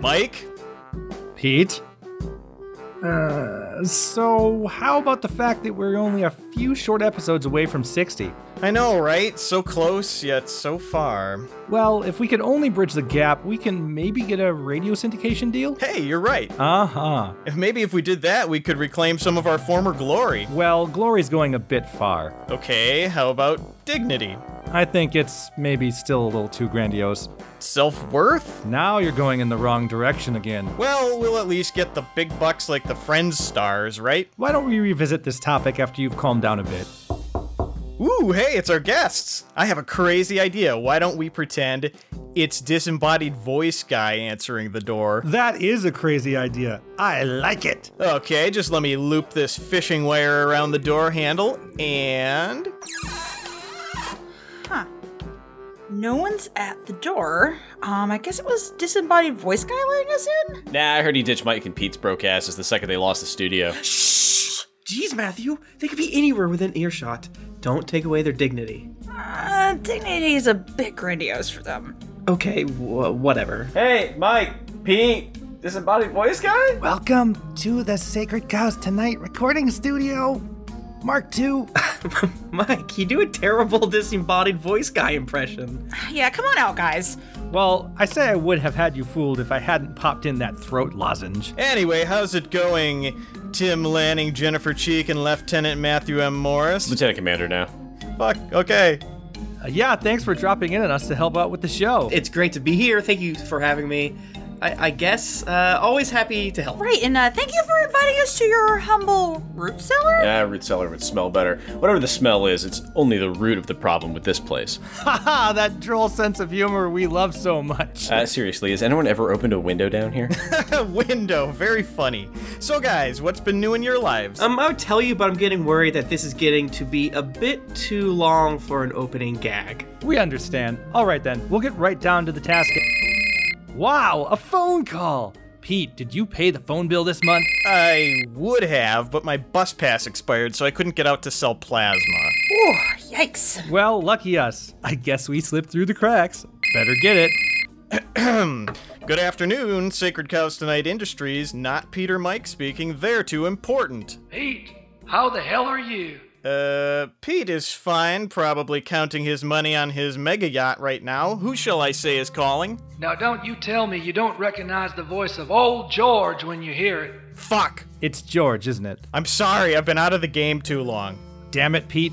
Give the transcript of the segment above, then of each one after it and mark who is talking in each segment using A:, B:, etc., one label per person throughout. A: Mike?
B: Pete?
C: Uh, so, how about the fact that we're only a few short episodes away from 60?
A: I know, right? So close, yet so far.
C: Well, if we could only bridge the gap, we can maybe get a radio syndication deal?
A: Hey, you're right.
C: Uh huh.
A: If maybe if we did that, we could reclaim some of our former glory.
C: Well, glory's going a bit far.
A: Okay, how about dignity?
C: I think it's maybe still a little too grandiose.
A: Self worth?
C: Now you're going in the wrong direction again.
A: Well, we'll at least get the big bucks like the Friends stars, right?
C: Why don't we revisit this topic after you've calmed down a bit?
A: Ooh, hey, it's our guests. I have a crazy idea. Why don't we pretend it's disembodied voice guy answering the door?
B: That is a crazy idea. I like it.
A: Okay, just let me loop this fishing wire around the door handle and
D: No one's at the door. Um, I guess it was disembodied voice guy letting us in.
E: Nah, I heard he ditched Mike and Pete's broke asses the second they lost the studio.
F: Shh! Jeez, Matthew, they could be anywhere within earshot. Don't take away their dignity.
D: Uh, dignity is a bit grandiose for them.
F: Okay, wh- whatever.
E: Hey, Mike, Pete, disembodied voice guy?
B: Welcome to the Sacred Cows Tonight recording studio. Mark two.
F: Mike, you do a terrible disembodied voice guy impression.
D: Yeah, come on out, guys.
C: Well, I say I would have had you fooled if I hadn't popped in that throat lozenge.
A: anyway, how's it going? Tim Lanning, Jennifer Cheek, and Lieutenant Matthew M. Morris.
E: Lieutenant Commander now.
A: Fuck, okay.
C: Uh, yeah, thanks for dropping in on us to help out with the show.
F: It's great to be here. Thank you for having me. I, I guess uh, always happy to help.
D: Right, and uh, thank you for inviting us to your humble root cellar.
E: Yeah, root cellar would smell better. Whatever the smell is, it's only the root of the problem with this place.
C: Haha, that droll sense of humor we love so much.
E: Uh, seriously, has anyone ever opened a window down here?
A: Window, very funny. So, guys, what's been new in your lives?
F: Um, I would tell you, but I'm getting worried that this is getting to be a bit too long for an opening gag.
C: We understand. All right then, we'll get right down to the task. Wow, a phone call. Pete, did you pay the phone bill this month?
A: I would have, but my bus pass expired, so I couldn't get out to sell plasma.
D: Ooh, yikes.
C: Well, lucky us. I guess we slipped through the cracks. Better get it.
A: Good afternoon, Sacred Cows Tonight Industries. Not Peter Mike speaking, they're too important.
G: Pete, how the hell are you?
A: Uh, Pete is fine, probably counting his money on his mega yacht right now. Who shall I say is calling?
G: Now, don't you tell me you don't recognize the voice of old George when you hear it.
A: Fuck!
C: It's George, isn't it?
A: I'm sorry, I've been out of the game too long.
C: Damn it, Pete.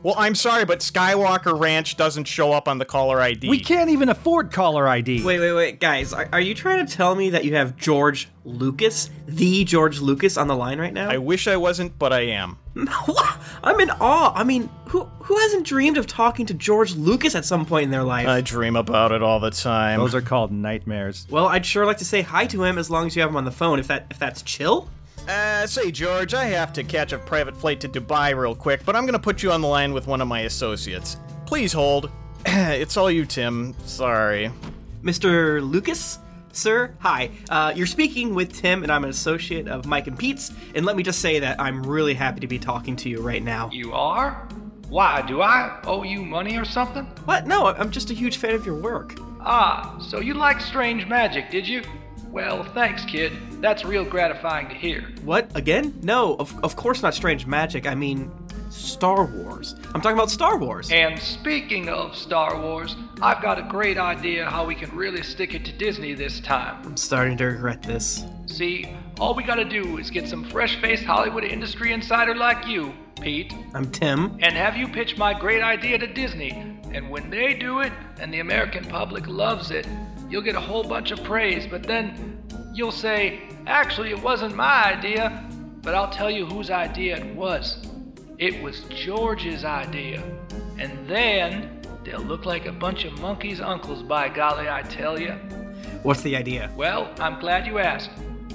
A: Well, I'm sorry, but Skywalker Ranch doesn't show up on the caller ID.
C: We can't even afford caller ID.
F: Wait, wait, wait, guys, are, are you trying to tell me that you have George Lucas, the George Lucas, on the line right now?
A: I wish I wasn't, but I am.
F: What? I'm in awe. I mean, who who hasn't dreamed of talking to George Lucas at some point in their life?
A: I dream about it all the time.
C: Those are called nightmares.
F: well, I'd sure like to say hi to him as long as you have him on the phone. If that if that's chill.
A: Uh, say, George, I have to catch a private flight to Dubai real quick, but I'm gonna put you on the line with one of my associates. Please hold. it's all you, Tim. Sorry.
F: Mr. Lucas? Sir, hi. Uh, you're speaking with Tim, and I'm an associate of Mike and Pete's. And let me just say that I'm really happy to be talking to you right now.
G: You are? Why, do I owe you money or something?
F: What? No, I- I'm just a huge fan of your work.
G: Ah, so you like strange magic, did you? Well, thanks, kid. That's real gratifying to hear.
F: What? Again? No, of, of course not strange magic. I mean, Star Wars. I'm talking about Star Wars.
G: And speaking of Star Wars, I've got a great idea how we can really stick it to Disney this time.
F: I'm starting to regret this.
G: See, all we gotta do is get some fresh faced Hollywood industry insider like you, Pete,
F: I'm Tim.
G: and have you pitch my great idea to Disney. And when they do it, and the American public loves it, you'll get a whole bunch of praise, but then you'll say, actually, it wasn't my idea, but I'll tell you whose idea it was. It was George's idea. And then they'll look like a bunch of monkeys' uncles, by golly, I tell you.
F: What's the idea?
G: Well, I'm glad you asked.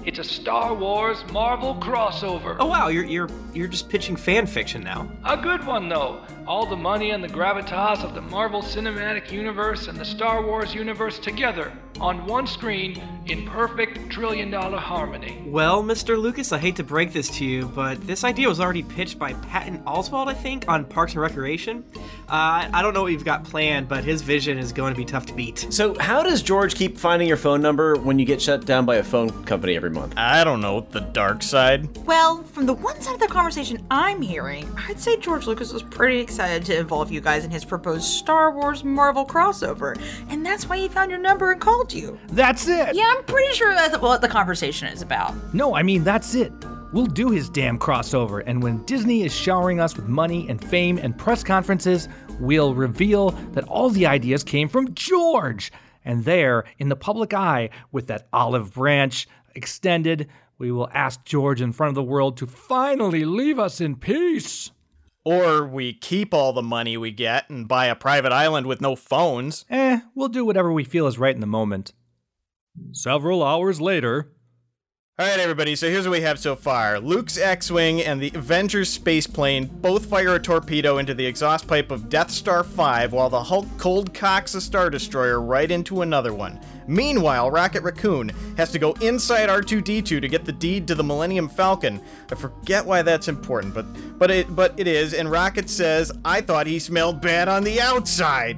G: It's a Star Wars Marvel crossover.
F: Oh wow, you're you're you're just pitching fan fiction now.
G: A good one, though. all the money and the gravitas of the Marvel Cinematic Universe and the Star Wars universe together on one screen in perfect trillion dollar harmony.
F: Well, Mr. Lucas, I hate to break this to you, but this idea was already pitched by Patton Oswald, I think, on Parks and Recreation. Uh, I don't know what you've got planned, but his vision is going to be tough to beat.
E: So, how does George keep finding your phone number when you get shut down by a phone company every month?
A: I don't know, the dark side.
D: Well, from the one side of the conversation I'm hearing, I'd say George Lucas was pretty excited to involve you guys in his proposed Star Wars Marvel crossover, and that's why he found your number and called you.
C: That's it.
D: Yeah, I'm pretty sure that's what the conversation is about.
C: No, I mean, that's it. We'll do his damn crossover, and when Disney is showering us with money and fame and press conferences, we'll reveal that all the ideas came from George. And there, in the public eye, with that olive branch extended, we will ask George in front of the world to finally leave us in peace.
A: Or we keep all the money we get and buy a private island with no phones.
C: Eh, we'll do whatever we feel is right in the moment. Several hours later,
A: All right, everybody, so here's what we have so far Luke's X Wing and the Avengers space plane both fire a torpedo into the exhaust pipe of Death Star 5, while the Hulk cold cocks a Star Destroyer right into another one. Meanwhile, Rocket Raccoon has to go inside R2 D2 to get the deed to the Millennium Falcon. I forget why that's important, but but it but it is, and Rocket says, I thought he smelled bad on the outside.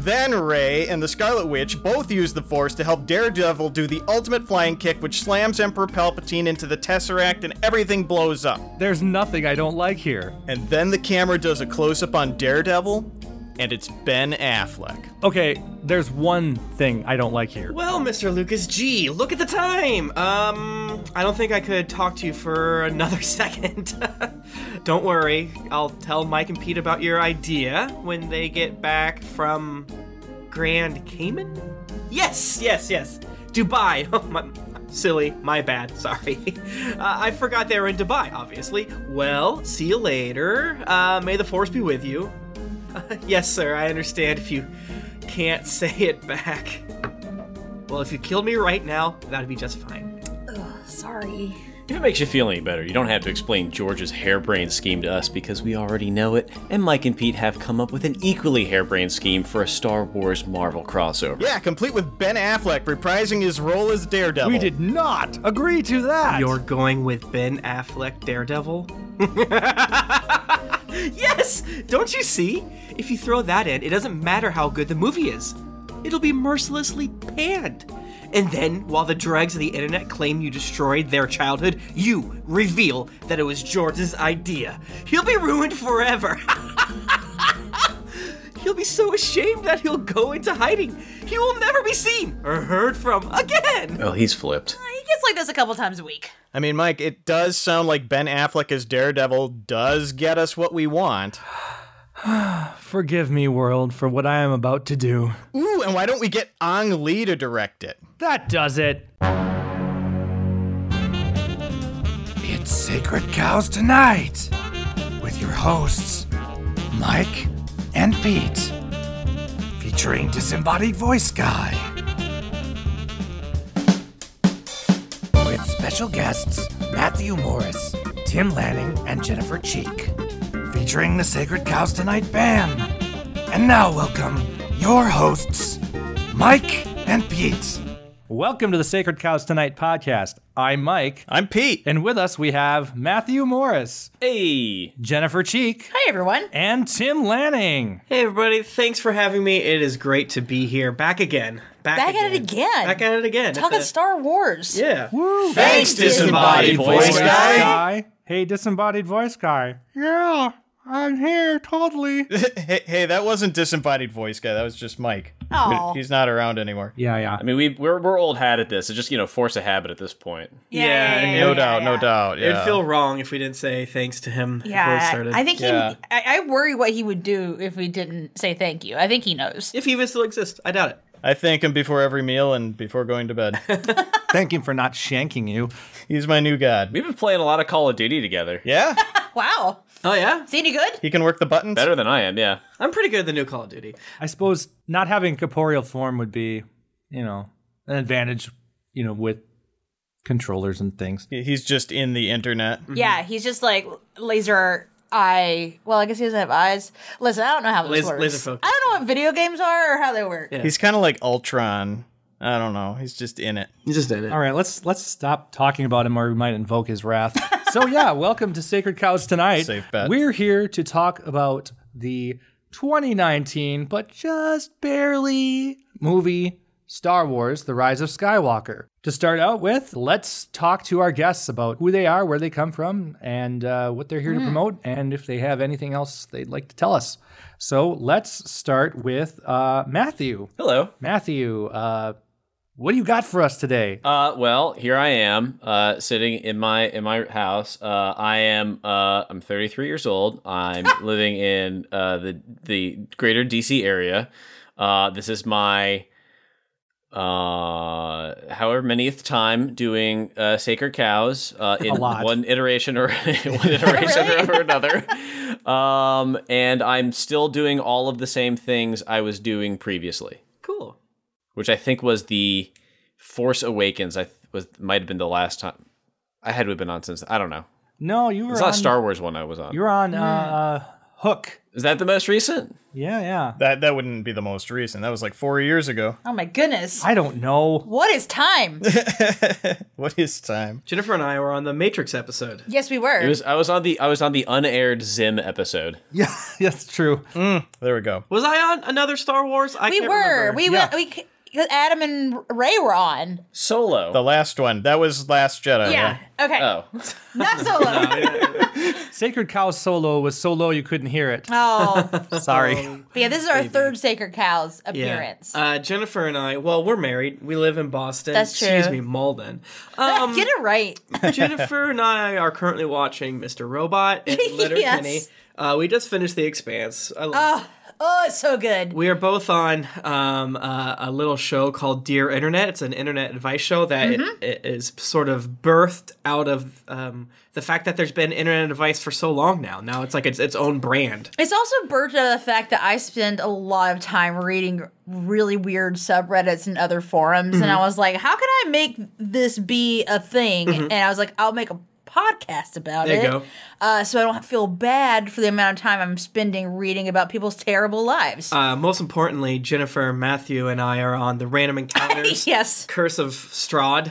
A: Then Ray and the Scarlet Witch both use the Force to help Daredevil do the ultimate flying kick, which slams Emperor Palpatine into the Tesseract and everything blows up.
C: there's nothing I don't like here.
A: And then the camera does a close up on Daredevil, and it's Ben Affleck.
C: Okay, there's one thing I don't like here.
F: Well, Mr. Lucas, gee, look at the time. Um, I don't think I could talk to you for another second. don't worry, I'll tell Mike and Pete about your idea when they get back from Grand Cayman. Yes, yes, yes, Dubai. Oh, my, silly, my bad. Sorry, uh, I forgot they were in Dubai. Obviously. Well, see you later. Uh, may the force be with you. yes, sir. I understand if you can't say it back. Well, if you killed me right now, that'd be just fine.
D: Sorry.
E: If it makes you feel any better, you don't have to explain George's harebrained scheme to us because we already know it, and Mike and Pete have come up with an equally harebrained scheme for a Star Wars Marvel crossover.
A: Yeah, complete with Ben Affleck reprising his role as Daredevil.
C: We did not agree to that.
F: You're going with Ben Affleck Daredevil? yes! Don't you see? If you throw that in, it doesn't matter how good the movie is. It'll be mercilessly panned. And then, while the dregs of the internet claim you destroyed their childhood, you reveal that it was George's idea. He'll be ruined forever. He'll be so ashamed that he'll go into hiding. He will never be seen or heard from again.
E: Oh, he's flipped.
D: He gets like this a couple times a week.
A: I mean, Mike, it does sound like Ben Affleck as Daredevil does get us what we want.
C: Forgive me, world, for what I am about to do.
A: Ooh, and why don't we get Ang Lee to direct it?
C: That does it.
B: It's Sacred Cows Tonight with your hosts, Mike and Pete, featuring disembodied voice guy. With special guests Matthew Morris, Tim Lanning, and Jennifer Cheek, featuring the Sacred Cows Tonight band. And now, welcome your hosts, Mike and Pete.
C: Welcome to the Sacred Cows Tonight podcast. I'm Mike,
A: I'm Pete.
C: and with us we have Matthew Morris,
E: Hey!
C: Jennifer Cheek,
D: Hi, everyone.
C: and Tim Lanning.
F: Hey everybody, thanks for having me. It is great to be here. Back again. Back,
D: Back at it again.
F: Back at it again.
D: Talking
F: It's a-
D: Star Wars.
F: Yeah.
A: Thanks,
E: disembodied voice
C: Voice
E: guy.
C: Hey, disembodied voice guy. Yeah, I'm here, totally.
A: hey, hey, that wasn't disembodied voice guy. That was just Mike.
D: Aw.
A: He's not around anymore.
C: Yeah, yeah.
E: I mean, we, we're, we're old hat at this. It's just, you know, force of habit at this point.
F: Yeah,
A: No doubt, no doubt.
F: It'd
A: Yeah.
F: feel wrong if we didn't say thanks to him before we
D: Yeah,
F: started.
D: I think he.
A: Yeah.
D: I, I worry what he would do if we didn't say thank you. I think he knows.
F: if he even still exists, I doubt it.
A: I thank him before every meal and before going to bed.
C: Thank him for not shanking you.
A: He's my new god.
E: We've been playing a lot of Call of Duty together.
A: Yeah, Mm-hmm.
D: Wow,
F: Oh yeah?
D: is he any good?
A: he can work the buttons.
E: Better than I am, yeah.
F: I'm pretty good at the new Call of Duty.
C: I suppose not having corporeal form would be, you know, an advantage, you know, with controllers and things.
A: He's just in the internet.
D: Yeah, he's just like laser I well, I guess he doesn't have eyes. Listen, I don't know how this
F: Liz-
D: works.
F: lizard folk.
D: I don't know what video games are or how they work.
A: He's kind of like Ultron. I don't know. He's just in it.
F: You just did it.
C: All right, let's let's stop talking about him, or we might invoke his wrath. so yeah, welcome to Sacred Cows tonight.
A: Safe bet.
C: We're here to talk about the 2019, but just barely movie Star Wars: The Rise of Skywalker. To start out with, let's talk to our guests about who they are, where they come from, and uh, what they're here to promote, and if they have anything else they'd like to tell us. So let's start with uh, Matthew.
E: Hello.
C: Matthew, uh, what do you got for us today?
E: Uh, well, here I am, uh, sitting in my in my house. Uh, I am uh, I'm 33 years old. I'm living in uh, the the greater DC area. Uh, this is my uh however manyth time doing uh sacred cows uh in
C: lot.
E: one iteration or one iteration
D: Really?
E: or another um and i'm still doing all of the same things i was doing previously
F: Cool.
E: which I think was the Force Awakens. I th- was might have been the last time I had to have been on since. I don't know.
C: No, you were
E: It's
C: on
E: not Star Wars one I was on.
C: You were on uh, uh, Hook.
E: Is that the most recent?
C: Yeah, yeah.
A: That that wouldn't be the most recent. That was like four years ago.
D: Oh my goodness.
C: I don't know.
D: what is time?
A: What is time?
F: Jennifer and I were on the Matrix episode.
D: yes, we were.
E: It was. I was on the. I was on the unaired Zim episode.
C: Yeah, that's true.
A: There we go.
F: Was I on another Star Wars? I
D: we
F: can't
D: were.
F: remember.
D: We
C: Yeah.
D: went. We c- Adam and Ray were on.
E: Solo.
A: The last one. That was Last Jedi.
D: Yeah. Okay.
E: oh,
D: Not solo.
C: Sacred Cow solo was so low you couldn't hear it.
D: oh.
C: Sorry.
D: But yeah, this is our third Sacred Cows appearance.
F: Uh, Jennifer and I, well, we're married. We live in Boston.
D: That's
F: Excuse
D: true.
F: me, Malden. Um,
D: Get it right.
F: Jennifer and I are currently watching Mr. Robot and Letterkenny.
D: Yes.
F: Uh, we just finished The Expanse. I love
D: Oh, it's so good.
F: We are both on um, uh, a little show called Dear Internet. It's an internet advice show that it-
D: Mm-hmm.
F: it is sort of birthed out of um, the fact that there's been internet advice for so long now. Now it's like its its own brand.
D: It's also birthed out of the fact that I spend a lot of time reading really weird subreddits and other forums, and
F: Mm-hmm.
D: I was like, how can I make this be a thing? And I was like, I'll make a podcast about
F: There
D: it,
F: you go.
D: Uh, so I don't feel bad for the amount of time I'm spending reading about people's terrible lives.
F: Uh, most importantly, Jennifer, Matthew, and I are on the Random Encounters
D: yes,
F: Curse of Strahd.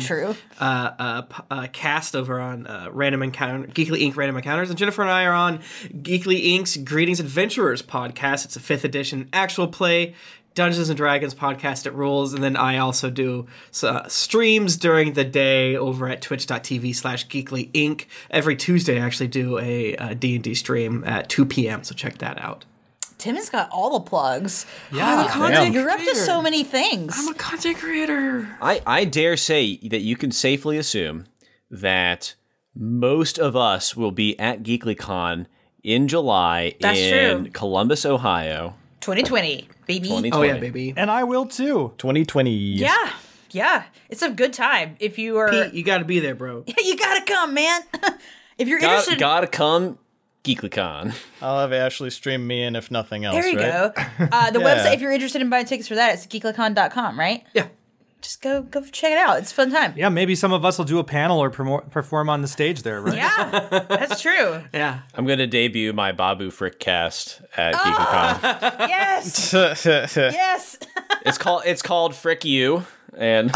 D: so true.
F: uh, uh, p- uh, cast over on uh, Random Encounter, Geekly Inc. Random Encounters, and Jennifer and I are on Geekly Inc.'s Greetings Adventurers podcast. It's a fifth edition actual play Dungeons and Dragons podcast. It rules, and then I also do uh, streams during the day over at Twitch.tv/slash Geekly Inc. Every Tuesday, I actually do a uh, D and D stream at 2 p.m. So check that out.
D: Tim has got all the plugs.
F: I'm a content
D: You're up to
F: creator.
D: so many things.
F: I'm a content creator.
E: I. I dare say that you can safely assume that most of us will be at GeeklyCon in July
D: That's
E: in
D: true.
E: Columbus, Ohio.
D: 2020, baby.
E: 2020.
F: Oh yeah, baby.
C: And I will too.
A: 2020.
D: Yeah, yeah. It's a good time if you are.
F: Pete, you got to be there, bro.
D: you gotta come, man. if you're
E: Got,
D: interested,
E: gotta come GeeklyCon.
A: I'll have Ashley stream me in if nothing else.
D: there you
A: right?
D: go. Uh, the
A: Yeah.
D: website, if you're interested in buying tickets for that, it's geeklicon.com, right?
F: Yeah.
D: Just go go check it out. It's a fun time.
C: Yeah, maybe some of us will do a panel or promo- perform on the stage there, right?
D: Yeah, that's true.
F: Yeah.
E: I'm gonna debut my Babu Frick cast at
D: Ah!
E: GeeklyCon.
D: Yes, yes.
E: it's called it's called Frick You and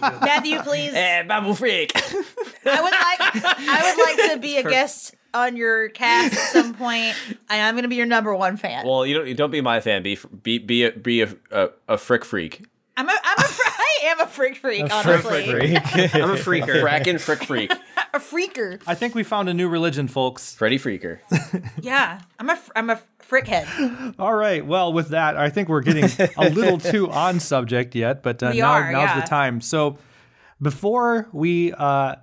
D: Matthew, please.
E: Eh, Babu Frick.
D: I would like I would like to be a guest on your cast at some point. I, I'm going to be your number one fan.
E: well, you don't you don't be my fan. Be be be a be a, a, a Frick freak.
D: I'm a I'm a fr- I am a freak freak honestly
F: I'm a freaker.
E: Fracken Frick freak.
D: a freaker.
C: I think we found a new religion, folks.
E: Freddy Freaker.
D: Yeah, I'm a fr- I'm a frickhead.
C: All right. Well, with that, I think we're getting a little too on subject yet, but uh,
D: We
C: now
D: are,
C: now's
D: yeah.
C: the time. So, before we uh,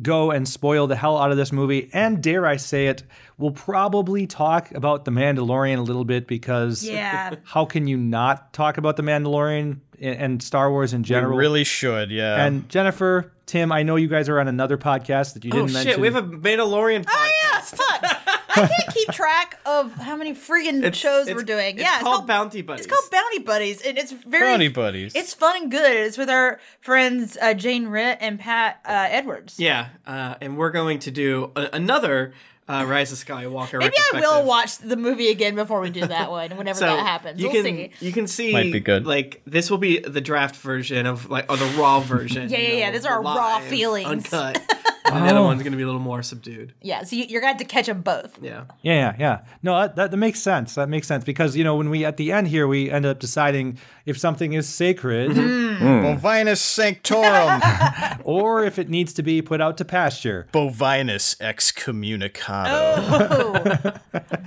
C: go and spoil the hell out of this movie, and dare I say it, we'll probably talk about the Mandalorian a little bit because
D: Yeah.
C: how can you not talk about the Mandalorian and, and Star Wars in
A: You
C: general?
A: really should, yeah.
C: and Jennifer, Tim, I know you guys are on another podcast that you
F: Oh
C: didn't
F: shit,
C: mention.
F: we have a Mandalorian.
D: Oh yeah, fuck. I can't keep track of how many freaking shows
F: it's-
D: we're doing.
F: it's
D: yeah,
F: called Bounty Buddies.
D: It's called Bounty Buddies, and it's very
A: Bounty buddies.
D: It's fun and good. It's with our friends uh, Jane Ritt and Pat uh, Edwards.
F: Yeah, uh, and we're going to do a- another uh, Rise of Skywalker.
D: Maybe I will
F: retrospective.
D: watch the movie again before we do that one. Whenever
F: So
D: that happens,
F: you
D: we'll
F: can
D: see.
F: you can see
A: Might be good.
F: Like this will be the draft version of like or the raw version.
D: Yeah,
F: you
D: yeah, yeah,
F: know,
D: these are our raw
F: live,
D: feelings.
F: uncut. and the
A: Oh.
F: other one's gonna be a little more subdued.
D: Yeah, so you, you're going to have to catch them both.
F: Yeah,
H: Yeah, yeah, yeah. No, uh, that, that, that makes sense. That makes sense because you know when we at the end here we end up deciding if something is
F: Mm-hmm.
H: sacred
A: Bovinus Sanctorum.
H: or if it needs to be put out to pasture.
A: Bovinus excommunicado.
D: Oh,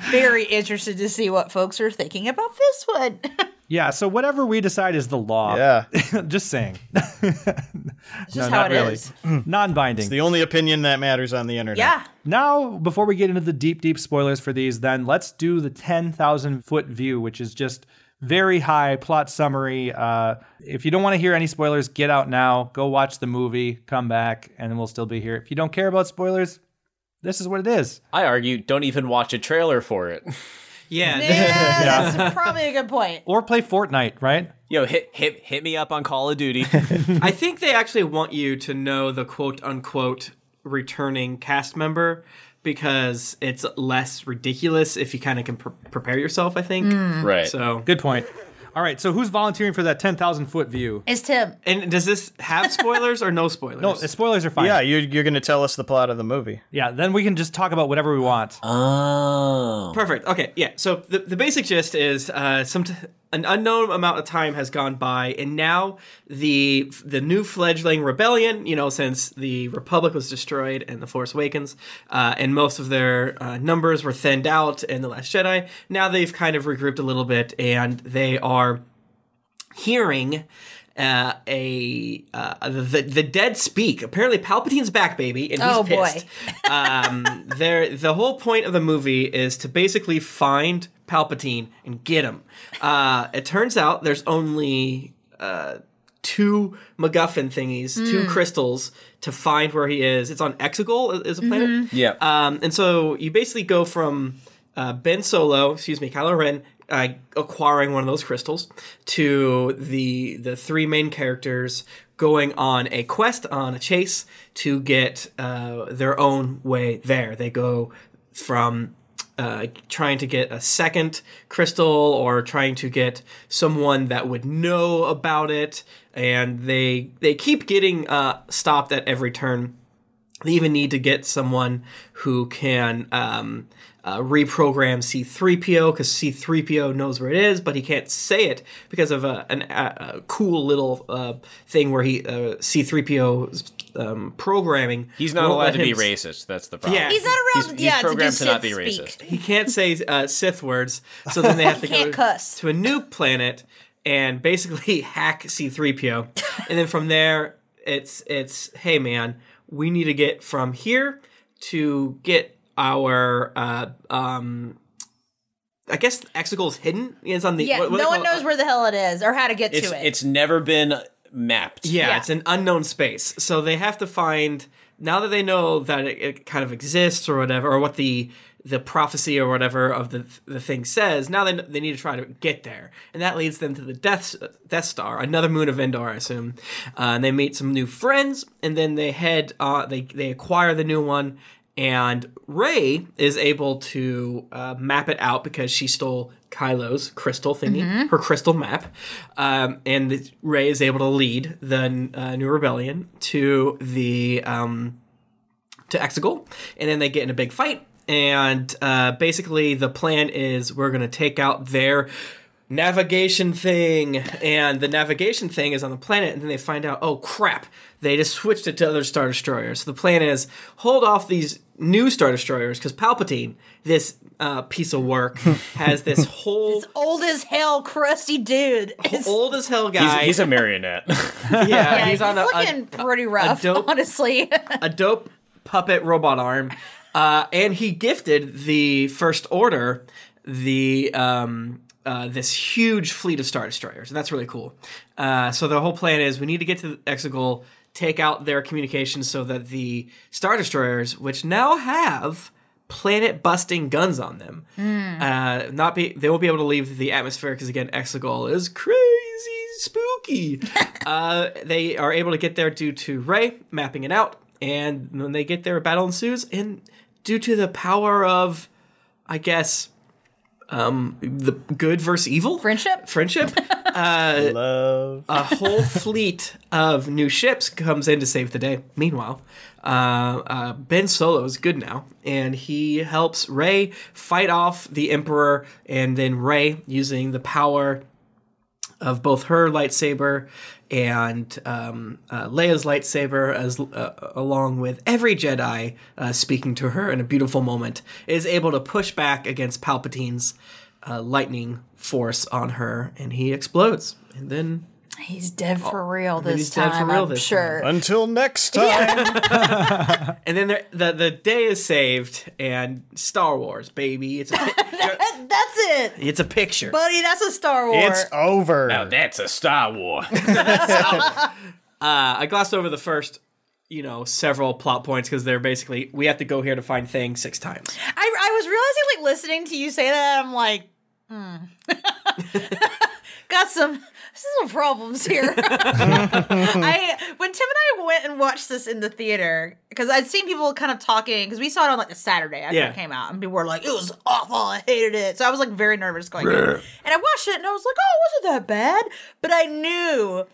D: very interested to see what folks are thinking about this one.
H: Yeah. So whatever we decide is the
D: Oh.
H: law.
A: Yeah.
H: Just saying.
D: Just how it is.
H: Non-binding.
A: The only opinion that matters on the internet.
D: Yeah.
H: Now, before we get into the deep, deep spoilers for these, then let's do the 10,000 foot view, which is just very high plot summary. Uh, if you don't want to hear any spoilers, get out now, go watch the movie, come back, and then we'll still be here. If you don't care about spoilers, this is what it is.
E: I argue, don't even watch a trailer for it.
F: yeah.
D: Yeah, that's probably a good point.
H: Or play Fortnite, right?
E: Yo, hit hit hit me up on Call of Duty.
F: I think they actually want you to know the quote unquote returning cast member because it's less ridiculous if you kind of can pre- prepare yourself. I think
D: Hmm.
E: right.
F: so.
H: Good point. All right, so who's volunteering for that 10,000 foot view?
D: It's Tim.
F: And does this have spoilers or no spoilers?
H: No, the spoilers are fine.
A: Yeah, you're, you're going to tell us the plot of the movie.
H: yeah, then we can just talk about whatever we want.
E: Oh.
F: Perfect. Okay. Yeah. So the, the basic gist is uh, some t- an unknown amount of time has gone by, and now the the new fledgling rebellion, you know, since the Republic was destroyed and the Force Awakens, uh, and most of their uh, numbers were thinned out in the Last Jedi. Now they've kind of regrouped a little bit, and they are hearing uh, a uh, the the dead speak. Apparently, Palpatine's back, baby, and he's
D: Oh, boy.
F: pissed. um, there, the whole point of the movie is to basically find Palpatine and get him. Uh, it turns out there's only uh, two MacGuffin thingies, two crystals to find where he is. It's on Exegol, is a planet.
E: Yeah.
F: Um, and so you basically go from uh, Ben Solo, excuse me, Kylo Ren, uh, acquiring one of those crystals, to the the three main characters going on a quest on a chase to get uh, their own way there. They go from uh, trying to get a second crystal or trying to get someone that would know about it, and they they keep getting uh, stopped at every turn they even need to get someone who can um, uh, reprogram C3PO because C3PO knows where it is, but he can't say it because of a, an, a, a cool little uh, thing where he uh, C3PO's um, programming.
E: He's not
F: won't
E: allowed
F: let
E: to be
F: him-
E: racist. That's the problem.
F: Yeah.
D: He's not
E: He's,
D: around.
E: he's
D: yeah, to do
E: programmed to, not be
D: Sith speak.
E: racist.
F: He can't say uh, Sith words, so then they have to go
D: can't cuss.
F: to a new planet and basically hack C3PO. and then from there, it's it's hey man, we need to get from here to get our uh, um. I guess Exegol's hidden. It's on the
D: Yeah,
F: what- what
D: no
F: they
D: one
F: call it?
D: knows where the hell it is or how to get
E: It's
D: to it.
E: it's never been mapped.
F: Yeah,
D: Yeah.
F: it's an unknown space. So they have to find now that they know that it, it kind of exists or whatever, or what the the prophecy or whatever of the the thing says. Now they they need to try to get there, and that leads them to the Death Death Star, another moon of Endor, I assume. Uh, and they meet some new friends, and then they head. Uh, they they acquire the new one. And Ray is able to uh, map it out because she stole Kylo's crystal thingy, her crystal map, um, and Ray is able to lead the uh, New Rebellion to the um, to Exegol, and then they get in a big fight. And uh, basically, the plan is we're gonna take out their navigation thing, and the navigation thing is on the planet. And then they find out, oh crap, they just switched it to other star destroyers. So the plan is hold off these new star destroyers because Palpatine, this uh, piece of work, has this whole
D: Old as hell, crusty dude. It's-
F: old as hell
E: He's,
F: guy.
E: he's a marionette.
F: yeah,
D: yeah,
F: he's
D: he's,
F: on a- a,
D: looking pretty rough,
F: dope-
D: honestly.
F: a dope puppet robot arm, uh, and he gifted the First Order the um, uh, this huge fleet of star destroyers, and that's really cool. Uh, so the whole plan is we need to get to Exegol, take out their communications, so that the star destroyers, which now have planet busting guns on them, uh, not be they won't be able to leave the atmosphere because again, Exegol is crazy spooky. uh, they are able to get there due to Ray mapping it out, and when they get there, a battle ensues, and due to the power of, I guess, um, the good versus evil
D: Friendship?
F: Friendship. Uh,
A: Love.
F: a whole fleet of new ships comes in to save the day. Meanwhile, uh, uh, Ben Solo is good now, and he helps Rey fight off the Emperor, and then Rey, using the power of both her lightsaber and um, uh, Leia's lightsaber, as uh, along with every Jedi uh, speaking to her in a beautiful moment, is able to push back against Palpatine's uh, lightning force on her, and he explodes. And then
D: He's dead for real
F: then
D: this
F: he's dead for
D: time.
F: real
D: I'm
F: this
D: sure.
A: Until next time.
F: And then there- the the day is saved, and Star Wars, baby, it's a, pic-
D: That's it,
F: it's a picture.
D: buddy. That's a Star Wars.
A: It's over.
E: that's a Star War.
F: Uh, I glossed over the first, you know, several plot points because they're basically we have to go here to find Thing six times.
D: I, I was realizing, like, listening to you say that, I'm like, hmm. Got some, some problems here. I when Tim and I went and watched this in the theater because I'd seen people kind of talking because we saw it on like a Saturday after
F: Yeah.
D: it came out and people were like, "It was awful, I hated it." So I was like very nervous going, in. and I watched it and I was like, "Oh, it wasn't that bad?" But I knew,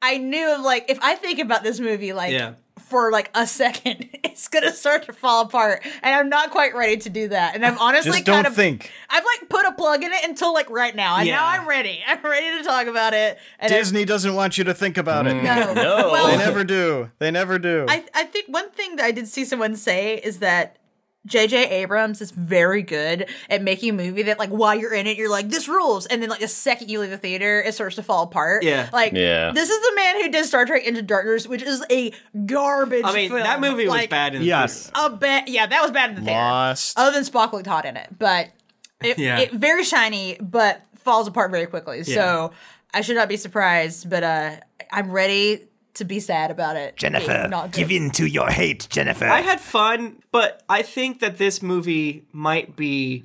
D: I knew like if I think about this movie like
F: Yeah.
D: for like a second, it's gonna start to fall apart, and I'm not quite ready to do that. And I'm honestly
A: Just
D: kind
A: don't
D: of
A: think.
D: I've like put a plug in it until like right now, and now
F: Yeah.
D: I'm ready. I'm ready to talk about it. And I-
A: Disney doesn't want you to think about it.
D: no,
E: No.
D: Well,
A: They never do. They never do.
D: I, I think one thing that I did see someone say is that J.J. Abrams is very good at making a movie that, like, while you're in it, you're like, this rules. And then, like, the second you leave the theater, it starts to fall apart.
F: Yeah.
D: Like,
E: Yeah.
D: this is the man who did Star Trek Into Darkness, which is a garbage
F: I mean,
D: film.
F: that movie was
D: Like,
F: bad in the
H: Yes.
F: theater.
D: A bad, yeah, that was bad in the theater.
A: Lost.
D: Other than Spock looked hot in it, but it,
F: Yeah.
D: it very shiny, but falls apart very quickly. So I should not be surprised, but uh I'm ready to be sad about it.
B: Jennifer,
D: Being not good.
B: give in to your hate, Jennifer.
F: I had fun, but I think that this movie might be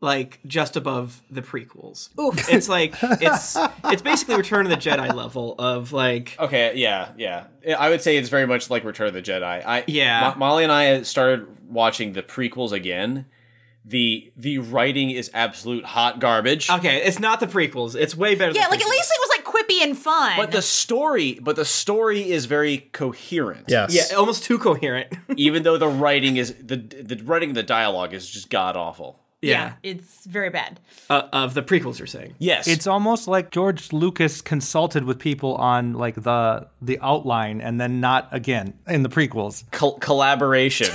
F: like just above the prequels. It's like it's it's basically Return of the Jedi level of like
E: Okay, yeah, yeah. I would say it's very much like Return of the Jedi. I
F: Yeah.
E: Mo- Molly and I started watching the prequels again. The the writing is absolute hot garbage.
F: okay, it's not the prequels. It's way better.
D: Yeah,
F: than
D: like at
F: prequels.
D: least it was like quippy and fun.
E: But the story, but the story is very coherent.
A: yes.
F: yeah, almost too coherent.
E: Even though the writing is the the writing of the dialogue is just god awful.
F: yeah,
D: it's very bad.
F: Uh, of the prequels, you're saying.
E: Yes.
H: It's almost like George Lucas consulted with people on like the the outline and then not again in the prequels.
E: Col- collaboration.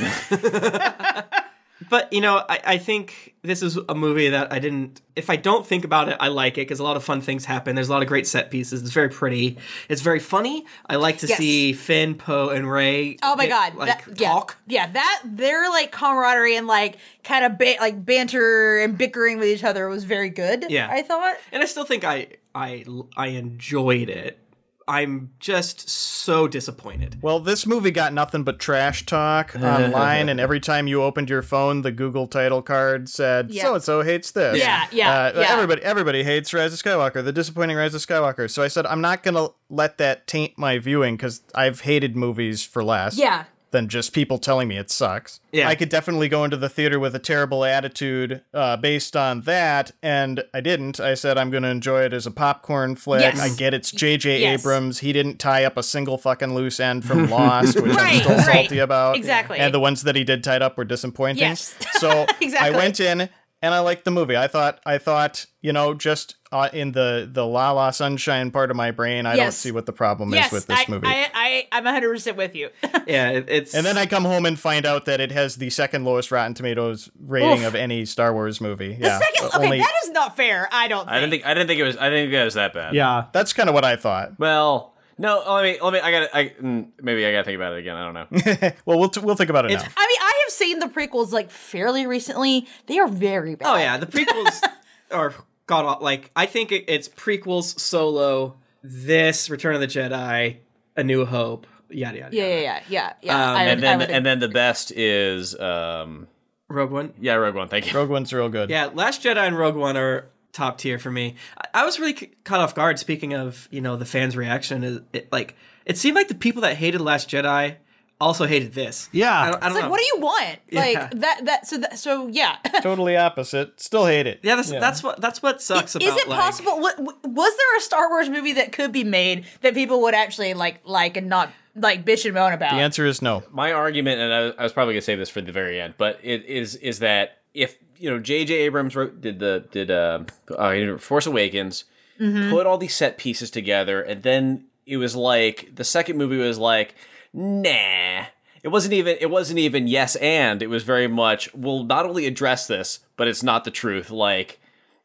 F: But you know, I, I think this is a movie that I didn't. If I don't think about it, I like it because a lot of fun things happen. There's a lot of great set pieces. It's very pretty. It's very funny. I like to
D: Yes.
F: see Finn, Poe, and Ray.
D: Oh my god!
F: Like
D: that, yeah,
F: talk.
D: yeah, that their like camaraderie and like kind of ba- like banter and bickering with each other was very good.
F: Yeah.
D: I thought.
F: And I still think I I I enjoyed it. I'm just so disappointed.
A: Well, this movie got nothing but trash talk online, and every time you opened your phone, the Google title card said
D: Yeah.
A: "so and so hates this."
D: Yeah, yeah,
A: Uh,
D: yeah.
A: Everybody, everybody hates Rise of Skywalker, the disappointing Rise of Skywalker. So I said, I'm not gonna let that taint my viewing because I've hated movies for less.
D: Yeah.
A: Than just people telling me it sucks.
F: Yeah.
A: I could definitely go into the theater with a terrible attitude uh, based on that, and I didn't. I said I'm going to enjoy it as a popcorn flick.
D: Yes.
A: I get it's J.J.
D: Yes.
A: Abrams. He didn't tie up a single fucking loose end from Lost, which I'm
D: Right,
A: still
D: right.
A: salty about.
D: Exactly.
A: And the ones that he did tied up were disappointing.
D: Yes.
A: so
D: Exactly.
A: I went in and I liked the movie. I thought I thought you know just uh, in the the La La Sunshine part of my brain, I don't
D: Yes.
A: see what the problem
D: Yes,
A: is with this
D: I,
A: movie.
D: I, I, I'm 100 percent with you.
F: Yeah, it, it's
A: and then I come home and find out that it has the second lowest Rotten Tomatoes rating of any Star Wars movie. yeah,
D: Second,
A: o-
D: okay, that is not fair. I don't. Think.
E: I didn't think I didn't think it was I didn't think it was that bad.
H: Yeah.
A: that's kind of what I thought.
E: Well, no, let me let me I got to I mm, maybe I got to think about it again. I don't know.
A: Well, we'll t- we'll think about it now.
D: I mean, I have seen the prequels like fairly recently. They are very bad.
F: oh yeah, the prequels are god aw- like I think it, it's prequels, Solo, this Return of the Jedi, A New Hope, yada yada.
D: yeah,
F: yada.
D: yeah, yeah, yeah. yeah.
F: Um,
D: I,
E: And
D: would- I
E: then
D: would
E: and then the best is um
F: Rogue One.
E: yeah, Rogue One. Thank you.
A: Rogue One's real good.
F: Yeah, Last Jedi and Rogue One are top tier for me. I, I was really c- caught off guard. Speaking of, you know, the fans' reaction is it, like it seemed like the people that hated Last Jedi also hated this.
G: Yeah.
F: I don't, I don't
D: It's like,
F: know.
D: what do you want? Like
F: Yeah.
D: that. That. So. That, so yeah.
A: Totally opposite. Still hate it.
F: Yeah, that's that's what that's what sucks about.
D: Is it
F: like-
D: possible? What, was there a Star Wars movie that could be made that people would actually like, like, and not like bitch and moan about?
A: The answer is no.
E: my argument, and I, I was probably gonna say this for the very end, but it is is that if you know J.J. Abrams wrote did the did uh, uh Force Awakens, put all these set pieces together, and then it was like the second movie was like, nah. It wasn't even it wasn't even yes and it was very much we'll not only address this but it's not the truth like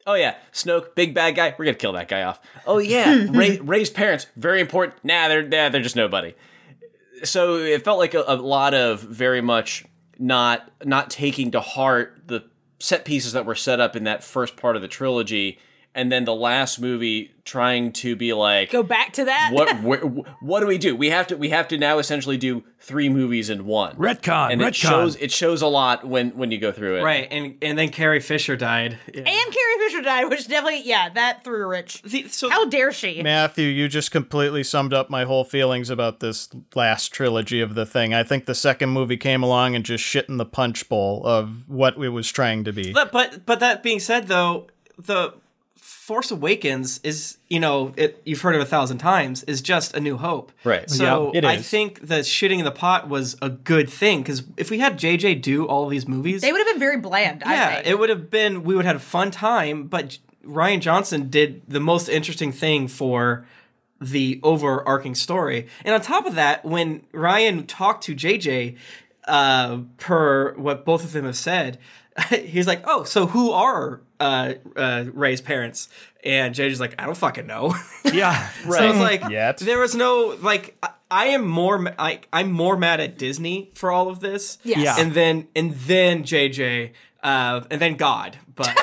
E: oh yeah Snoke big bad guy we're gonna kill that guy off oh yeah Ray, Ray's parents very important nah they're nah, they're just nobody so it felt like a, a lot of very much not not taking to heart the set pieces that were set up in that first part of the trilogy and then the last movie trying to be like
D: Go back to that.
E: what wh- wh- what do we do we have to we have to now essentially do three movies in one
I: Retcon,
E: and
I: retcon.
E: it shows it shows a lot when when you go through it
F: Right, and and then Carrie Fisher died. Yeah.
D: And Carrie Fisher died, which definitely, yeah, that threw Rich.
F: The- so
D: How dare she?
A: Matthew, you just completely summed up my whole feelings about this last trilogy of the thing. I think the second movie came along and just shit in the punch bowl of what it was trying to be.
F: But but but that being said, though, the Force Awakens is you know it you've heard it a thousand times is just a New Hope.
E: Right.
F: So
A: Yeah, it
F: I
A: is.
F: think the shitting in the pot was a good thing because if we had JJ do all these movies,
D: They would have been very bland. I
F: yeah,
D: think.
F: it would have been we would have had a fun time. But J- Ryan Johnson did the most interesting thing for the overarching story. And on top of that, when Ryan talked to JJ, uh, per what both of them have said, he's like, "Oh, so who are uh, uh, Ray's parents?" And JJ's like, "I don't fucking know."
G: yeah.
F: So it's like
A: Yet.
F: there was no like I, I am more ma- I, I'm more mad at Disney for all of this.
D: Yes. Yeah.
F: And then and then JJ uh and then God. But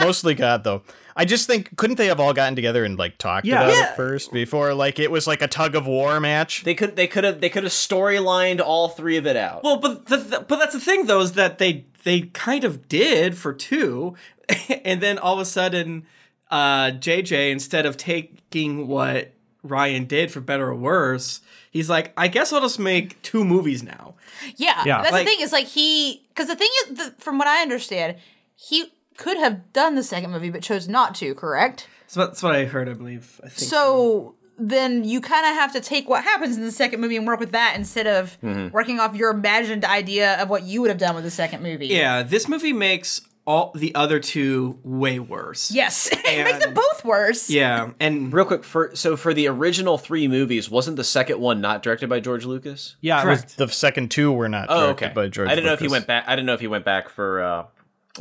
A: Mostly God, though. I just think couldn't they have all gotten together and like talked
G: Yeah.
A: about
F: Yeah.
A: it first before like it was like a tug of war match?
E: they could they could have they could have storylined all three of it out
F: well but the, the, but that's the thing though is that they they kind of did for 2 and then all of a sudden uh JJ instead of taking what Ryan did for better or worse, he's like, I guess I'll just make two movies now.
D: Yeah,
G: Yeah.
D: that's
F: Like-
D: the thing. Is like he because the thing is, the, from what I understand, he could have done the second movie but chose not to. Correct.
F: So that's what I heard, I believe. I think
D: So then you kind of have to take what happens in the second movie and work with that instead of working off your imagined idea of what you would have done with the second movie.
F: Yeah, this movie makes all the other two way worse.
D: Yes, it makes them
F: And-
D: both worse.
F: Yeah, and
E: real quick for so for the original three movies wasn't the second one not directed by George Lucas
G: Yeah. It was,
F: correct.
A: The second two were not
E: Oh,
A: directed
E: okay.
A: by George.
E: I don't know if he
A: Lucas.
E: went back. I don't know if he went back for uh,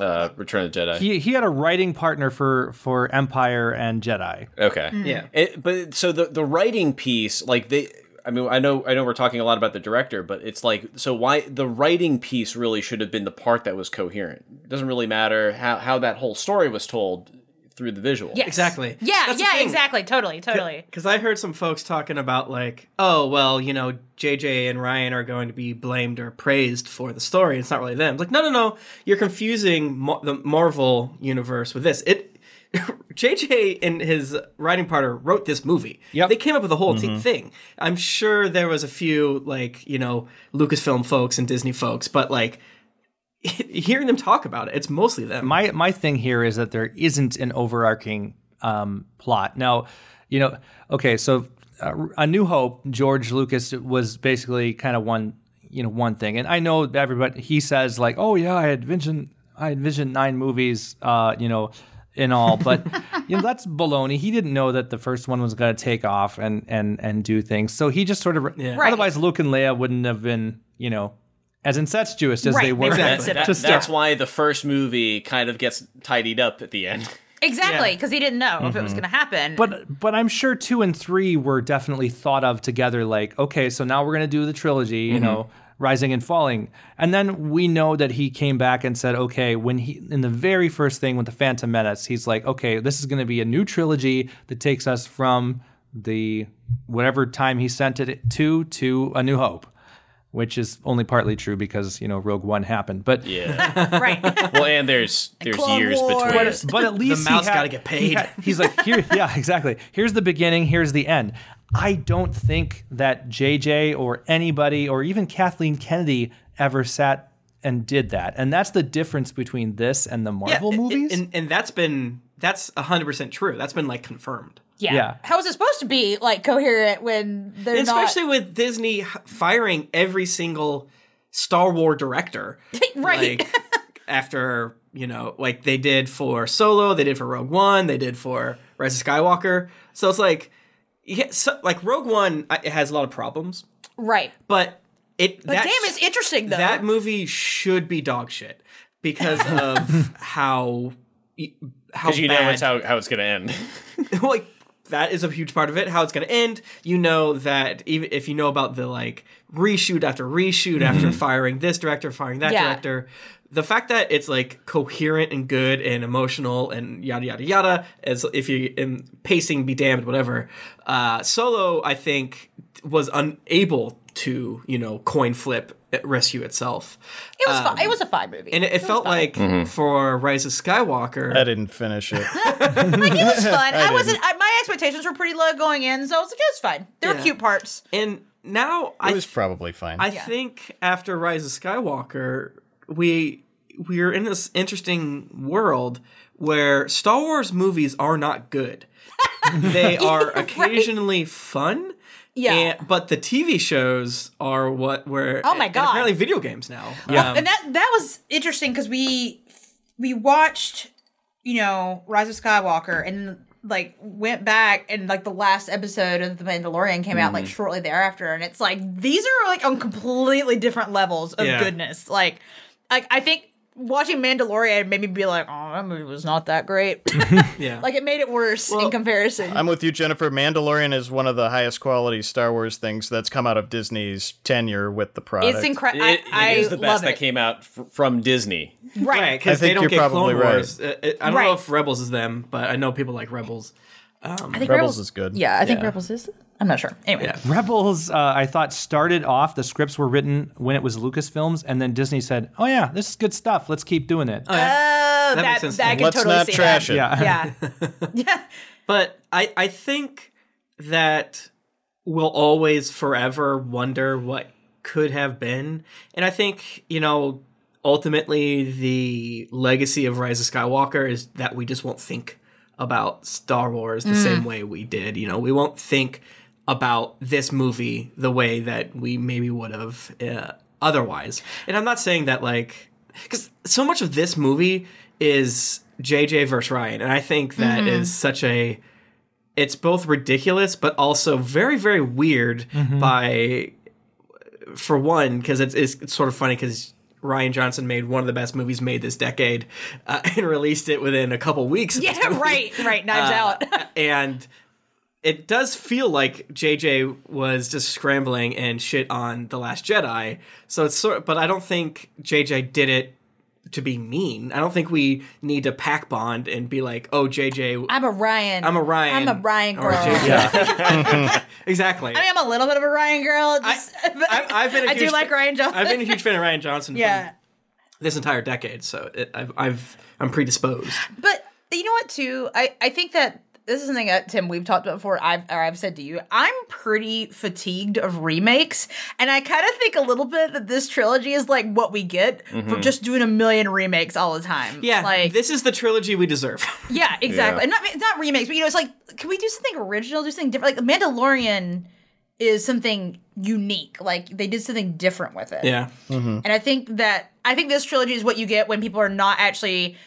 E: uh, Return of the Jedi.
G: he, he had a writing partner for, for Empire and Jedi.
E: okay,
F: Yeah.
E: It, but so the the writing piece, like they, I mean, I know, I know, we're talking a lot about the director, but it's like, so why the writing piece really should have been the part that was coherent. It doesn't really matter how how that whole story was told through the visual.
D: Yes.
F: Exactly.
D: Yeah.
F: That's the
D: yeah.
F: thing.
D: Exactly. Totally. Totally.
F: Because I heard some folks talking about like, oh well, you know, JJ and Ryan are going to be blamed or praised for the story. It's not really them. It's like, no, no, no, you're confusing Mar- the Marvel universe with this. It. JJ and his writing partner wrote this movie. Yeah,
G: Yep. Mm-hmm.
F: They came up with the whole t- thing. I'm sure there was a few like, you know, Lucasfilm folks and Disney folks, but like hearing them talk about it, it's mostly them.
G: my my thing here is that there isn't an overarching um, plot. Now, you know, okay, so uh, A New Hope, George Lucas was basically kind of one, you know, one thing, and I know everybody. He says like, "Oh yeah, I envisioned I envisioned nine movies," uh, you know. In all, but you know that's baloney. He didn't know that the first one was going to take off and and and do things. So he just sort of.
D: Right.
G: Otherwise, Luke and Leia wouldn't have been, you know, as incestuous as
D: Right,
G: they were.
D: exactly.
E: That-
G: To start.
E: that's why the first movie kind of gets tidied up at the end.
D: Exactly. Because he didn't know if it was going to happen.
G: But but I'm sure two and three were definitely thought of together. Like, okay, so now we're gonna do the trilogy, you know, Rising and Falling, and then we know that he came back and said, okay, when he in the very first thing with the Phantom Menace, he's like, okay, this is gonna be a new trilogy that takes us from the whatever time he sent it to to A New Hope. Which is only partly true because you know Rogue One happened, but
E: Yeah.
D: right.
E: well, and there's there's
D: Clone
E: years between.
D: Wars.
G: but at least
F: mouse
G: he had-
F: gotta get paid.
G: he had- he's like, here, yeah, exactly. Here's the beginning. Here's the end.
H: I don't think that JJ or anybody or even Kathleen Kennedy ever sat and did that. And that's the difference between this and the Marvel
F: and-
H: movies.
F: and, and that's been that's hundred percent true. That's been like confirmed,
D: Yeah.
H: Yeah.
D: How is it supposed to be like coherent when they're
F: especially with Disney h- firing every single Star Wars director.
D: not right?
F: Like, after you know, like they did for Solo, they did for Rogue One, they did for Rise of Skywalker. So it's like, yeah, so, like Rogue One, I- it has a lot of problems,
D: right.
F: but it.
D: But damn, it's interesting though.
F: That movie should be dog shit because of how how
E: Because you
F: bad.
E: know it's how, how it's going to end.
F: like that is a huge part of it how it's going to end you know that even if you know about the like reshoot after reshoot after firing this director firing that
D: Yeah.
F: director the fact that it's like coherent and good and emotional and yada yada yada as if you in pacing be damned whatever uh solo i think was unable to you know coin flip rescue itself
D: it was fi- it was a fine movie.
F: um, and it, it felt like for rise of skywalker
A: I didn't finish it.
D: like it was fun. I, wasn't. I, my expectations were pretty low going in, so I was like, it was fine. There were
F: Yeah.
D: cute parts.
F: and now i
A: It was probably fine.
F: I think after Rise of Skywalker, we we're in this interesting world where Star Wars movies are not good. they are occasionally fun.
D: Yeah.
F: and- but the TV shows are what were
D: Oh my
F: and
D: God.
F: apparently video games now. Um,
D: and that that was interesting because we we watched you know Rise of Skywalker and like went back and like the last episode of the Mandalorian came out like
E: Mm-hmm.
D: shortly thereafter and it's like these are like on completely different levels of
F: Yeah.
D: goodness like like I think watching Mandalorian made me be like oh that movie was not that great
F: yeah.
D: like it made it worse in comparison
A: I'm with you, Jennifer. Mandalorian is one of the highest quality Star Wars things that's come out of Disney's tenure with the product.
D: it's incredible
E: It-
D: I,
E: it is
D: I
E: the best
D: love
E: that
D: it.
E: came out f- from Disney.
F: Right,
D: right
A: I
F: because they
A: think
F: don't
A: you're
F: get
A: probably
F: Clone
A: right.
F: Wars. Uh, uh, I don't
D: Right.
F: know if Rebels is them, but I know people like Rebels.
D: I think
A: Rebels is good.
D: yeah I think Rebels is I'm not sure anyway Oh,
F: Yeah.
H: Rebels, uh, I thought, started off, the scripts were written when it was Lucasfilms, and then Disney said, oh, yeah, this is good stuff. Let's keep doing it.
D: Oh, that, that,
F: makes sense
D: I
F: to me.
D: can
A: Let's
D: totally
A: not
D: see
A: trash
D: that.
A: it.
H: yeah.
D: Yeah. yeah.
F: But I, I think that we'll always forever wonder what could have been. And I think, you know, ultimately the legacy of Rise of Skywalker is that we just won't think about Star Wars the same way we did. You know, we won't think about this movie the way that we maybe would have uh, otherwise. And I'm not saying that like because so much of this movie is JJ versus Ryan, and I think that is such a it's both ridiculous but also very very weird by for one because it's, it's it's sort of funny because Ryan Johnson made one of the best movies made this decade uh, and released it within a couple weeks. of this
D: Yeah,
F: movie
D: right, right.
F: Uh,
D: Knives out.
F: and it does feel like JJ was just scrambling and shit on the Last Jedi. So it's sort, but I don't think JJ did it to be mean. I don't think we need to pack bond and be like, oh JJ,
D: I'm a Ryan.
F: I'm a Ryan.
D: I'm a Ryan
F: Or
D: girl.
F: JJ.
D: I
F: exactly.
D: mean, I'm a little bit of a Ryan girl. Just, but
F: I, I've been. a
D: I do
F: huge
D: like
F: fa-
D: Ryan Johnson.
F: I've been a huge fan of Ryan Johnson. from
D: yeah.
F: this entire decade, so it, I've, I've I'm predisposed.
D: But you know what, too? I, I think that this is something that, Tim, we've talked about before, I've, or I've said to you. I'm pretty fatigued of remakes. And I kind of think a little bit that this trilogy is like what we get from just doing a million remakes all the time.
F: Yeah,
D: Like,
F: this is the trilogy we deserve.
D: Yeah, exactly. And not it's not remakes, but you know, it's like, can we do something original, do something different? Like Mandalorian is something unique. Like they did something different with it.
F: yeah,
D: And I think that I think this trilogy is what you get when people are not actually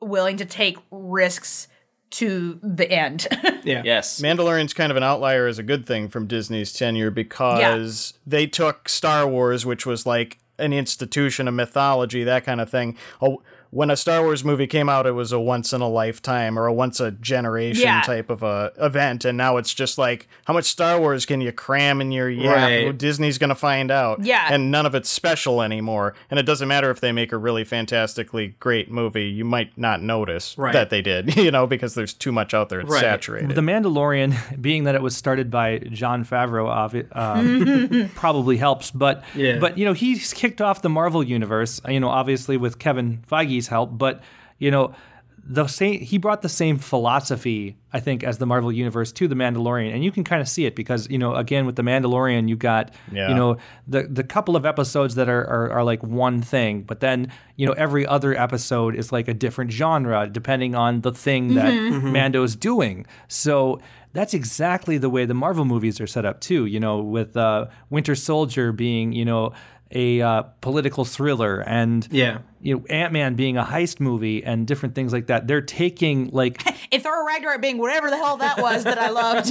D: willing to take risks to the end.
F: yeah,
E: Yes.
A: Mandalorian's kind of an outlier is a good thing from Disney's tenure because they took Star Wars, which was like an institution, a mythology, that kind of thing. Oh, when a Star Wars movie came out, it was a once in a lifetime or a once a generation
D: Yeah.
A: type of a event, and now it's just like how much Star Wars can you cram in your yeah?
F: Right.
A: oh, Disney's gonna find out.
D: Yeah.
A: and none of it's special anymore. And it doesn't matter if they make a really fantastically great movie, you might not notice
F: Right.
A: that they did, you know, because there's too much out there. It's
F: Right.
A: saturated.
H: The Mandalorian, being that it was started by John Favreau, obvi- um, probably helps. But
F: Yeah.
H: but you know he's kicked off the Marvel universe. You know, obviously with Kevin Feige's help. But you know, the same he brought the same philosophy i think as the marvel universe to the mandalorian and you can kind of see it because you know again with the mandalorian you got
A: Yeah.
H: you know the the couple of episodes that are, are are like one thing but then you know every other episode is like a different genre depending on the thing that mando's doing so that's exactly the way the marvel movies are set up too you know with uh, winter soldier being you know a uh, political thriller and
F: Yeah.
H: you know, Ant Man being a heist movie and different things like that. They're taking like,
D: If Thor Ragnarok being whatever the hell that was that I loved,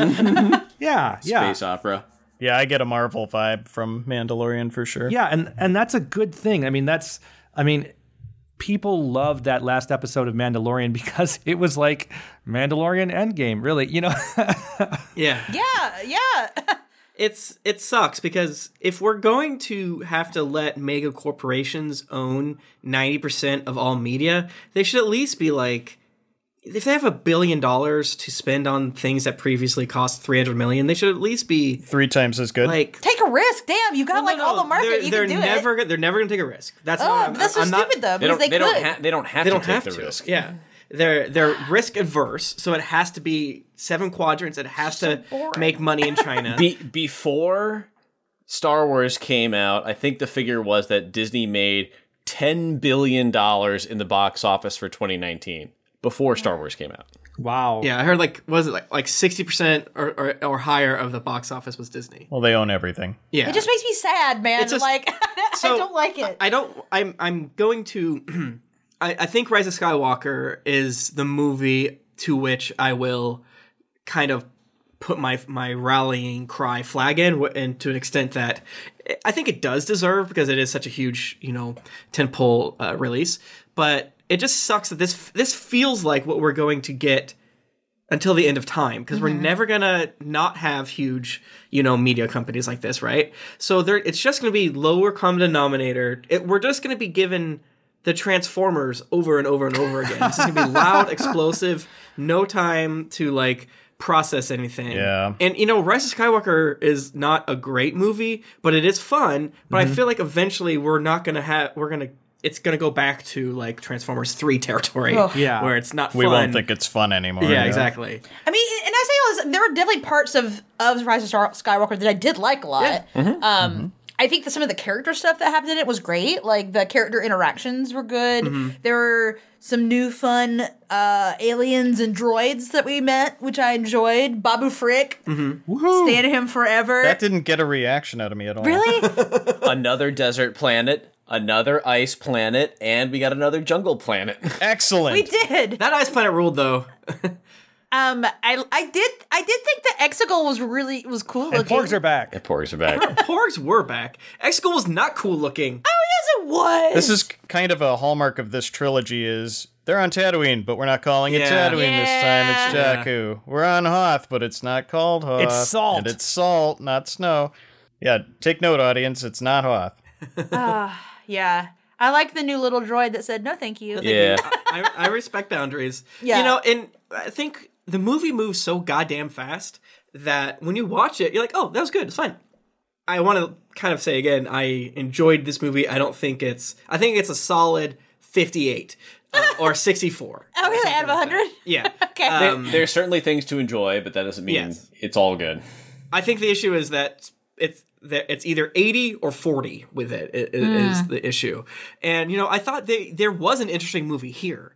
H: yeah, yeah,
E: Space opera.
A: Yeah, I get a Marvel vibe from Mandalorian for sure.
H: yeah, and and that's a good thing. I mean, that's, I mean, people loved that last episode of Mandalorian because it was like Mandalorian Endgame, really. You know,
F: Yeah.
D: yeah, yeah.
F: it's it sucks because if we're going to have to let mega corporations own 90% of all media they should at least be like if they have a billion dollars to spend on things that previously cost 300 million they should at least be
A: Three times as good.
F: like
D: Take a risk. Damn, you got like
F: No, no,
D: all the market
F: they're,
D: you
F: they're
D: can do
F: never
D: it.
F: Gonna, they're never going to take a risk that's
D: Oh,
F: not,
D: that's so
F: I'm not-
D: stupid though,
E: They
D: because
E: don't.
D: they,
E: They,
D: could.
E: don't. Ha- they don't have
F: they
E: to
F: don't
E: take
F: have
E: the
F: to
E: risk.
F: yeah they're they're risk adverse so it has to be seven quadrants it has to make money in china
E: Be- before Star Wars came out, I think the figure was that Disney made ten billion dollars in the box office for 2019 before Star Wars came out.
H: wow,
F: Yeah, I heard like what was it like like sixty percent or, or or higher of the box office was Disney.
A: well, they own everything.
F: Yeah,
D: It just makes me sad, man.
F: It's just-
D: like
F: So,
D: I don't like it.
F: I don't. I'm I'm going to. I, I think Rise of Skywalker is the movie to which I will kind of put my my rallying cry flag in, wh- and to an extent that I think it does deserve because it is such a huge you know tentpole uh, release. But it just sucks that this this feels like what we're going to get until the end of time because
A: Mm-hmm.
F: we're never gonna not have huge you know media companies like this right so there it's just gonna be lower common denominator it, we're just gonna be given the transformers over and over and over again it's just gonna be loud explosive no time to like process anything
A: Yeah.
F: and you know rise of skywalker is not a great movie but it is fun but
A: Mm-hmm.
F: i feel like eventually we're not gonna have we're gonna it's gonna go back to like transformers 3 territory
H: Yeah.
F: where it's not
A: Oh. We
F: fun
A: won't think it's fun anymore.
F: yeah, exactly.
D: I mean, and I say all this. There were definitely parts of of Rise of Star- Skywalker that I did like a lot. Um, I think that some of the character stuff that happened in it was great. Like the character interactions were good. There were some new fun uh, aliens and droids that we met, which I enjoyed. Babu Frick, stand him forever.
A: That didn't get a reaction out of me at all.
D: really?
E: Another desert planet, another ice planet, and we got another jungle planet.
A: Excellent.
D: we did.
F: That ice planet ruled though.
D: Um, I I did I did think the Exegol was really was cool
H: and
D: looking.
H: porgs are back.
E: Porgs are back.
F: Porgs were back. Exegol was not cool looking.
D: Yes, it was.
A: This is kind of a hallmark of this trilogy is they're on Tatooine, but we're not calling it
F: Yeah.
A: Tatooine this time. It's Jakku. We're on Hoth, but it's not called Hoth.
H: It's salt.
A: And it's salt, not snow. Yeah, take note, audience. It's not Hoth.
D: yeah. I like the new little droid that said no, thank you.
E: yeah.
F: I, I respect boundaries.
D: Yeah.
F: You know, and I think the movie moves so goddamn fast that when you watch it, you're like, oh, that was good. It's fine. I want to kind of say again, I enjoyed this movie. I don't think it's. I think it's a solid 58 uh, or 64.
D: Oh, really? Out of 100?
F: Yeah.
D: Okay.
E: There's certainly things to enjoy, but that doesn't mean
F: Yes.
E: it's all good.
F: I think the issue is that it's that it's either 80 or 40 with it i- i- is the issue. And you know, I thought they there was an interesting movie here.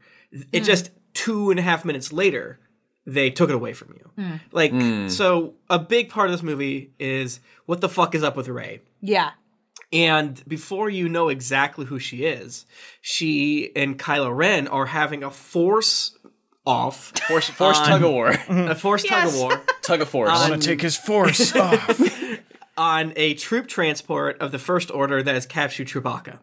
F: It just two and a half minutes later, they took it away from you. Like so a big part of this movie is what the fuck is up with Ray?
D: yeah.
F: And before you know exactly who she is, she and Kylo Ren are having a force off,
E: Force, force tug of war,
F: a force tug of war
E: tug of force.
A: I'm gonna take his force off.
F: on a troop transport of the First Order that has captured Chewbacca.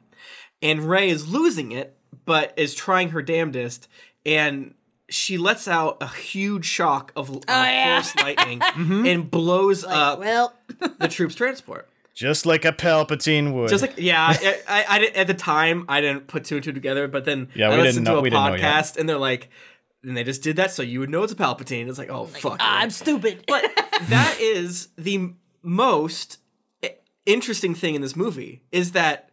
F: And Rey is losing it, but is trying her damnedest, and she lets out a huge shock of uh,
D: yeah.
F: force lightning Mm-hmm. and blows up
D: Well,
F: the troop's transport.
A: Just like a Palpatine would.
F: Just like yeah, I, I, I didn't- at the time I didn't put two and two together, but then
A: Yeah,
F: I
A: we didn't
F: listened
A: know-
F: to a
A: we didn't know yet.
F: podcast and they're like, and they just did that so you would know it's a Palpatine. It's like oh fuck,
D: I'm stupid.
F: but that is the m- most i- interesting thing in this movie is that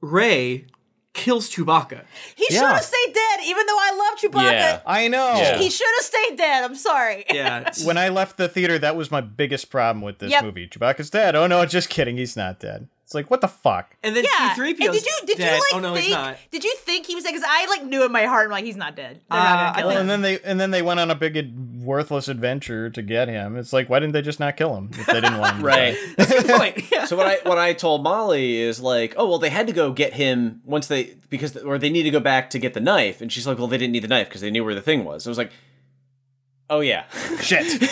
F: Ray kills Chewbacca.
D: He should have stayed dead, even though I love Chewbacca.
E: Yeah.
A: I know.
E: Yeah.
D: He should have stayed dead. I'm sorry.
F: Yeah.
A: When I left the theater, that was my biggest problem with this
D: Yep.
A: movie. Chewbacca's dead. Oh no, just kidding. He's not dead. It's like, what the fuck?
F: and then
D: Yeah.
F: C3PO's
D: And did you did
F: dead.
D: you like
F: oh no,
D: think
F: he's not.
D: did you think he was dead? Because I like knew in my heart, I'm like he's not dead. They're
F: Uh,
D: not
F: I
D: gonna kill
F: think-
D: him.
A: And then they and then they went on a big ad- worthless adventure to get him. It's like, why didn't they just not kill him if they didn't want him? to
E: Right.
A: die?
F: Good point. Yeah.
E: so what I what I told Molly is like, oh well, they had to go get him once they because or they need to go back to get the knife, and she's like, well, they didn't need the knife because they knew where the thing was. I was like, oh yeah,
A: Shit.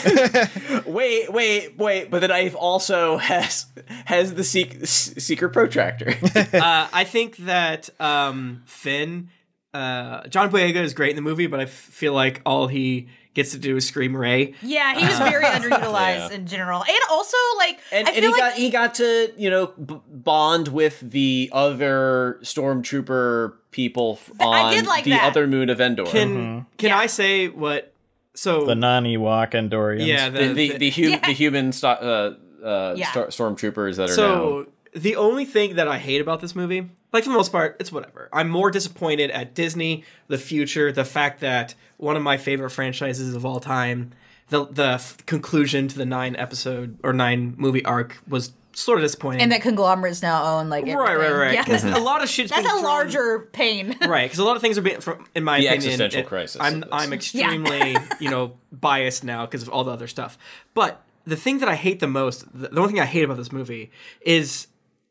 E: wait, wait, wait, but the knife also has has the seek, secret protractor.
F: uh, I think that um, Finn, uh, John Boyega is great in the movie, but I f- feel like all he gets to do is scream Ray.
D: yeah, he was very underutilized in general, and also like
E: and,
D: I
E: and
D: feel
E: he
D: like
E: got he got to you know b- bond with the other stormtrooper people f- on
D: I did like
E: the
D: that.
E: other moon of Endor.
F: Can can
D: Yeah.
F: I say what? So
A: Mm-hmm. the non Ewok Andorians.
F: yeah, the,
E: the the, the, hu-
D: Yeah.
E: the human sto- uh, uh,
D: Yeah.
E: star- stormtroopers that are now.
F: so the only thing that I hate about this movie, like for the most part, it's whatever. I'm more disappointed at Disney, the future, the fact that one of my favorite franchises of all time, the the f- conclusion to the nine episode or nine movie arc was sort of disappointing.
D: and that conglomerates now own like
F: right, right,
D: everything.
F: right.
D: Yeah.
F: 'Cause a lot of shit's
D: That's
F: been
D: a
F: thrown-
D: larger pain.
F: right because a lot of things are being from in my
E: The
F: opinion
E: existential crisis of
F: i'm
E: this.
F: i'm extremely you know biased now because of all the other stuff but the thing that i hate the most the, the one thing i hate about this movie is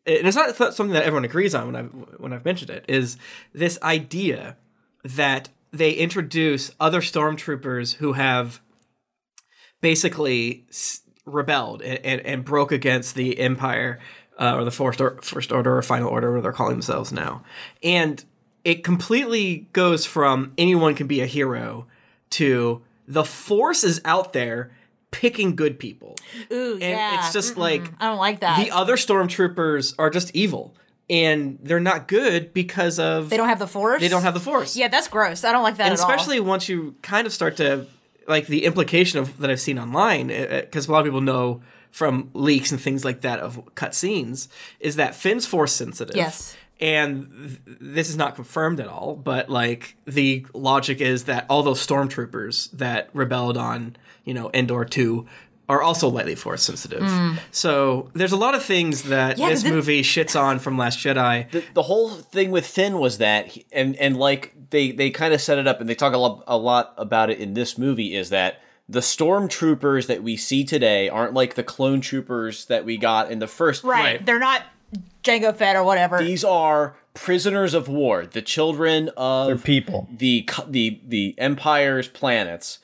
F: and it's not it's not something that everyone agrees on when i've when i've mentioned it is this idea that they introduce other stormtroopers who have basically s- rebelled and, and, and broke against the empire uh, or the first, or, first order or final order whatever they're calling themselves now and it completely goes from anyone can be a hero to the force is out there picking good people
D: Ooh,
F: and
D: yeah.
F: it's just
D: Mm-mm.
F: like
D: I don't like that.
F: the other stormtroopers are just evil and they're not good because of
D: they don't have the force.
F: they don't have the force
D: Yeah, that's gross. I don't like that
F: and
D: at all.
F: especially once you kind of start to like the implication of that I've seen online, because a lot of people know from leaks and things like that of cut scenes, is that Finn's force sensitive.
D: Yes.
F: And th- this is not confirmed at all, but like the logic is that all those stormtroopers that rebelled on, you know, Endor 2 are also lightly force sensitive. So there's a lot of things that
D: Mm. Yeah, 'cause
F: this
D: it-
F: movie shits on from Last Jedi.
E: the, the whole thing with Finn was that, he, and and like they they kind of set it up, and they talk a lot a lot about it in this movie is that the stormtroopers that we see today aren't like the clone troopers that we got in the first.
D: right. They're not Django Fett or whatever.
E: These are prisoners of war, the children of
A: They're people.
E: the co- the the empire's planets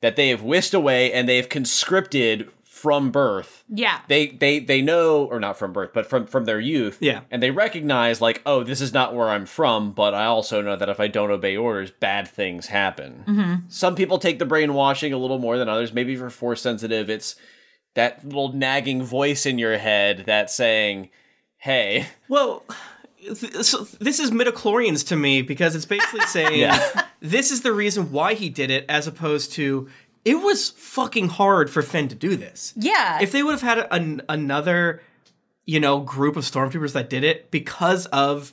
E: that they have whisked away and they've conscripted from birth.
D: yeah.
E: They they they know or not from birth, but from from their youth.
F: Yeah.
E: And they recognize like, oh, this is not where I'm from, but I also know that if I don't obey orders, bad things happen.
F: Mm-hmm.
E: Some people take the brainwashing a little more than others. Maybe if you're force sensitive, it's that little nagging voice in your head that's saying, "Hey,
F: Well, th- so this is midichlorians to me because it's basically saying this is the reason why he did it as opposed to it was fucking hard for Finn to do this.
D: yeah.
F: If they would have had an, another, you know, group of stormtroopers that did it because of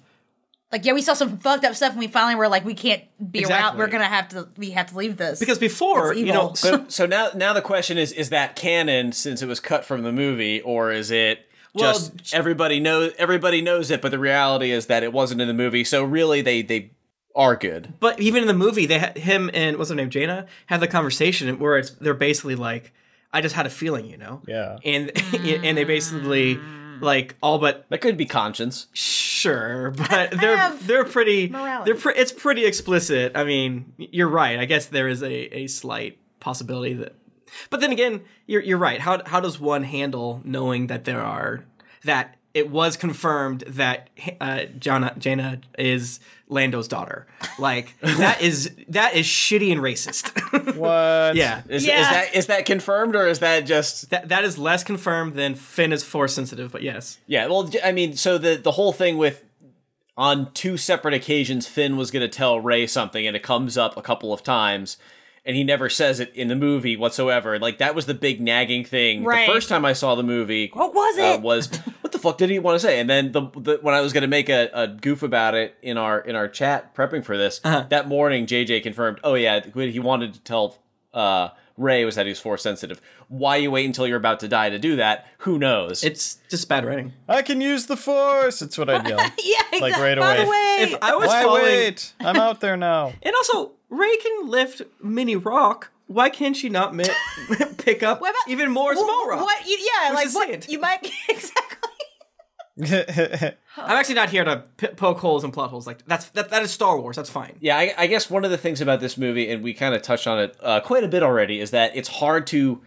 D: like yeah, we saw some fucked up stuff, and we finally were like, we can't be around.
F: Exactly.
D: We're gonna have to. We have to leave this
F: because before,
D: It's
F: you know,
D: evil.
E: But so now now the question is is that canon since it was cut from the movie or is it
F: Well,
E: just
F: j-
E: everybody knows everybody knows it but the reality is that it wasn't in the movie so really they they are good.
F: but even in the movie, they had him and what's her name, Jaina, have the conversation where it's they're basically like, "I just had a feeling," you know,
A: Yeah.
F: and and they basically like all but
E: That could be conscience.
F: Sure, but they're
D: have
F: they're pretty
D: morality.
F: they're pre- it's pretty explicit. I mean, y- you're right. I guess there is a, a slight possibility that But then again, you're you're right. How how does one handle knowing that there are that it was confirmed that uh Jana Jaina is Lando's daughter. Like that is that is shitty and racist.
A: What?
F: yeah.
E: Is, is
D: Yeah.
E: that is that confirmed or is that just
F: That that is less confirmed than Finn is force sensitive, but yes.
E: Yeah, well, j- I mean, so the the whole thing with on two separate occasions, Finn was going to tell Ray something, and it comes up a couple of times, and he never says it in the movie whatsoever. Like that was the big nagging thing
D: Right.
E: the first time I saw the movie.
D: What was
E: uh,
D: it?
E: was well, what the fuck did he want to say? And then the, the when I was going to make a, a goof about it in our in our chat prepping for this
D: Uh-huh.
E: that morning, JJ confirmed. Oh yeah, what he wanted to tell uh, Ray was that he was force sensitive. Why you wait until you're about to die to do that? Who knows?
F: It's just bad writing.
A: I can use the force. That's what I yell.
D: Yeah, exactly.
A: right
D: By the
A: away.
D: way,
F: If I was
A: Why
F: following,
A: wait? I'm out there now.
F: and also Ray can lift mini rock. Why can't she not mi- pick up
D: What about-
F: even more
D: Well,
F: small rock?
D: What? You, yeah,
F: Who's
D: like
F: to
D: what?
F: say it?
D: You might exactly.
F: I'm actually not here to p- poke holes and plot holes. Like that's that, that is Star Wars. That's fine.
E: Yeah, I, I guess one of the things about this movie, and we kind of touched on it uh, quite a bit already, is that it's hard to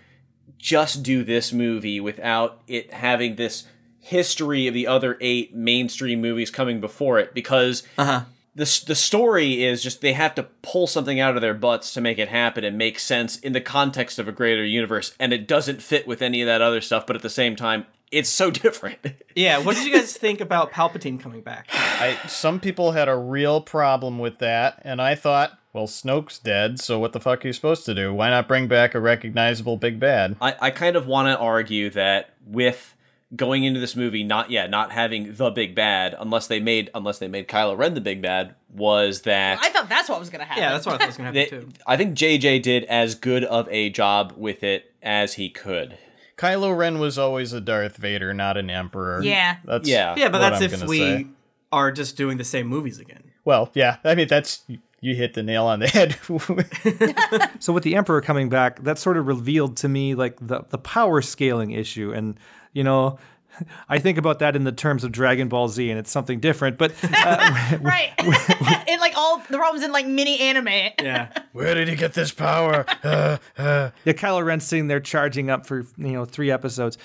E: just do this movie without it having this history of the other eight mainstream movies coming before it because the, s- the story is just they have to pull something out of their butts to make it happen and make sense in the context of a greater universe and it doesn't fit with any of that other stuff but at the same time it's so different
F: Yeah. What did you guys think about Palpatine coming back?
A: I, some people had a real problem with that, and I thought, well, Snoke's dead, so what the fuck are you supposed to do? Why not bring back a recognizable big bad?
E: I, I kind of want to argue that with going into this movie, not yeah, not having the big bad, unless they made unless they made Kylo Ren the big bad, was that
D: I thought that's what was gonna happen.
F: Yeah, that's what I thought was gonna happen
E: they-
F: too.
E: I think JJ did as good of a job with it as he could.
A: Kylo Ren was always a Darth Vader, not an emperor.
D: Yeah.
A: That's
E: Yeah.
F: Yeah, but
A: what
F: that's
A: I'm
F: if
A: gonna
F: we
A: say.
F: are just doing the same movies again.
A: Well, yeah. I mean, that's you hit the nail on the head.
H: So with the emperor coming back, that sort of revealed to me like the the power scaling issue, and you know, I think about that in the terms of Dragon Ball Z, and it's something different. But
D: right. and like all the problems in like mini anime.
F: Yeah.
A: Where did he get this power?
H: yeah, Kylo Ren's sitting there charging up for you know three episodes.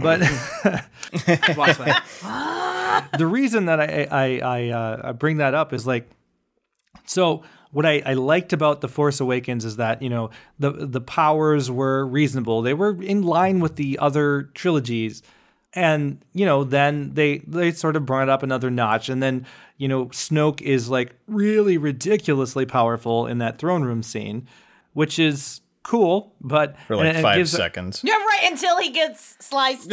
H: but
F: Watch that.
H: the reason that I I, I uh, I bring that up is like, so what I, I liked about the Force Awakens is that you know the the powers were reasonable. They were in line with the other trilogies, and you know then they they sort of brought it up another notch. And then you know Snoke is like really ridiculously powerful in that throne room scene, which is cool, but
A: For like
H: and it
A: five
H: gives-
A: seconds.
D: Yeah, right. Until he gets sliced.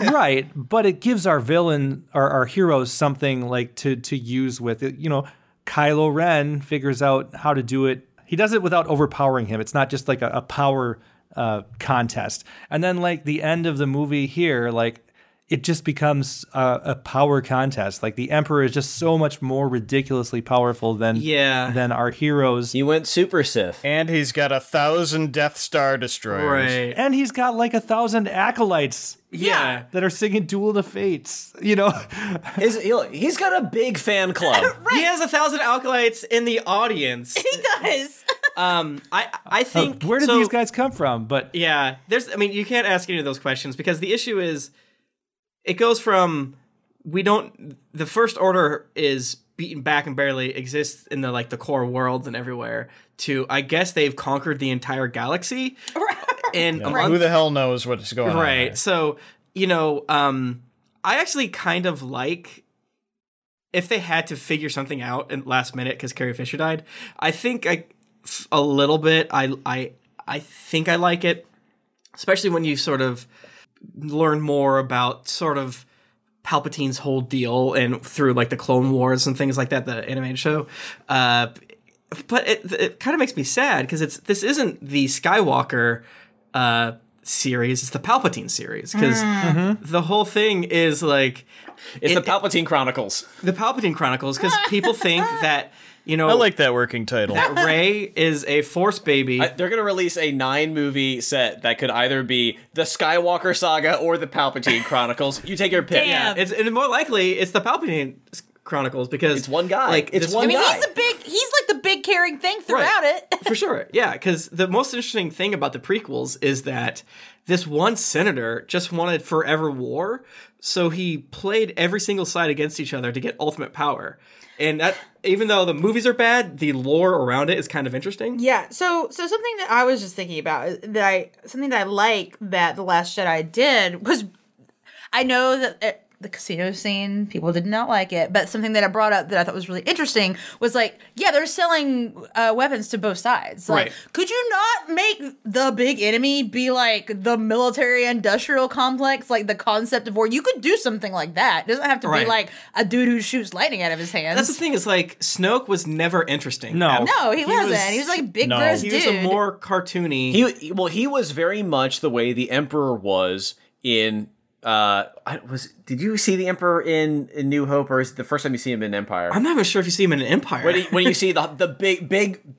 H: right but it gives our villain our, our heroes something like to to use with it you know kylo ren figures out how to do it he does it without overpowering him it's not just like a, a power uh, contest and then like the end of the movie here like it just becomes a, a power contest like the emperor is just so much more ridiculously powerful than
F: Yeah.
H: than our heroes
E: He went super Sith.
A: And he's got a thousand Death Star destroyers.
F: Right.
H: and he's got like a thousand acolytes
F: Yeah.
H: that are singing duel to fates you know
E: His, he'll- he's got a big fan club.
F: He has a thousand acolytes in the audience.
D: he does.
F: Um, I I think
H: Uh, where did
F: so-
H: these guys come from but
F: Yeah, there's. I mean, you can't ask any of those questions because the issue is, it goes from we don't. The first order is beaten back and barely exists in the like the core worlds and everywhere. To I guess they've conquered the entire galaxy in a month.
A: Who the hell knows what's going on?
F: Right. So, you know, um I actually kind of like if they had to figure something out in last minute cuz Carrie Fisher died. I think I f- a little bit I I I think I like it, especially when you sort of learn more about sort of Palpatine's whole deal and through like the Clone Wars and things like that, the animated show. Uh, but it, it kind of makes me sad because it's this isn't the Skywalker uh, series; it's the Palpatine series because
D: Mm. Mm-hmm.
F: the whole thing is like
E: It's the Palpatine Chronicles.
F: the Palpatine Chronicles because people think that you know
A: I like that working title.
F: that Ray is a Force baby.
E: I- They're gonna release a nine movie set that could either be the Skywalker Saga or the Palpatine Chronicles. You take your pick.
D: Damn.
F: it's and more likely it's the Palpatine Chronicles because
E: It's one guy.
F: Like
E: It's
F: this-
E: one
D: I mean,
E: guy.
D: he's a big. He's like the big caring thing throughout
F: Right.
D: it.
F: for sure. Yeah, because the most interesting thing about the prequels is that this one senator just wanted forever war, so he played every single side against each other to get ultimate power. And that, even though the movies are bad, the lore around it is kind of interesting.
D: Yeah. So so something that I was just thinking about uh, that I something that I like that the Last Jedi did was I know that it, the casino scene. People did not like it. But something that I brought up that I thought was really interesting was like, yeah, they're selling uh, weapons to both sides. Like,
F: Right.
D: could you not make the big enemy be like the military industrial complex, like the concept of war? You could do something like that. It doesn't have to
F: Right.
D: be like a dude who shoots lightning out of his hands.
F: That's the thing is like Snoke was never interesting.
H: No.
D: no, he, wasn't.
F: was-
D: he was like a big
A: No.
D: gross
F: he
D: dude.
F: was a more cartoony.
E: He well, he was very much the way the emperor was in. Uh, I was did you see the emperor in, in New Hope, or is it the first time you see him in Empire?
F: I'm not even sure if you see him in an Empire.
E: when, he, when you see the the big big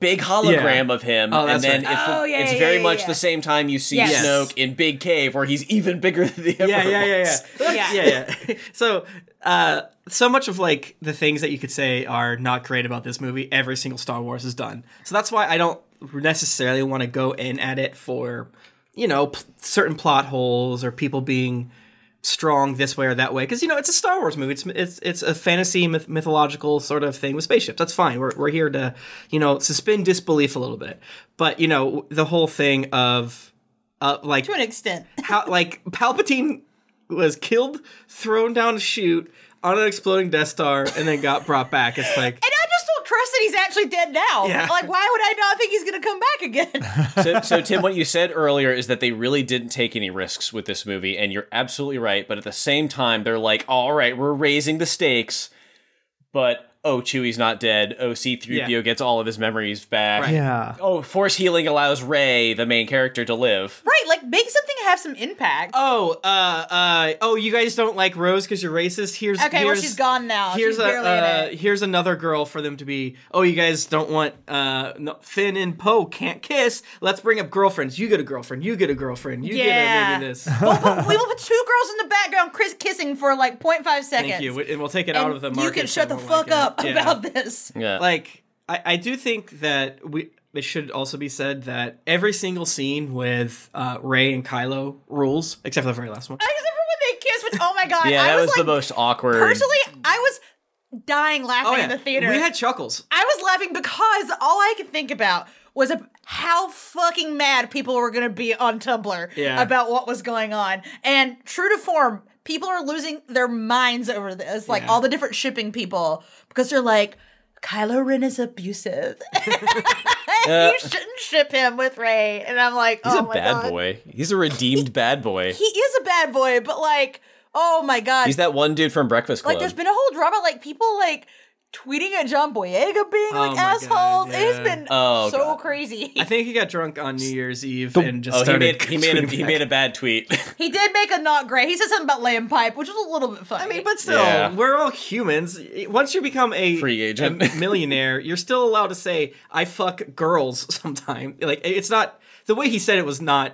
E: big hologram of him,
F: Oh,
E: and
F: that's
E: then
F: right.
E: it's,
D: Oh, yeah,
E: it's
D: yeah,
E: very
D: yeah,
E: much
D: yeah.
E: the same time you see
D: Yes.
E: Snoke in Big Cave, where he's even bigger than the Emperor.
F: yeah, yeah, yeah, yeah.
E: was.
D: Yeah.
F: yeah, yeah. So, uh, so much of like the things that you could say are not great about this movie. Every single Star Wars has done. So that's why I don't necessarily want to go in at it for, you know, p- certain plot holes or people being strong this way or that way because you know it's a Star Wars movie. It's it's it's a fantasy myth- mythological sort of thing with spaceships. That's fine. We're we're here to you know suspend disbelief a little bit. But you know w- the whole thing of uh, like
D: to an extent.
F: how like Palpatine was killed, thrown down a chute on an exploding Death Star, and then got brought back. It's like
D: And I just don't trust that he's actually dead now.
F: Yeah.
D: Like, why would I not think he's gonna come back again?
E: so, so Tim, what you said earlier is that they really didn't take any risks with this movie, and you're absolutely right. But at the same time, they're like, all right, we're raising the stakes, but oh, Chewie's not dead. Oh, C-3PO
F: Yeah.
E: gets all of his memories back.
F: Right.
H: Yeah.
E: Oh, force healing allows Ray, the main character, to live.
D: right, like make something have some impact.
F: Oh, uh, uh, oh! You guys don't like Rose because you're racist. Here's
D: okay, well
F: here's,
D: she's gone now.
F: Here's
D: she's barely
F: a uh,
D: in it.
F: here's another girl for them to be. Oh, you guys don't want uh, no, Finn and Poe can't kiss. Let's bring up girlfriends. You get a girlfriend. You get a girlfriend. You get
D: Yeah.
F: a maybe this.
D: We'll put- we will put two girls in the background Chris kissing for like 0.5 seconds.
F: Thank you, and we'll take it out
D: And
F: of the market.
D: you can
F: if
D: shut the
F: everyone
D: fuck
F: like it.
D: up
F: Yeah.
D: about this.
E: Yeah.
F: like I, I do think that we it should also be said that every single scene with uh, Ray and Kylo rules, except for the very last one.
D: I just remember when they kissed, which oh my god,
E: yeah,
D: I
E: that was,
D: was,
E: the
D: like,
E: most awkward.
D: personally, I was dying laughing in the theater.
F: Oh, we had chuckles.
D: I was laughing because all I could think about was a, how fucking mad people were going to be on Tumblr
F: Yeah.
D: about what was going on. And true to form, people are losing their minds over this. Like
F: Yeah.
D: all the different shipping people, because they're like, Kylo Ren is abusive. you shouldn't ship him with Ray. And I'm like,
E: Uh. He's
D: oh
E: a
D: my
E: bad
D: God.
E: boy. He's a redeemed bad boy.
D: He is a bad boy, but like, oh my God.
E: He's that one dude from Breakfast Club.
D: Like there's been a whole drama, like people like tweeting at John Boyega being
F: Oh
D: like
F: my
D: assholes.
F: God,
D: It's
F: yeah.
D: been
E: Oh,
D: so
E: God.
D: crazy.
F: I think he got drunk on New Year's Eve and just
E: oh, he
F: started.
E: made he made a,
F: tweeting
E: he
F: back.
E: made a bad tweet.
D: he did make a not great. He said something about laying pipe, which was a little bit funny.
F: I mean, but still,
E: Yeah.
F: we're all humans. Once you become a
E: Free agent.
F: a millionaire, you're still allowed to say "I fuck girls" sometime. Like it's not the way he said it was not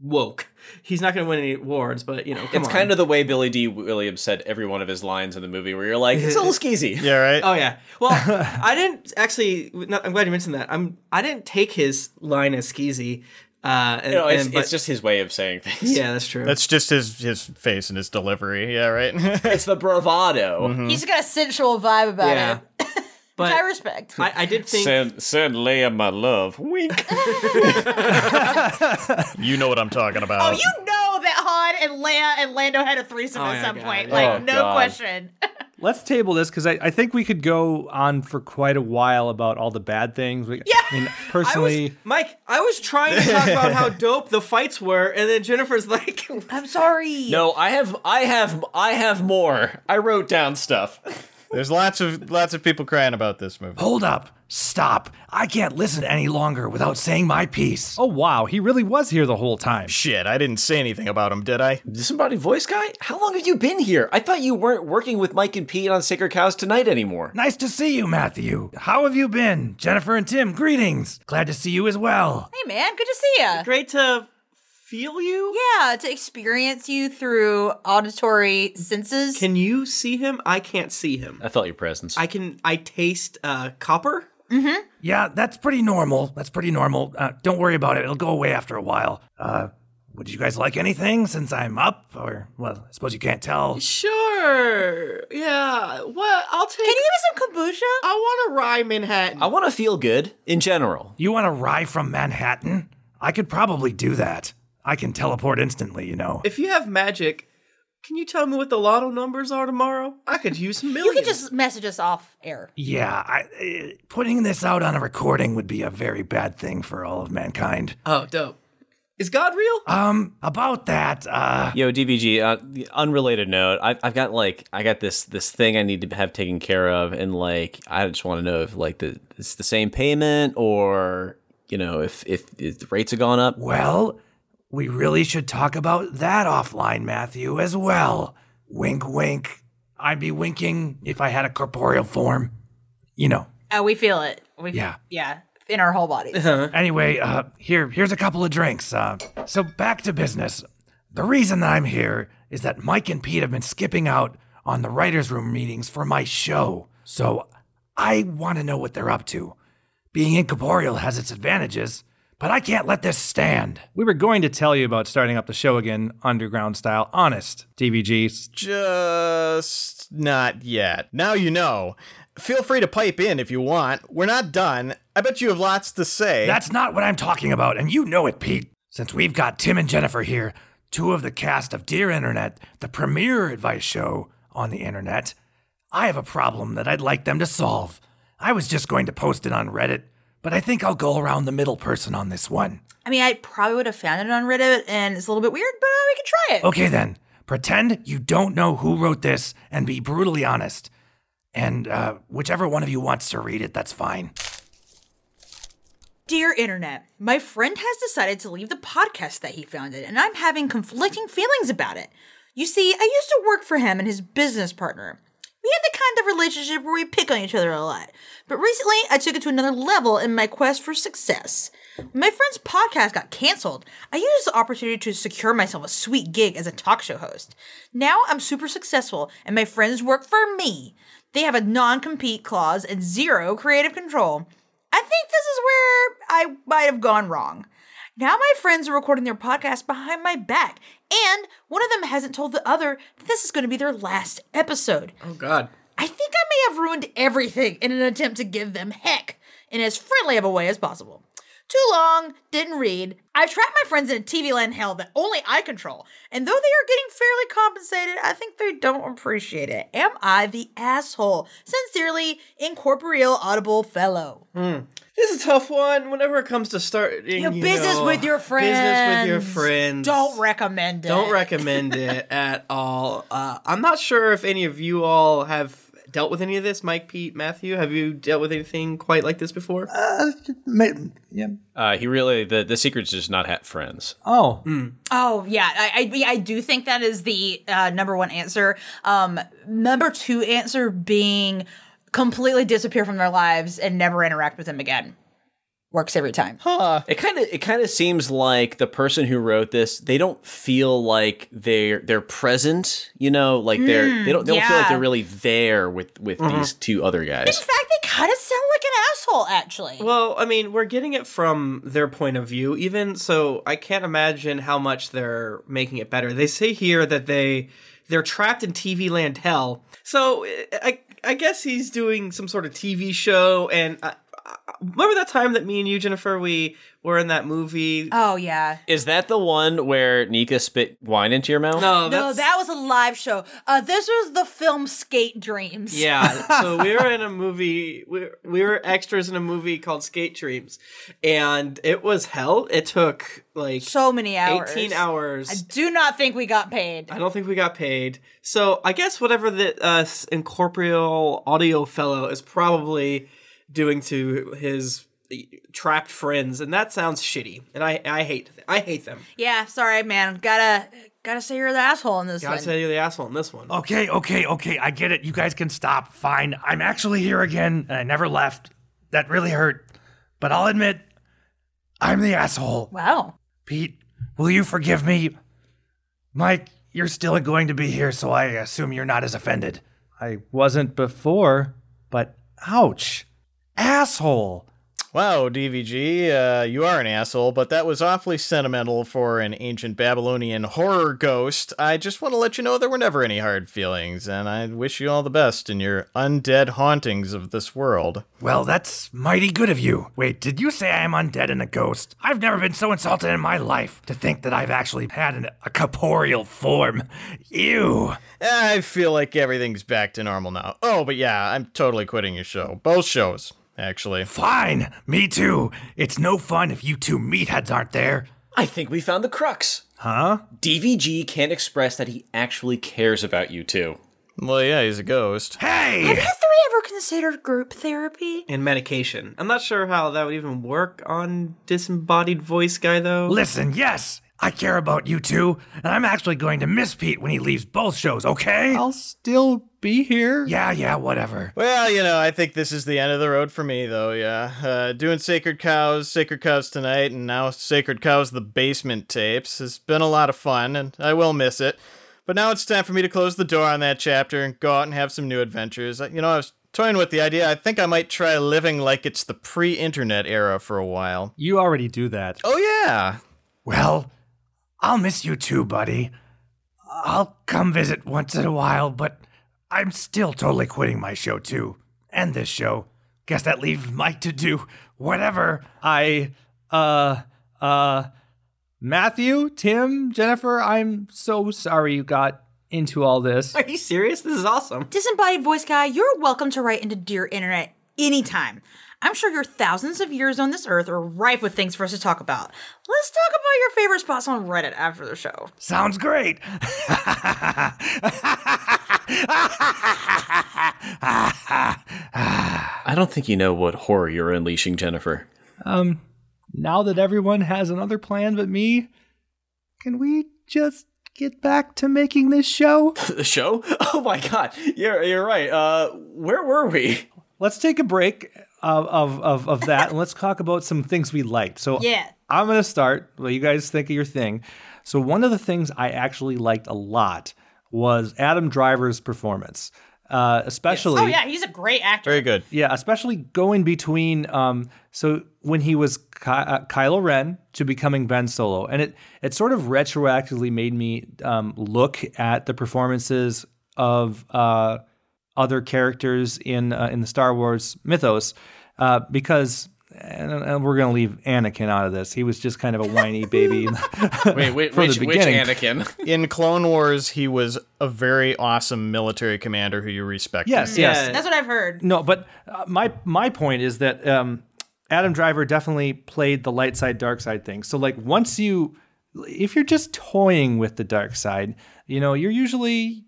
F: woke. He's not going to win any awards, but you know, come
E: it's
F: on.
E: kind of the way Billy D. Williams said every one of his lines in the movie, where you're like, it's a little skeezy.
A: Yeah, right?
F: Oh yeah. Well, I didn't actually. No, I'm glad you mentioned that. I'm. I didn't take his line as skeezy. Uh, and,
E: You know, it's,
F: and- but-
E: it's just his way of saying things.
F: yeah, that's true.
A: That's just his his face and his delivery. Yeah, right.
E: It's the bravado.
D: he's got a sensual vibe about
F: Hmm. yeah.
D: it,
F: but
D: which I respect.
F: I, I did think.
E: Send, send Leia my love. Wink.
A: you know what I'm talking
D: oh,
A: about.
D: you know that Han and Leia and Lando had a threesome
F: Oh,
D: at
F: yeah,
D: some
F: God,
D: point.
F: yeah.
D: Like,
E: Oh,
D: no
E: God.
D: question.
H: Let's table this because I, I think we could go on for quite a while about all the bad things. We, yeah. I mean,
F: I was-
H: personally,
F: Mike, I was trying to talk about how dope the fights were, and then Jennifer's like,
D: I'm sorry.
E: no, I have, I have, I have more. I wrote down stuff.
A: There's lots of lots of people crying about this movie.
C: Oh.
B: Hold up. Stop. I can't listen any longer without saying my piece.
C: Oh, wow. He really was here the whole time.
A: Shit, I didn't say anything about him, did I?
E: Disembodied voice guy. How long have you been here? I thought you weren't working with Mike and Pete on Sacred Cows tonight anymore.
B: Nice to see you, Matthew. How have you been? Jennifer and Tim, greetings. Glad to see you as well.
D: Hey, man, good to see ya.
F: "Great to feel you."
D: Uh. Yeah, to experience you through auditory senses.
F: Can you see him? I can't see him.
E: I felt your presence.
F: I can. I taste uh, copper.
B: Yeah, that's pretty normal. That's pretty normal. Uh, don't worry about it. It'll go away after a while. Uh, would you guys like anything since I'm up? Or, well, I suppose you can't tell.
F: Sure. Yeah. What? I'll take.
D: Can you give me some kombucha?
F: I want a rye Manhattan.
E: I want to feel good in general.
B: You want a rye from Manhattan? I could probably do that. I can teleport instantly, you know.
F: if you have magic, Can you tell me what the lotto numbers are tomorrow? I could use some
D: You
F: millions.
D: could just message us off air.
B: Yeah, I, uh, putting this out on a recording would be a very bad thing for all of mankind.
F: Oh, dope. Is God real?
B: Um, about that, uh,
E: Yo, DVG. Uh, the unrelated note. I've, I've got like I got this this thing I need to have taken care of, and like I just want to know if like the it's the same payment or you know if if, if the rates have gone up.
B: well, we really should talk about that offline, Matthew, as well. Wink, wink. I'd be winking if I had a corporeal form. You know.
D: Oh, we feel it. We,
B: Yeah.
D: Yeah. In our whole bodies.
B: Anyway, uh, here, here's a couple of drinks. Uh, so back to business. The reason that I'm here is that Mike and Pete have been skipping out on the writers' room meetings for my show. So I want to know what they're up to. Being incorporeal has its advantages, but I can't let this stand.
H: We were going to tell you about starting up the show again, underground style, honest, DVG.
A: Just not yet. Now you know. Feel free to pipe in if you want. We're not done. I bet you have lots to say.
B: That's not what I'm talking about, and you know it, Pete. Since we've got Tim and Jennifer here, two of the cast of Dear Internet, the premier advice show on the internet, I have a problem that I'd like them to solve. I was just going to post it on Reddit, but I think I'll go around the middle person on this one.
D: I mean, I probably would have found it on Reddit, and it's a little bit weird, but uh, we could try it.
B: Okay then, pretend you don't know who wrote this and be brutally honest. And uh, whichever one of you wants to read it, that's fine.
D: Dear Internet, my friend has decided to leave the podcast that he founded, and I'm having conflicting feelings about it. You see, I used to work for him and his business partner. We had the kind of relationship where we pick on each other a lot, but recently I took it to another level in my quest for success. When my friend's podcast got canceled, I used the opportunity to secure myself a sweet gig as a talk show host. Now I'm super successful, and my friends work for me. They have a non compete clause and zero creative control. I think this is where I might have gone wrong. Now my friends are recording their podcast behind my back, and one of them hasn't told the other that this is going to be their last episode.
F: oh, God.
D: I think I may have ruined everything in an attempt to give them heck in as friendly of a way as possible. Too long, didn't read. I trapped my friends in a TV land hell that only I control, and though they are getting fairly compensated, I think they don't appreciate it. Am I the asshole? Sincerely, incorporeal audible fellow.
F: This is a tough one whenever it comes to starting
D: Your
F: you
D: business
F: know,
D: with your friends.
F: Business with your friends.
D: Don't recommend it.
F: Don't recommend it at all. Uh, I'm not sure if any of you all have dealt with any of this. Mike, Pete, Matthew, have you dealt with anything quite like this before?
E: Uh, he really the the secret's just not have friends.
H: Oh,
D: Oh yeah, I, I I do think that is the uh, number one answer. Um, number two answer being completely disappear from their lives and never interact with them again. Works every time.
E: It kind of it kind of seems like the person who wrote this they don't feel like they're they're present. You know, like they're they don't they
D: Hmm,
E: don't feel
D: yeah.
E: like they're really there with with these two other guys.
D: In fact, they kind of sound like an asshole. Actually,
F: Well, I mean, we're getting it from their point of view, even so. I can't imagine how much they're making it better. They say here that they they're trapped in TV land hell. So eh, I I guess he's doing some sort of TV show. And I, I, remember that time that me and you, Jennifer, we were in that movie.
D: oh yeah.
E: Is that the one where Nika spit wine into your mouth?
F: no,
D: No,
F: that's-
D: that was a live show. Uh, this was the film Skate Dreams.
F: Yeah, so we were in a movie. We were- we were extras in a movie called Skate Dreams, and it was hell. It took like
D: So many hours.
F: eighteen hours.
D: I do not think we got paid.
F: I don't think we got paid. So I guess whatever the uh, s- incorporeal audio fellow is probably doing to his uh, trapped friends, and that sounds shitty. And I I hate th- I hate them.
D: Yeah, sorry, man. Gotta gotta say you're the asshole in this
F: Gotta
D: one.
F: say you're the asshole in this one.
B: Okay, okay, okay. I get it. You guys can stop. Fine. I'm actually here again, and I never left. That really hurt. But I'll admit, I'm the asshole.
D: wow.
B: Pete, will you forgive me? Mike, you're still going to be here, so I assume you're not as offended.
H: I wasn't before, but ouch. Asshole.
A: Wow, DVG, uh, you are an asshole, but that was awfully sentimental for an ancient Babylonian horror ghost. I just want to let you know there were never any hard feelings, and I wish you all the best in your undead hauntings of this world.
B: Well, that's mighty good of you. Wait, did you say I am undead and a ghost? I've never been so insulted in my life to think that I've actually had an, a corporeal form. Ew.
A: I feel like everything's back to normal now. Oh, but yeah, I'm totally quitting your show. Both shows, actually.
B: Fine, me too. It's no fun if you two meatheads aren't there.
E: I think we found the crux. Huh? DVG can't express that he actually cares about you two.
A: Well, yeah, he's a ghost.
B: Hey!
D: Has three ever considered group therapy?
F: And medication. I'm not sure how that would even work on disembodied voice guy though.
B: Listen, yes, I care about you two, and I'm actually going to miss Pete when he leaves both shows, okay?
C: I'll still be here.
B: Yeah, yeah, whatever.
A: Well, you know, I think this is the end of the road for me, though, yeah. Uh, doing Sacred Cows, Sacred Cows Tonight, and now Sacred Cows The Basement Tapes has been a lot of fun, and I will miss it. But now it's time for me to close the door on that chapter and go out and have some new adventures. I- You know, I was toying with the idea. I think I might try living like it's the pre internet era for a while.
C: You already do that.
A: Oh, yeah.
B: Well, I'll miss you too, buddy. I'll come visit once in a while, but I'm still totally quitting my show too. And this show. Guess that leaves Mike to do whatever.
C: I, uh, uh, Matthew, Tim, Jennifer, I'm so sorry you got into all this.
F: Are you serious? This is awesome.
D: Disembodied voice guy, you're welcome to write into Dear Internet anytime. I'm sure your thousands of years on this earth are ripe with things for us to talk about. Let's talk about your favorite spots on Reddit after the show.
B: Sounds great.
E: I don't think you know what horror you're unleashing, Jennifer.
C: Um, Now that everyone has another plan but me, can we just get back to making this show?
E: The show? Oh my god. You're you're right. Uh where were we?
C: Let's take a break of, of, of, of that and let's talk about some things we liked. So
D: Yeah.
C: I'm going to start. Well, you guys think of your thing. So, one of the things I actually liked a lot was Adam Driver's performance, uh, especially.
D: Oh, yeah, he's a great actor.
A: Very good.
C: Yeah, especially going between. Um, so when he was Ky- uh, Kylo Ren to becoming Ben Solo, and it it sort of retroactively made me um, look at the performances of uh, other characters in uh, in the Star Wars mythos, uh, because. And and we're gonna leave Anakin out of this. He was just kind of a whiny baby. From the
E: Wait, wait, which, which
C: beginning.
E: Anakin?
A: In Clone Wars, he was a very awesome military commander who you respected.
C: yes, yes.
D: That's what I've heard.
C: No, but uh, my my point is that um, Adam Driver definitely played the light side dark side thing. So like once you if you're just toying with the dark side, you know, you're usually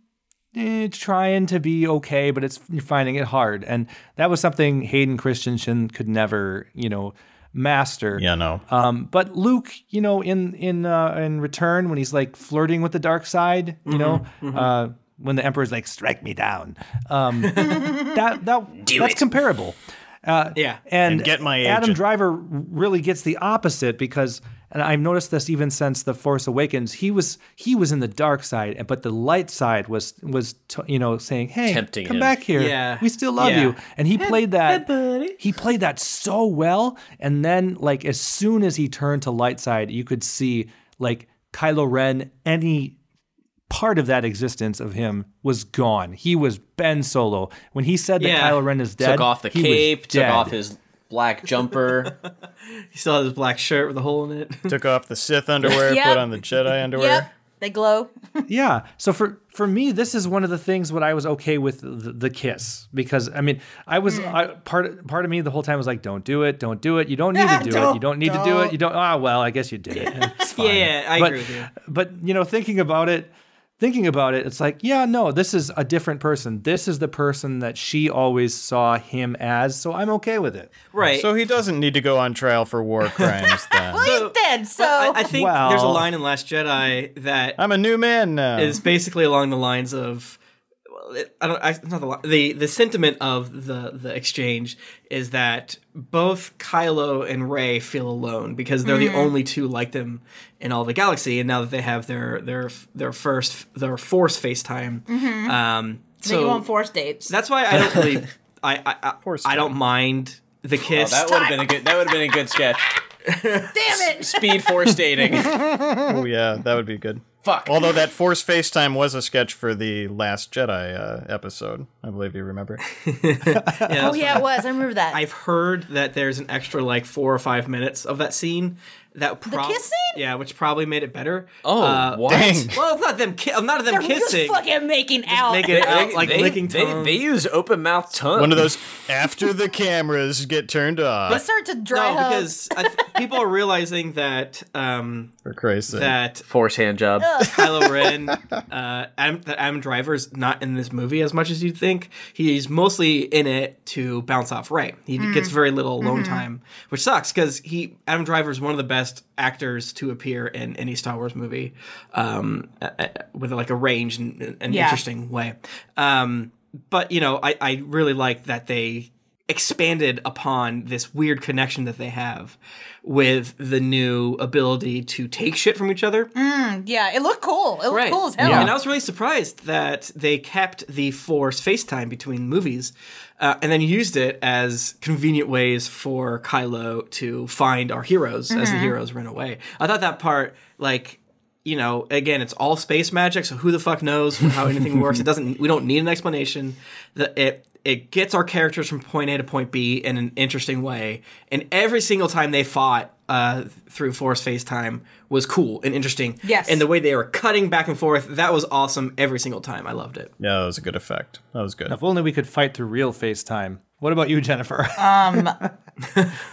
C: eh, trying to be okay, but it's you're finding it hard. And that was something Hayden Christensen could never, you know, master.
A: Yeah, no.
C: Um, but Luke, you know, in in uh, in return, when he's like flirting with the dark side, you know, uh, when the Emperor's like, "Strike me down," um, that that that's comparable.
F: Yeah.
C: And,
A: And get my
C: Adam
A: agent.
C: Driver really gets the opposite because, and I've noticed this even since The Force Awakens, he was he was in the dark side, and but the light side was was t- you know saying, "Hey,
E: Tempting
C: come
E: him.
C: back here.
F: Yeah.
C: eh. We still love
F: Yeah.
C: you." And he played that. He played that so well, and then like as soon as he turned to light side, you could see like Kylo Ren any part of that existence of him was gone. He was Ben Solo. When he said that
F: Yeah.
C: Kylo Ren is dead,
E: took off the
C: he was
E: cape, took
C: dead.
E: off his black jumper. Oh,
F: He still has his black shirt with a hole in it.
A: Took off the Sith underwear,
D: Yep.
A: put on the Jedi underwear.
D: Yep. They glow.
C: Yeah. So for for me, this is one of the things what I was okay with the, the kiss because I mean I was I, part part of me the whole time was like, don't do it, don't do it, you don't need to do it, you don't need to do it, you don't. Ah, well, I guess you did it. It's fine.
F: yeah, I
C: but,
F: agree with you.
C: But you know, thinking about it. Thinking about it, it's like, yeah, no, this is a different person. This is the person that she always saw him as, so I'm okay with it.
F: Right.
A: So he doesn't need to go on trial for war crimes then.
D: Well, he's dead, so.
F: I, I think
C: Well-
F: there's a line in Last Jedi that
A: I'm a new man now.
F: is
E: Oh.
F: basically along the lines of well, it- I don't I, it's not the li- the the sentiment of the the exchange is that both Kylo and Rey feel alone because they're
D: Hmm.
F: the only two like them in all the galaxy, and now that they have their their their first their Force FaceTime, um,
D: they go
F: so
D: on force dates.
F: that's why I don't really I I I, I don't mind the kiss.
E: Oh, That would have been a good. That would have been a good sketch.
D: Damn it!
E: Speed force dating.
A: Oh yeah, that would be good.
E: Fuck.
A: Although that Force FaceTime was a sketch for the Last Jedi uh, episode, I believe you remember.
D: Oh yeah, it was. I remember that.
F: I've heard that there's an extra like four or five minutes of that scene. That prob-
D: kiss scene?
F: yeah, which probably made it better.
E: oh,
F: Uh,
E: what?
A: Dang.
F: well, it's not them. Ki- not them
D: They're
F: kissing.
D: just fucking making out.
F: Make it out like licking
E: they,
F: tongue.
E: they use open mouth tongue.
A: One of those after the cameras get turned off.
D: Let's start to dry
F: no,
D: hug.
F: because I th- people are realizing that um,
A: for Christ's sake.
F: that
E: force hand job.
F: Kylo Ren, uh, Adam, that Adam Driver's not in this movie as much as you'd think. He's mostly in it to bounce off Ray. He gets very little alone time, which sucks because he Adam Driver's one of the best actors to appear in any Star Wars movie, um, uh, uh, with like a range and and an
D: Yeah.
F: interesting way. Um, but you know, I, I really like that they expanded upon this weird connection that they have with the new ability to take shit from each other
D: yeah, it looked cool. It looked
F: Right.
D: cool as hell.
F: And I was really surprised that they kept the Force FaceTime between movies uh, and then used it as convenient ways for Kylo to find our heroes as the
D: Mm-hmm.
F: heroes run away. I thought that part, like, you know, again, it's all space magic, so who the fuck knows how anything works? It doesn't. We don't need an explanation. That it it gets our characters from point A to point B in an interesting way, and every single time they fought uh, through Force FaceTime was cool and interesting.
D: Yes.
F: and the way they were cutting back and forth, that was awesome every single time. I loved it.
A: yeah, that was a good effect. That was good.
H: If only we could fight through real FaceTime. What about you, Jennifer?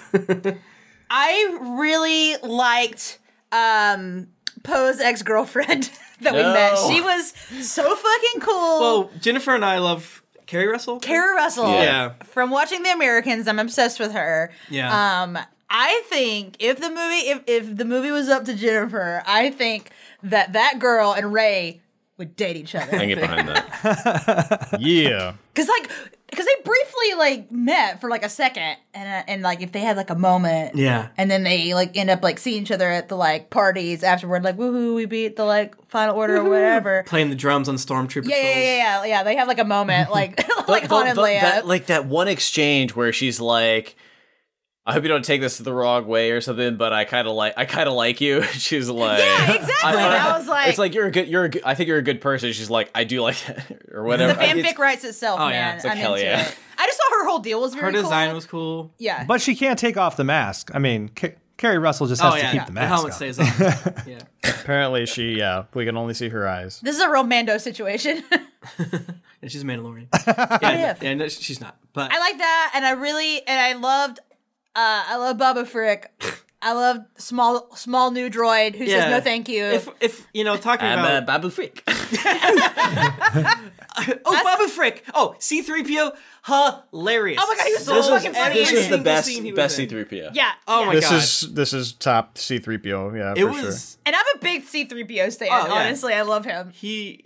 D: I really liked um Poe's ex-girlfriend that we
E: No.
D: met. She was so fucking cool.
F: Oh, Jennifer and I love Carrie Russell.
D: Kara Russell.
F: Yeah.
D: From watching The Americans, I'm obsessed with her.
F: Yeah.
D: Um, I think if the movie if, if the movie was up to Jennifer, I think that that girl and Ray would date each
E: I
D: other.
E: can get behind that.
A: Yeah.
D: Cuz like cuz they briefly like met for like a second and uh, and like if they had like a moment
F: Yeah.
D: and then they like end up like seeing each other at the like parties afterward like woohoo we beat the like final order or whatever.
F: Playing the drums on Stormtrooper.
D: Yeah, yeah,
F: souls.
D: yeah, yeah, yeah. They have like a moment, like like Han and Leia.
E: that, like that one exchange where she's like, "I hope you don't take this the wrong way or something," but I kind of like, I kind of like you. she's like,
D: yeah, exactly. I, was like,
E: it's like you're a good, you're a good, I think you're a good person. She's like, I do like that or whatever.
D: The
E: It's-
D: fanfic writes itself,
F: uh, Oh, yeah.
D: man.
E: It's like,
D: I'm
E: hell
D: into
E: yeah.
D: it. I just thought her whole deal was very
F: Her design
D: cool.
F: was cool.
D: yeah.
H: but she can't take off the mask. I mean, Ca- Carrie Russell just has to keep the
F: Oh, the
H: mask.
F: helmet
H: on.
F: stays on. yeah.
A: Apparently, she, yeah, we can only see her eyes.
D: this is a real Mando situation.
F: And she's a Mandalorian. yeah, yeah.
D: if?
F: yeah, no, she's not. But
D: I like that, and I really and I loved, uh, I love Baba Frick. I loved small small new droid who
F: yeah.
D: says no thank you.
F: If if you know talking
E: I'm a
F: about
E: babu freak.
F: oh Baba Frick oh C three PO hilarious.
D: Oh my God, he was so
F: This was
D: fucking funny.
F: every
E: this is the
F: single
E: best,
F: scene he was
E: best
F: in.
E: C3PO.
D: yeah.
F: Oh
D: yeah.
F: my
A: This
F: God.
A: is this is top C3PO. Yeah,
F: It
A: for sure.
F: was
D: And I'm a big C3PO stan.
F: Oh, yeah.
D: Honestly, I love him.
F: he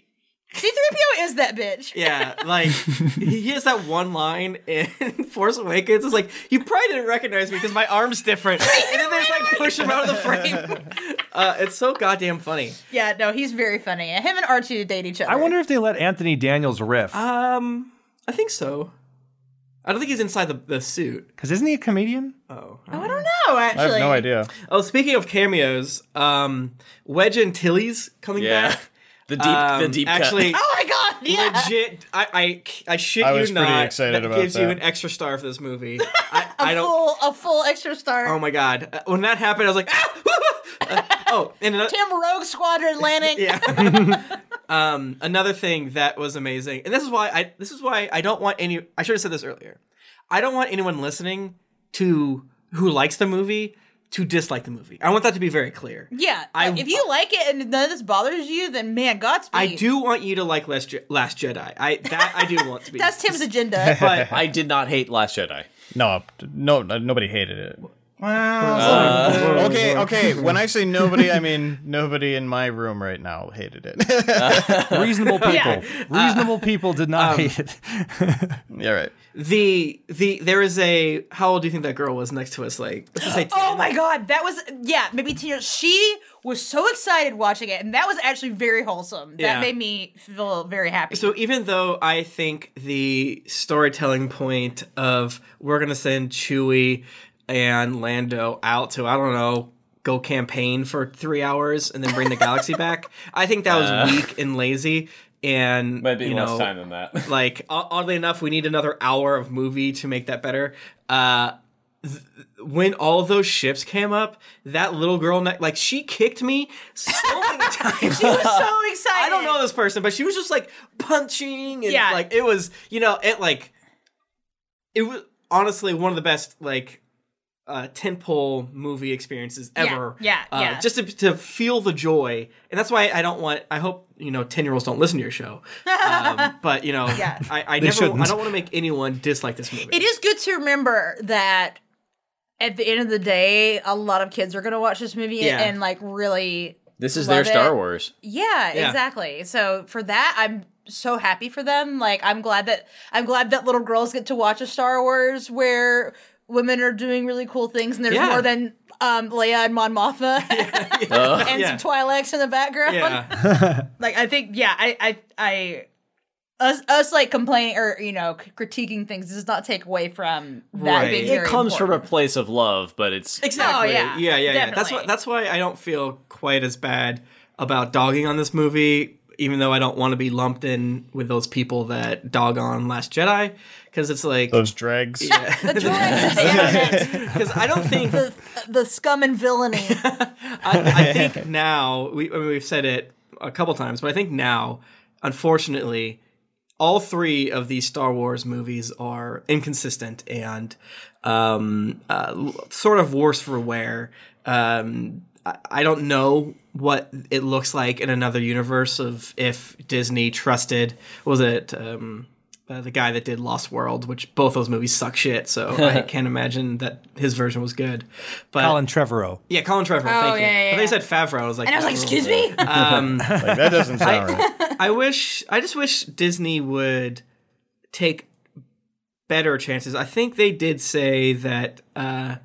D: C3PO is that bitch.
F: yeah like he has that one line in Force Awakens. It's like you probably didn't recognize me because my arm's different, and then there's like push him out of the frame. Uh, it's so goddamn funny.
D: Yeah, no, he's very funny. And Him and R2 date each other.
H: I wonder if they let Anthony Daniels riff.
D: Uh,
F: Um, I think so. I don't think he's inside the, the suit.
H: Because isn't he a comedian?
F: Oh.
D: I don't know.
A: I
D: Actually,
A: have no idea.
F: Oh, speaking of cameos, um, Wedge and Tilly's coming
E: Yeah.
F: back.
E: The deep, the
F: Um,
E: deep cut.
F: actually,
D: Oh my god! Yeah.
F: legit. I, I, I shit
A: I
F: you
A: was pretty
F: not.
A: excited
F: that
A: about
F: gives you
A: that.
F: an extra star for this movie. I,
D: a
F: I don't.
D: full a full extra star.
F: Oh my god! Uh, When that happened, I was like, ah! Uh, oh, and another,
D: Tim Rogue Squadron Atlantic.
F: yeah. um, another thing that was amazing, and this is why I this is why I don't want any. I should have said this earlier. I don't want anyone listening to who likes the movie to dislike the movie. I want that to be very clear.
D: Yeah,
F: I-
D: like, if you like it and none of this bothers you, then man, Godspeed.
F: I do want you to like Last, Je- Last Jedi. I that I do want to be.
D: That's Tim's agenda.
F: but
E: I did not hate Last Jedi.
A: No, no, nobody hated it.
D: Ah.
A: Uh,
F: Uh,
A: okay, okay. When I say nobody, I mean nobody in my room right now hated it.
H: Reasonable people.
D: Uh,
H: Reasonable people did not
D: um,
H: hate it.
A: yeah, right.
F: The the there is a how old do you think that girl was next to us? Like let's just say
D: Oh my god, that was yeah, maybe ten years. She was so excited watching it, and that was actually very wholesome. That
F: Yeah.
D: made me feel very happy.
F: So even though I think the storytelling point of we're gonna send Chewie and Lando out to I don't know go campaign for three hours and then bring the galaxy back, I think that was weak and lazy. And
E: Uh. Might be
F: you
E: less
F: know,
E: time than that.
F: like o- oddly enough, we need another hour of movie to make that better. Uh, th- when all those ships came up, that little girl, ne- like she kicked me so many times.
D: she was so excited.
F: I don't know this person, but she was just like punching and
D: Yeah.
F: like it was, you know, it like it was honestly one of the best like uh tentpole movie experiences
D: Yeah,
F: ever.
D: yeah,
F: uh,
D: yeah.
F: Just to, to feel the joy, and that's why I don't want. I hope you know ten year olds don't listen to your show, um, but you know,
D: Yeah.
F: I, I
H: They
F: never.
H: shouldn't.
F: I don't want to make anyone dislike this movie.
D: It is good to remember that at the end of the day, a lot of kids are going to watch this movie
F: Yeah.
D: and like really
E: This is
D: Love
E: their Star
D: it.
E: Wars.
D: Yeah,
F: Yeah.
D: exactly. So for that, I'm so happy for them. Like I'm glad that I'm glad that little girls get to watch a Star Wars where women are doing really cool things, and there's
F: Yeah.
D: more than um, Leia and Mon Mothma
E: Uh,
D: and
F: Yeah.
D: some Twi'leks in the background.
F: Yeah,
D: Like I think, yeah, I, I, I. Us, us like complaining or you know c- critiquing things does not take away from that
F: Right.
D: being
F: It
E: it
D: very
E: comes from a
D: important.
E: place of love, but it's
F: exactly.
D: Oh, yeah.
F: yeah, yeah, yeah. That's why.
D: Definitely.
F: That's why I don't feel quite as bad about dogging on this movie, even though I don't want to be lumped in with those people that dog on Last Jedi, because it's like
A: Those dregs.
D: the droids, the,
F: because I don't think
D: the, the scum and villainy.
F: I, I think now we I mean, we've said it a couple times, but I think now, unfortunately, all three of these Star Wars movies are inconsistent and um, uh, l- sort of worse for wear. Um, I, I don't know what it looks like in another universe of if Disney trusted was it. Um, uh, the guy that did Lost World, which both those movies suck shit, so I can't imagine that his version was good. But
H: Alan Trevorrow.
F: yeah, Colin Trevorro.
D: Oh,
F: thank you.
D: yeah, yeah,
F: But they
D: yeah.
F: said Favreau. I was like,
D: And I was like,
F: "Oh."
D: excuse me?
A: Like, that doesn't sound right.
F: I wish. I just wish Disney would take better chances. I think they did say that. Uh,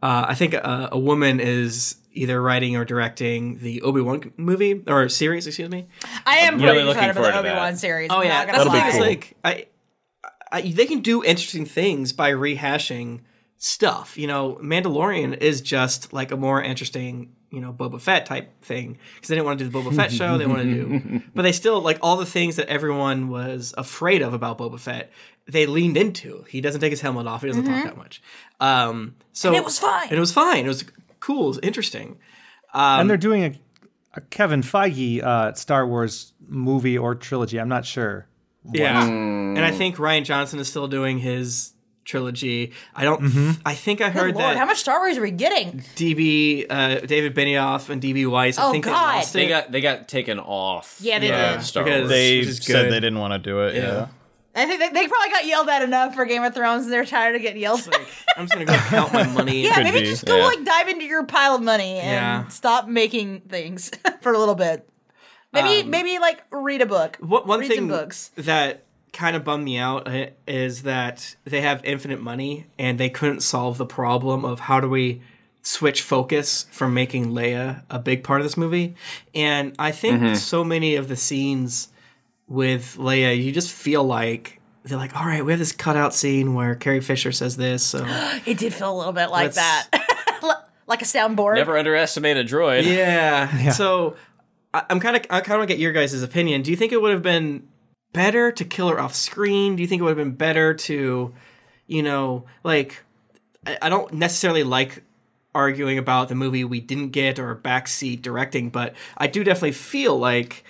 F: uh, I think a, a woman is either writing or directing the Obi Wan movie or series. Excuse me.
D: I am
E: really
D: really
E: looking
D: excited for
E: forward
D: the
E: to
D: Obi Wan
E: that.
D: series.
F: Oh
D: I'm
F: yeah,
D: not gonna
F: that's the thing.
D: lie.
F: Is like I, I, they can do interesting things by rehashing stuff. You know, Mandalorian is just like a more interesting, you know, Boba Fett type thing because they didn't want to do the Boba Fett show. They want to do, but they still like all the things that everyone was afraid of about Boba Fett. They leaned into. He doesn't take his helmet off. He doesn't talk that much. Um, so
D: Mm-hmm. it was fine.
F: And it was fine. It was cool. It was interesting.
H: and they're doing a, a Kevin Feige uh, Star Wars movie or trilogy. I'm not sure.
F: Yeah. And I think Ryan Johnson is still doing his trilogy. I don't
A: Mm-hmm.
F: I think I heard
D: Good Lord,
F: that
D: how much Star Wars are we getting?
F: DB uh, David Benioff and DB Weiss I
D: Oh,
F: think
D: God.
F: they lost
E: they
F: it.
E: got they got taken off.
D: Yeah, they
E: uh,
D: did.
E: Star
F: Because-
E: Wars.
A: They
F: Which is
A: said
F: good.
A: they didn't want to do it. Yeah.
D: I think they, they probably got yelled at enough for Game of Thrones, and they're tired of getting yelled. at.
F: I'm just going to go count my money.
D: yeah,
A: could
D: maybe
A: be,
D: just go
E: yeah.
D: like dive into your pile of money and
F: Yeah.
D: stop making things for a little bit. Maybe
F: Um,
D: maybe like read a book.
F: What, one
D: read
F: thing
D: some books.
F: that kind of bummed me out uh, is that they have infinite money and they couldn't solve the problem of how do we switch focus from making Leia a big part of this movie. And I think so many of the scenes with Leia, you just feel like they're like, all right, we have this cutout scene where Carrie Fisher says this. So
D: It did feel a little bit like
F: Let's-
D: that, L- like a soundboard.
E: Never underestimate a droid.
F: yeah. So I, I'm kind of I kind of want to get your guys' opinion. Do you think it would have been better to kill her off screen? Do you think it would have been better to, you know, like I, I don't necessarily like arguing about the movie we didn't get or backseat directing, but I do definitely feel like.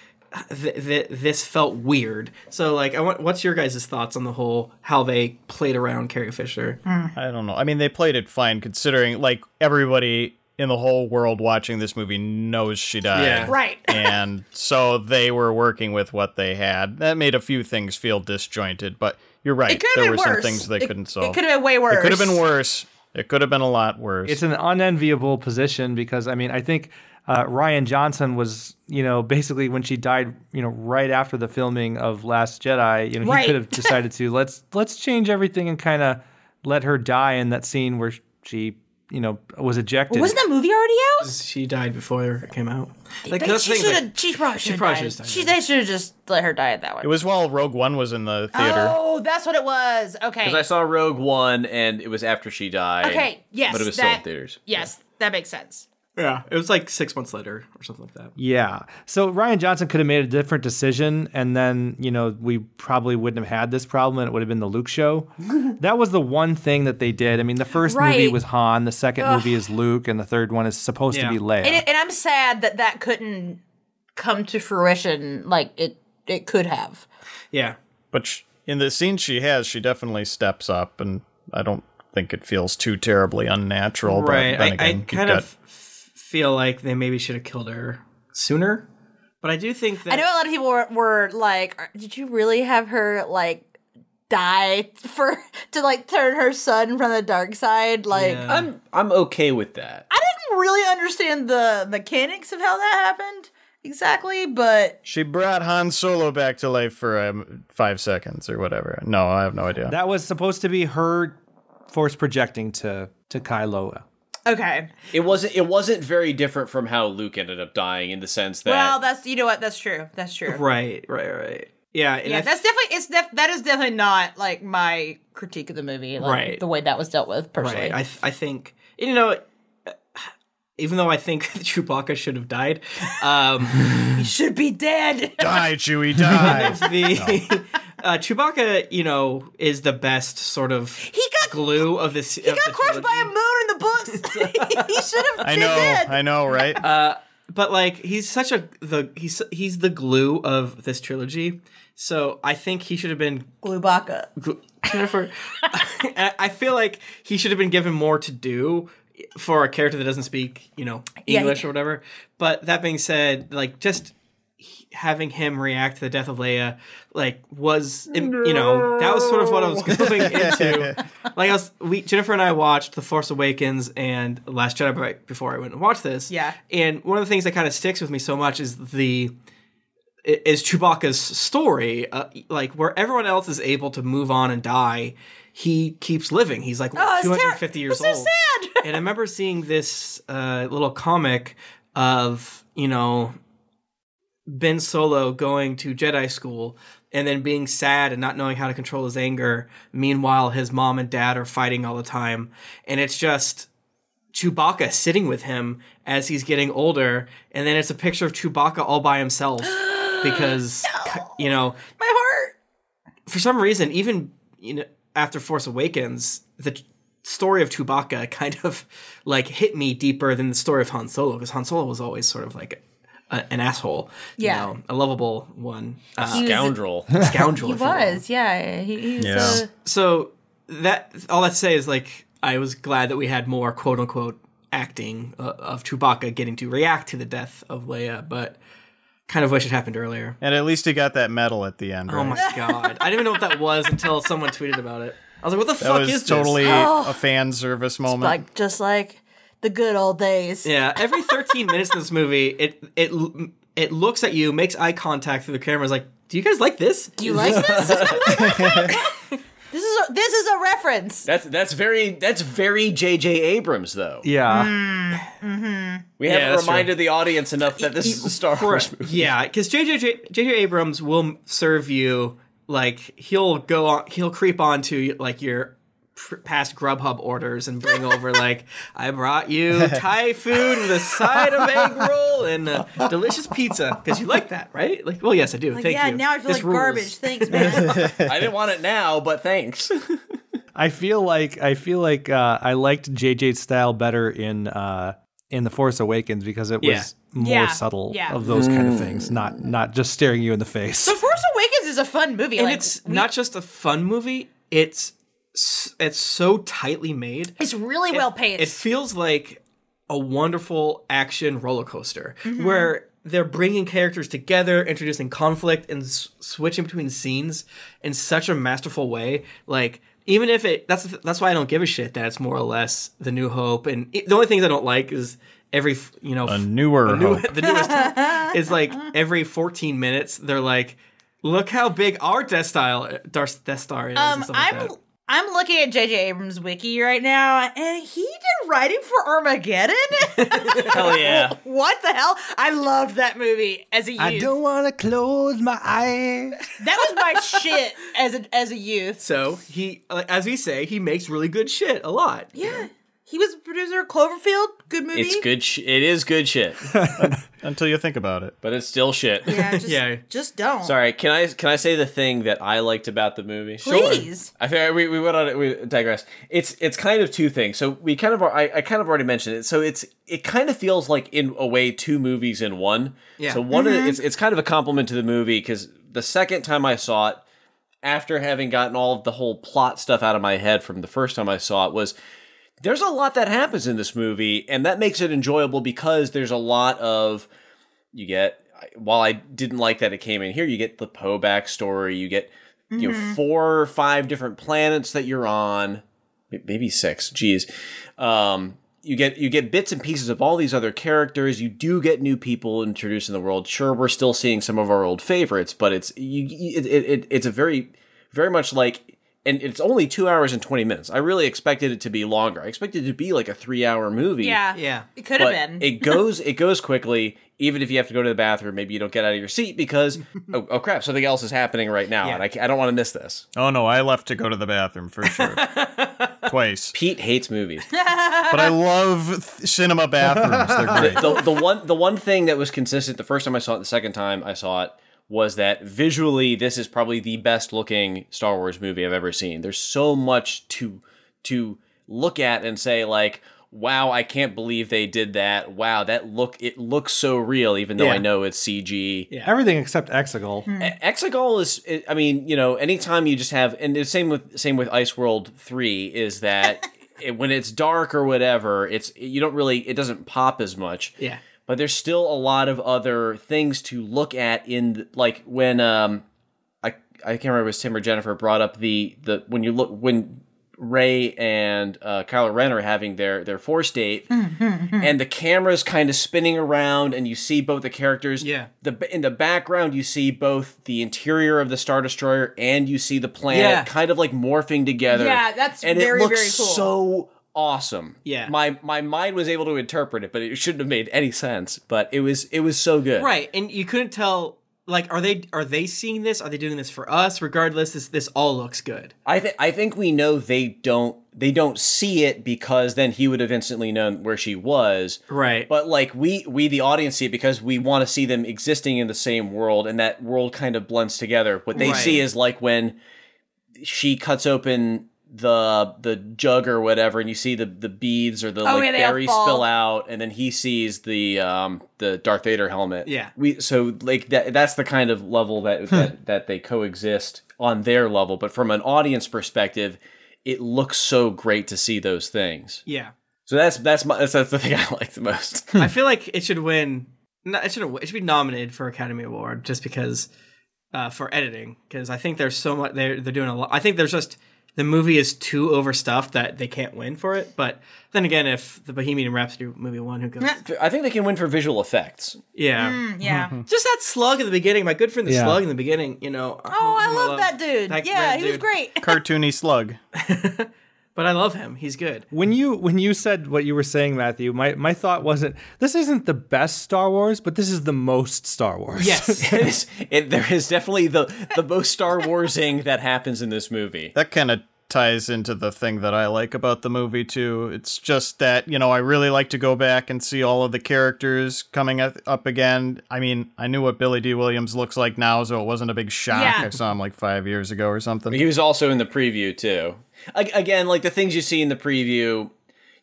F: Th- th- this felt weird. So, like, I want. What's your guys' thoughts on the whole how they played around Carrie Fisher?
A: I don't know. I mean, they played it fine considering, like, everybody in the whole world watching this movie knows she died.
F: Yeah.
D: Right.
A: and so they were working with what they had. That made a few things feel disjointed, but you're right.
D: It could
A: there
D: have
A: were
D: been worse.
A: some things they
D: It-
A: couldn't solve.
D: It could have been way worse.
A: It could have been worse. It could have been a lot worse.
H: it's an unenviable position because I mean I think uh, Ryan Johnson was you know basically when she died you know right after the filming of Last Jedi you know
D: Right.
H: he could have decided to let's let's change everything and kind of let her die in that scene where she you know was ejected.
D: Wasn't that movie already out?
F: She died before it came out. Like,
D: They-
F: that's the
D: she should
F: thing, like-
D: have. She probably should
F: probably
D: have died.
F: should've died.
D: She, they should have just let her die at that one.
A: it was while Rogue One was in the theater.
D: Oh, that's what it was. Okay.
E: Because I saw Rogue One, and it was after she died.
D: Okay, yes,
E: but it was still in
D: that-
E: theaters.
D: yes, that makes sense.
F: yeah, it was like six months later or something like that.
H: Yeah. So Ryan Johnson could have made a different decision, and then, you know, we probably wouldn't have had this problem, and it would have been the Luke show. that was the one thing that they did. I mean, the first movie
D: Right.
H: was Han, the second movie is Luke, and the third one is supposed
F: Yeah.
H: to be Leia.
D: And, it, and I'm sad that that couldn't come to fruition like it it could have.
F: Yeah.
A: But sh- in the scene she has, she definitely steps up, and I don't think it feels too terribly unnatural.
F: Right.
A: But then
F: I, I
A: again, you've
F: kind
A: got-
F: of f- feel like they maybe should have killed her sooner. But I do think that.
D: I know a lot of people were, were like, "Are- "Did you really have her like die for to like turn her son from the dark side?" Like,
F: Yeah.
E: I'm I'm okay with that.
D: I didn't really understand the mechanics of how that happened exactly, but
A: she brought Han Solo back to life for um, five seconds or whatever. No, I have no idea.
H: that was supposed to be her force projecting to, to Kylo.
D: okay.
E: It wasn't it wasn't very different from how Luke ended up dying in the sense that
D: Well, that's you know what that's true. That's true.
F: Right, right, right. Yeah. And
D: Yeah,
F: I
D: that's definitely it's def- that is definitely not like my critique of the movie, like,
F: Right.
D: The way that was dealt with personally.
F: Right. I, th- I think you know, even though I think Chewbacca should have died, um,
D: he should be dead.
A: die, Chewie, die.
F: the uh, Chewbacca, you know, is the best sort of
D: He got
F: glue of this.
D: he got crushed by a moon in the books. he should have
A: I
D: been
A: know,
D: dead.
A: I know, right?
F: Uh, but like he's such a the he's he's the glue of this trilogy. So I think he should have been
D: Glubaka.
F: gl- Jennifer. I I feel like he should have been given more to do for a character that doesn't speak, you know,
D: Yeah,
F: English
D: he-
F: or whatever. But that being said, like just h- having him react to the death of Leia, like was it- you know that was sort of what I was going into. like I was, we Jennifer and I watched The Force Awakens and Last Jedi right before I went and watched this.
D: Yeah.
F: and one of the things that kind of sticks with me so much is the i- is Chewbacca's story. Uh, like where everyone else is able to move on and die, he keeps living. He's like
D: Oh, it's ter-
F: 250 years
D: it's so
F: old.
D: sad.
F: and I remember seeing this uh, little comic of you know Ben Solo going to Jedi school and then being sad and not knowing how to control his anger. Meanwhile, his mom and dad are fighting all the time, and it's just Chewbacca sitting with him as he's getting older, and then it's a picture of Chewbacca all by himself because you know
D: My heart.
F: for some reason, even you know, after Force Awakens, the t- story of Chewbacca kind of like hit me deeper than the story of Han Solo because Han Solo was always sort of like a, an asshole, you
D: Yeah.
F: know, a lovable one, uh,
D: He was-
E: scoundrel.
F: scoundrel.
D: He
F: if you will.
D: was, yeah. He, he was uh,
A: Yeah.
D: a-
F: So that all that to say is like I was glad that we had more quote unquote acting uh, of Chewbacca getting to react to the death of Leia, but kind of wish it happened earlier.
A: and at least he got that medal at the end. Right?
F: Oh my god! I didn't even know what that was until someone tweeted about it. I was like, "What the
A: that
F: fuck
A: was
F: is this?" Oh.
A: totally a fan service moment.
D: like just like the good old days.
F: Yeah, every 13 minutes in this movie, it it l- it looks at you, makes eye contact through the camera, is like, "Do you guys like this?"
D: Do you like this? this is a, this is a reference.
E: That's that's very that's very J.J. Abrams though.
H: Yeah.
D: Mm-hmm.
E: We
F: Yeah,
E: haven't
F: that's
E: reminded the audience enough that this is a Star Wars movie.
F: yeah, because JJ J- JJ Abrams will m- serve you like he'll go on, he'll creep onto like your pr- past Grubhub orders and bring over like I brought you Thai food with a side of egg roll and a delicious pizza because you like that, right? Like, well, yes, I do.
D: Like,
F: Thank
D: yeah,
F: you.
D: now I feel
F: This
D: like
F: rules.
D: garbage. Thanks, man.
E: I didn't want it now, but thanks.
H: I feel like I feel like uh, I liked JJ's style better in uh, in The Force Awakens because it
F: Yeah.
H: was more
D: Yeah.
H: subtle
D: Yeah.
H: of those kind of things, not not just staring you in the face.
D: the Force Awakens is a fun movie.
F: and
D: like,
F: it's not just a fun movie it's s- it's so tightly made
D: it's really well paced.
F: it feels like a wonderful action roller coaster
D: Mm-hmm.
F: where they're bringing characters together introducing conflict and s- switching between scenes in such a masterful way like even if it that's that's why I don't give a shit that it's more or less the New Hope, and it- the only things I don't like is every f- you know
A: A
F: f-
A: newer
F: the new-
A: Hope.
F: the newest is like every 14 minutes they're like, look how big our Death Star Death Star is.
D: Um,
F: and stuff like
D: I'm
F: that.
D: I'm looking at J.J. Abrams' wiki right now, and he did writing for Armageddon.
E: Hell yeah.
D: what the hell? I loved that movie as a youth.
B: I don't want to close my eyes.
D: That was my shit as a as a youth.
F: So he, like, as we say, he makes really good shit a lot.
D: Yeah, he was a producer of Cloverfield. Good movie.
E: It's good. Sh- it is good shit,
A: until you think about it.
E: but it's still shit.
D: Yeah, just,
F: Yeah.
D: just don't.
E: Sorry, can I can I say the thing that I liked about the movie?
D: Please.
E: I think we, we went on it. We digress. It's it's kind of two things. So we kind of are- I, I kind of already mentioned it. So it's it kind of feels like in a way two movies in one.
F: Yeah.
E: So one
D: Mm-hmm.
E: of the, it's it's kind of a compliment to the movie because the second time I saw it, after having gotten all of the whole plot stuff out of my head from the first time I saw it was there's a lot that happens in this movie and that makes it enjoyable because there's a lot of you get while I didn't like that it came in here you get the Poe backstory you get you know four or five different planets that you're on m- maybe six geez um you get you get bits and pieces of all these other characters you do get new people introduced in the world sure we're still seeing some of our old favorites but it's you you- it, it, it it's a very very much like and it's only two hours and 20 minutes i really expected it to be longer i expected it to be like a three hour movie
D: Yeah.
F: Yeah.
D: It could have
E: but
D: been.
E: it goes it goes quickly. Even if you have to go to the bathroom, maybe you don't get out of your seat because oh, oh crap, something else is happening right now, and I, ca- I don't want to miss this.
A: Oh no, I left to go to the bathroom for sure. Twice.
E: Pete hates movies.
A: But I love th- cinema bathrooms. They're great.
E: the, the one the one thing that was consistent the first time I saw it, the second time I saw it was that visually this is probably the best looking Star Wars movie I've ever seen. There's so much to to look at and say like, wow, I can't believe they did that. Wow, that look it looks so real, even though I
F: Yeah.
E: know it's CG. Yeah.
H: Everything except Exegol.
E: Hmm. Exegol is, I mean, you know, anytime you just have, and the same with same with Ice World Three is that it, when it's dark or whatever, it's you don't really it doesn't pop as much.
F: Yeah.
E: But there's still a lot of other things to look at in th- like when um I I can't remember if it was Tim or Jennifer brought up the the when you look when Ray and uh, Kylo Ren are having their their force date,
D: Mm-hmm.
E: and the camera's kind of spinning around, and you see both the characters.
F: Yeah.
E: The in the background, you see both the interior of the Star Destroyer and you see the planet,
F: Yeah.
E: kind of like morphing together.
D: Yeah, that's
E: and
D: very,
E: it looks
D: very cool.
E: So awesome.
F: Yeah.
E: My my mind was able to interpret it, but it shouldn't have made any sense. But it was it was so good.
F: Right, and you couldn't tell. Like, are they are they seeing this? Are they doing this for us? Regardless, this this all looks good.
E: I think I think we know they don't they don't see it because then he would have instantly known where she was.
D: Eh.
F: Right.
E: But like we we the audience see it because we want to see them existing in the same world and that world kind of blends together. What they
F: Right.
E: see is like when she cuts open the the jug or whatever and you see the the beads or the like
D: Oh, yeah, they all
E: berries
D: fall.
E: spill out and then he sees the um the Darth Vader helmet.
F: Yeah.
E: We so like that that's the kind of level
D: Hmm.
E: that that, that they coexist on their level, but from an audience perspective, it looks so great to see those things.
F: yeah,
E: So that's that's my that's, that's the thing I like the most.
D: Hmm.
F: I feel like it should win. No, it should it should be nominated for Academy Award just because uh, for editing because I think there's so much they're they're doing a lot. I think there's just the movie is too overstuffed that they can't win for it. But then again, if the Bohemian Rhapsody movie won, who goes?
E: I think they can win for visual effects.
F: yeah,
D: yeah.
F: just that slug at the beginning. My good friend, the
H: Yeah.
F: slug in the beginning. You know.
D: Oh, I love that dude.
F: that
D: yeah,
F: great
D: he was
F: dude.
D: great.
A: Cartoony slug.
F: But I love him. He's good.
H: When you when you said what you were saying, Matthew, my, my thought wasn't this isn't the best Star Wars, but this is the most Star Wars.
F: Yes.
E: It is, it, there is definitely the the most Star Warsing that happens in this movie.
A: That kind of ties into the thing that I like about the movie too. It's just that, you know, I really like to go back and see all of the characters coming up up again. I mean, I knew what Billy D. Williams looks like now, so it wasn't a big shock.
D: Yeah.
A: I saw him like five years ago or something.
E: He was also in the preview too. A- again, like the things you see in the preview,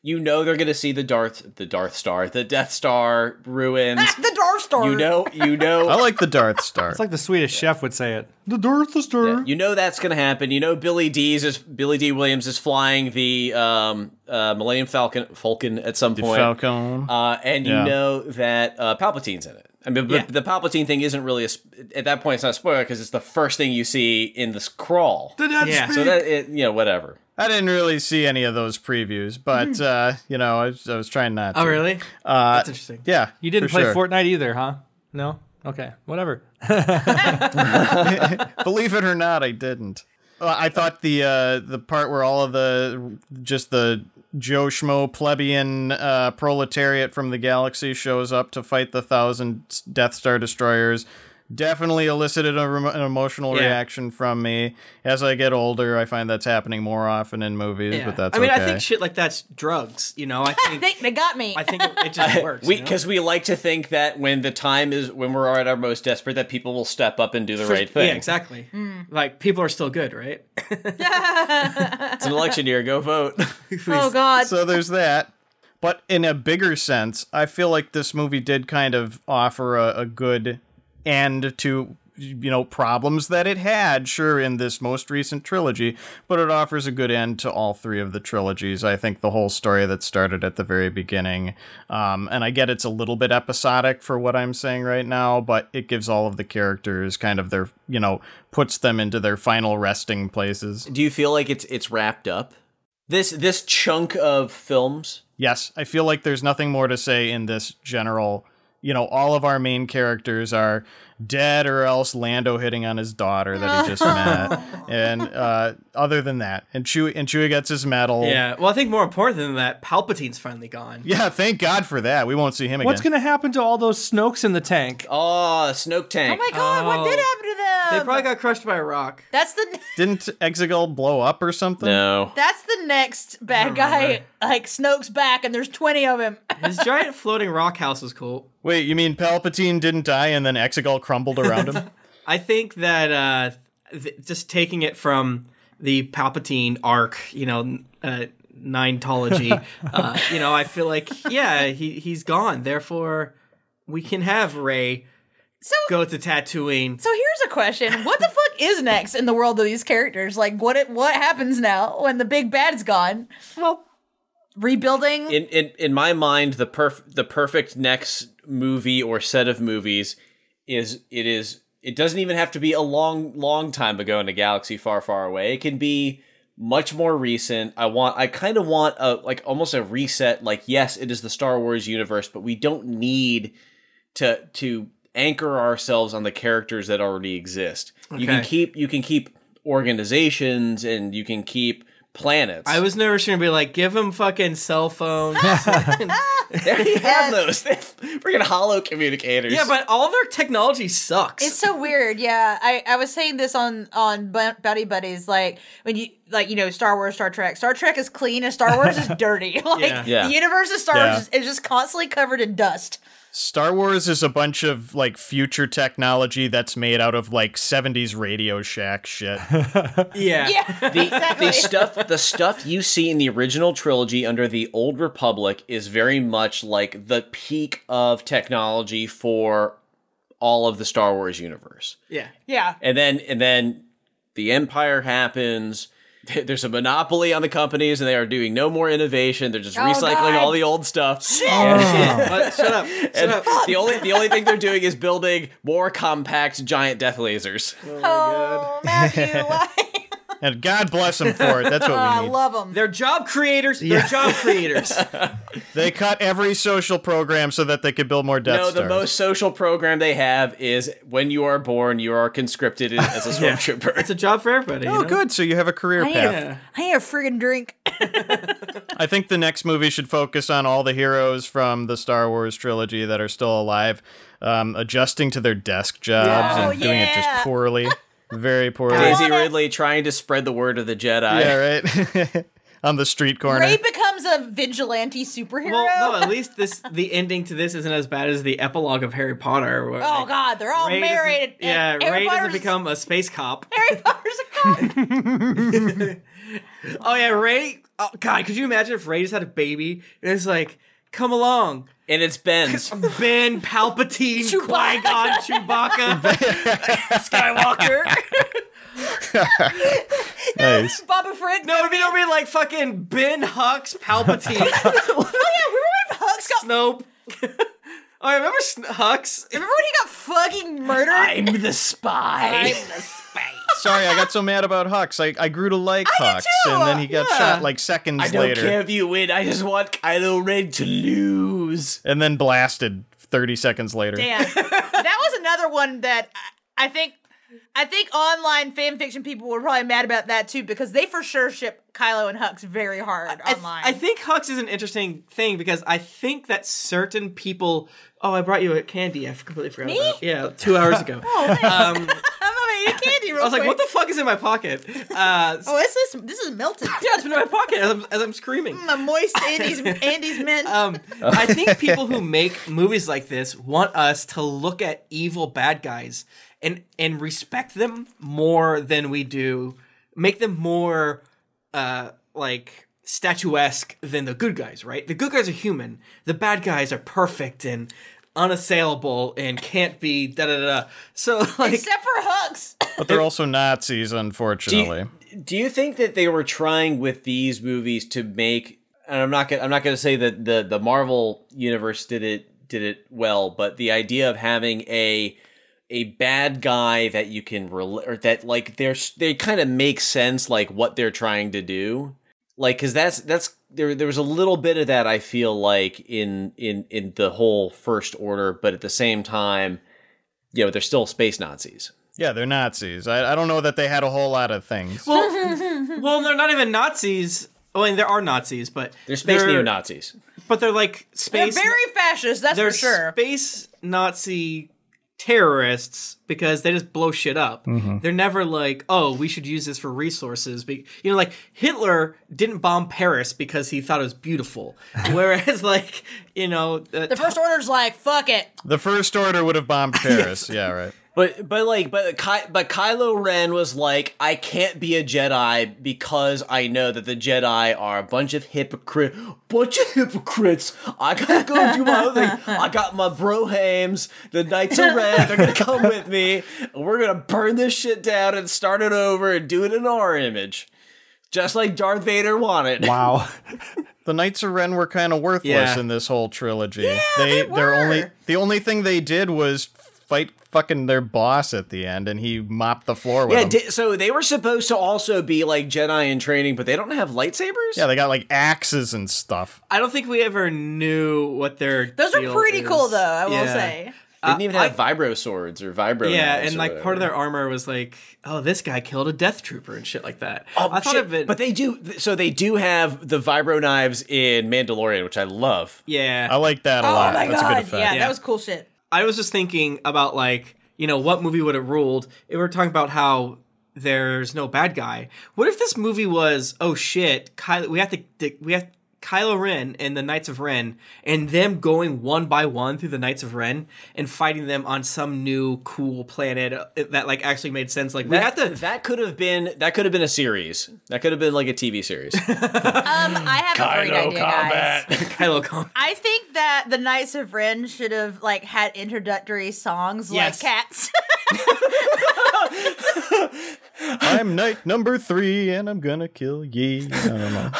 E: you know they're going to see the Darth the Darth Star, the Death Star ruins.
D: The Darth Star.
E: you know, you
A: I
E: know,
A: like the Darth Star.
H: It's like the Swedish chef would say it. The Darth Star.
E: you know that's going to happen. You know Billy D's is Billy D Williams is flying the um, uh, Millennium Falcon Falcon at some point.
A: Falcon.
E: Uh, and you
A: Yeah.
E: know that uh, Palpatine's in it. I mean, but the Palpatine thing isn't really a, sp- at that point. It's not a spoiler because it's the first thing you see in the scroll.
F: Yeah.
E: So that it, you know, whatever.
A: I didn't really see any of those previews, but uh, you know, I was, I was trying not.
F: Oh,
A: to.
F: really?
A: Uh,
F: That's interesting.
A: Yeah,
H: You didn't
A: for
H: play
A: sure.
H: Fortnite either, huh? No? Okay, whatever.
A: Believe it or not, I didn't. Uh, I thought the uh, the part where all of the just the Joe Schmo plebeian uh, proletariat from the galaxy shows up to fight the thousand Death Star destroyers definitely elicited a remo an emotional
F: Yeah.
A: reaction from me. As I get older, I find that's happening more often in movies,
F: Yeah.
A: but that's
F: I mean,
A: okay.
F: I think shit like that's drugs. You know, I
D: I
F: think
D: think they got me.
F: I think it, it just works.
E: We
F: you know?
E: because we like to think that when the time is when we're at our most desperate, that people will step up and do the
F: For-
E: right thing.
F: Yeah, exactly. Like people are still good, right?
E: It's an election year. Go vote.
D: oh God.
A: so there's that. But in a bigger sense, I feel like this movie did kind of offer a, a good end to you know problems that it had sure in this most recent trilogy but it offers a good end to all three of the trilogies i think the whole story that started at the very beginning um, and i get it's a little bit episodic for what i'm saying right now but it gives all of the characters kind of their you know puts them into their final resting places
E: do you feel like it's it's wrapped up? This this chunk of films.
A: Yes, I feel like there's nothing more to say in this general. You know, all of our main characters are dead, or else Lando hitting on his daughter that he just met. And uh, other than that, and Chewie and Chewie gets his medal.
F: Yeah. Well, I think more important than that, Palpatine's finally gone.
A: yeah. Thank God for that. We won't see him again.
H: What's going to happen to all those Snokes in the tank?
E: Oh, Snoke
D: Oh
E: Tank.
D: my God. What did happen to them?
F: They probably got crushed by a rock.
D: That's the
A: Didn't Exegol blow up or something?
E: no.
D: that's the next bad guy. Like Snoke's back, and there's twenty of him.
F: His giant floating rock house was cool.
A: Wait, you mean Palpatine didn't die and then Exegol crumbled around him?
F: I think that uh, th- just taking it from the Palpatine arc, you know, uh, Nintology, uh, you know, I feel like yeah, he he's gone. Therefore, we can have Ray
D: So
F: go to Tatooine.
D: So here's a question: What the fuck is next in the world of these characters? Like, what it, what happens now when the big bad's gone? Well, rebuilding.
E: in, in in my mind the perf the perfect next movie or set of movies is it is it doesn't even have to be a long long time ago in a galaxy far far away it can be much more recent i want i kind of want a like almost a reset like yes it is the star wars universe but we don't need to to anchor ourselves on the characters that already exist you can
F: Okay.
E: keep you can keep organizations and you can keep planets
F: I was nervous you're gonna be like, give him fucking cell phones.
E: They already have those. They have freaking hollow communicators.
F: yeah, but all their technology sucks.
D: It's so weird. Yeah, I, I was saying this on on Bu- Buddy Buddies. Like when you like you know Star Wars, Star Trek. Star Trek is clean, and Star Wars is dirty. Like
F: Yeah.
E: Yeah.
D: the universe of Star
A: Yeah.
D: Wars is, is just constantly covered in dust.
A: Star Wars is a bunch of like future technology that's made out of like 70s Radio Shack shit.
F: yeah.
D: Yeah,
E: the,
D: exactly.
E: the stuff the stuff you see in the original trilogy under the old republic is very much like the peak of technology for all of the Star Wars universe.
F: Yeah.
D: yeah,
E: And then and then the empire happens there's a monopoly on the companies and they are doing no more innovation they're just recycling
D: Oh, God. Oh.
E: all the old stuff
F: But Uh, shut up. Shut
E: and
F: up.
E: the only the only thing they're doing is building more compact giant death lasers
D: oh, Matthew, why?
A: and God bless them for it. That's what
D: I
A: we need.
D: love them.
F: They're job creators. They're job creators.
A: They cut every social program so that they could build more Death
E: no,
A: Stars.
E: the most social program they have is when you are born, you are conscripted as a stormtrooper.
F: it's a job for everybody. you
A: Oh,
F: know?
A: good. So you have a career
D: I need,
A: path.
D: a, I need a friggin' drink.
A: I think the next movie should focus on all the heroes from the Star Wars trilogy that are still alive, um, adjusting to their desk jobs
D: Oh,
A: and doing it
D: yeah.
A: just poorly, very poorly.
E: Daisy
D: I want it.
E: Ridley trying to spread the word of the Jedi.
A: yeah, right. on the street corner.
D: Ray becomes a vigilante superhero.
F: Well, no, at least this the ending to this isn't as bad as the epilogue of Harry Potter. where,
D: oh
F: like,
D: God, they're all
F: Ray doesn't-
D: married. and
F: Yeah,
D: Harry
F: Ray doesn't
D: Potter's-
F: become a space cop.
D: Harry Potter's a cop.
F: Oh yeah, Ray. Oh God, could you imagine if Ray just had a baby and it's like, come along,
E: And it's Ben's.
F: Ben Palpatine,
D: Chewbacca.
F: Qui Gon, Chewbacca, Skywalker.
A: Nice.
D: Boba Frick.
F: no, it'd be, it'd be like fucking Ben Hux, Palpatine,
D: Oh yeah, remember when Hux got
F: Snope. Oh, I remember Sn- Hux.
D: Remember when he got fucking murdered?
F: I'm the spy.
A: Sorry, I got so mad about Hux. I, I grew to like Hux,
D: too.
A: and then he got
F: Yeah.
A: shot like seconds
E: I don't
A: later,
E: care if you win. I just want Kylo Ren to lose.
A: and then blasted thirty seconds later.
D: Damn. that was another one that I, I think I think online fan fiction people were probably mad about that too because they for sure ship Kylo and Hux very hard
F: I, th-
D: online.
F: I think Hux is an interesting thing because I think that certain people. Oh, I brought you a candy. I completely forgot.
D: Me?
F: About. Yeah, two hours ago.
D: Oh, thanks.
F: Um,
D: I'm gonna eat candy real
F: I was like,
D: quick.
F: "What the fuck is in my pocket?" Uh,
D: Oh, this is this is melted.
F: yeah, it's been in my pocket as I'm, as I'm screaming.
D: My moist Andy's Andy's mint.
F: Um, I think people who make movies like this want us to look at evil bad guys and and respect them more than we do, make them more uh like statuesque than the good guys, right? The good guys are human. The bad guys are perfect and unassailable and can't be da da da. da. So like
D: Except for Hux.
A: But they're also Nazis, unfortunately.
E: Do you think that they were trying with these movies to make? And I'm not gonna I'm not gonna say that the the Marvel universe did it did it well, but the idea of having a a bad guy that you can relate or that like they're they kind of make sense like what they're trying to do like because that's that's there there was a little bit of that i feel like in in in the whole first order but at the same time you know they're still space nazis
A: Yeah, they're Nazis. I, I don't know that they had a whole lot of things.
F: well, well, they're not even Nazis. Well, I mean, there are Nazis, but
E: they're space neo-nazis
F: But they're like
D: They're
F: space.
D: very fascist, that's
F: they're
D: for sure.
F: space Nazi terrorists because they just blow shit up.
E: Mm-hmm.
F: They're never like, oh, we should use this for resources. Be- you know, like Hitler didn't bomb Paris because he thought it was beautiful, whereas like you know, uh,
D: the First Order's like, fuck it.
A: the First Order would have bombed Paris. Yeah, right.
E: But but like but Ky- but Kylo Ren was like I can't be a Jedi because I know that the Jedi are a bunch of hypocrite bunch of hypocrites. I gotta go do my own thing. I got my brohams. The Knights of Ren. They're gonna come with me. And we're gonna burn this shit down and start it over and do it in our image, just like Darth Vader wanted.
H: Wow.
A: The Knights of Ren were kind of worthless
F: Yeah.
A: in this whole trilogy. they are only
D: were.
A: the only thing they did was fight fucking their boss at the end, and he mopped the floor with
E: Yeah.
A: him.
E: di- so they were supposed to also be like Jedi in training, but they don't have lightsabers.
A: yeah, they got like axes and stuff.
F: I don't think we ever knew what their
D: Those are
F: deal
D: pretty
F: is.
D: cool though, I will
F: Yeah.
D: say.
E: They didn't even have vibro swords or vibro.
F: Yeah,
E: knives
F: and
E: or
F: like part
E: whatever.
F: of their armor was like, oh, this guy killed a death trooper and shit like that.
E: Oh,
F: I thought
E: shit.
F: of it,
E: but they do. So they do have the vibro knives in Mandalorian, which I love.
F: yeah,
A: I like
D: Oh
A: that a lot. That's a good effect.
D: Yeah,
F: Yeah.
D: that was cool shit.
F: I was just thinking about like, you know, what movie would have ruled? If we were talking about how there's no bad guy. What if this movie was, oh shit, Kylo, we have to, we have Kylo Ren and the Knights of Ren, and them going one by one through the Knights of Ren and fighting them on some new cool planet uh, that like actually made sense. Like we have
E: That,
F: to.
E: that could have been that could have been a series. That could have been like a TV series.
D: Um, I have
E: Mm,
D: a great idea, guys.
F: Kylo Khan.
D: I think that the Knights of Ren should have like had introductory songs
F: Yes.
D: like Cats.
A: I'm knight number three, and I'm gonna kill ye. I don't know.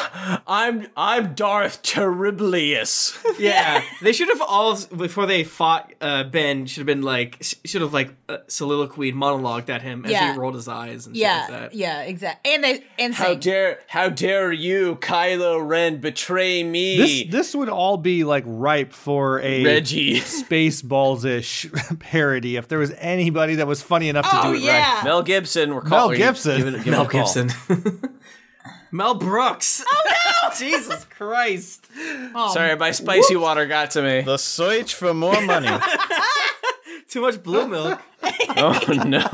E: I'm I'm Darth Terriblius.
F: Yeah, they should have all before they fought uh, Ben. Should have been like sh- should have like uh, soliloquied monologued at him as
D: Yeah.
F: he rolled his eyes and shit like
D: yeah,
F: that.
D: yeah, exactly. And they and
E: How
D: sing.
E: dare how dare you, Kylo Ren, betray
H: this
E: me,
H: this would all be like ripe for a
E: Reggie?
H: Spaceballs ish parody if there was anybody that was funny enough to
D: oh
H: do it
D: yeah.
E: Mel Gibson. We're
H: Mel
E: calling
H: Gibson.
E: Give it- give it a
F: Mel
E: call.
F: Gibson. Mel Brooks. Oh no! Jesus Christ.
D: Oh.
E: Sorry, my spicy water got to me.
A: The search for more money.
F: Too much blue milk.
E: Oh no!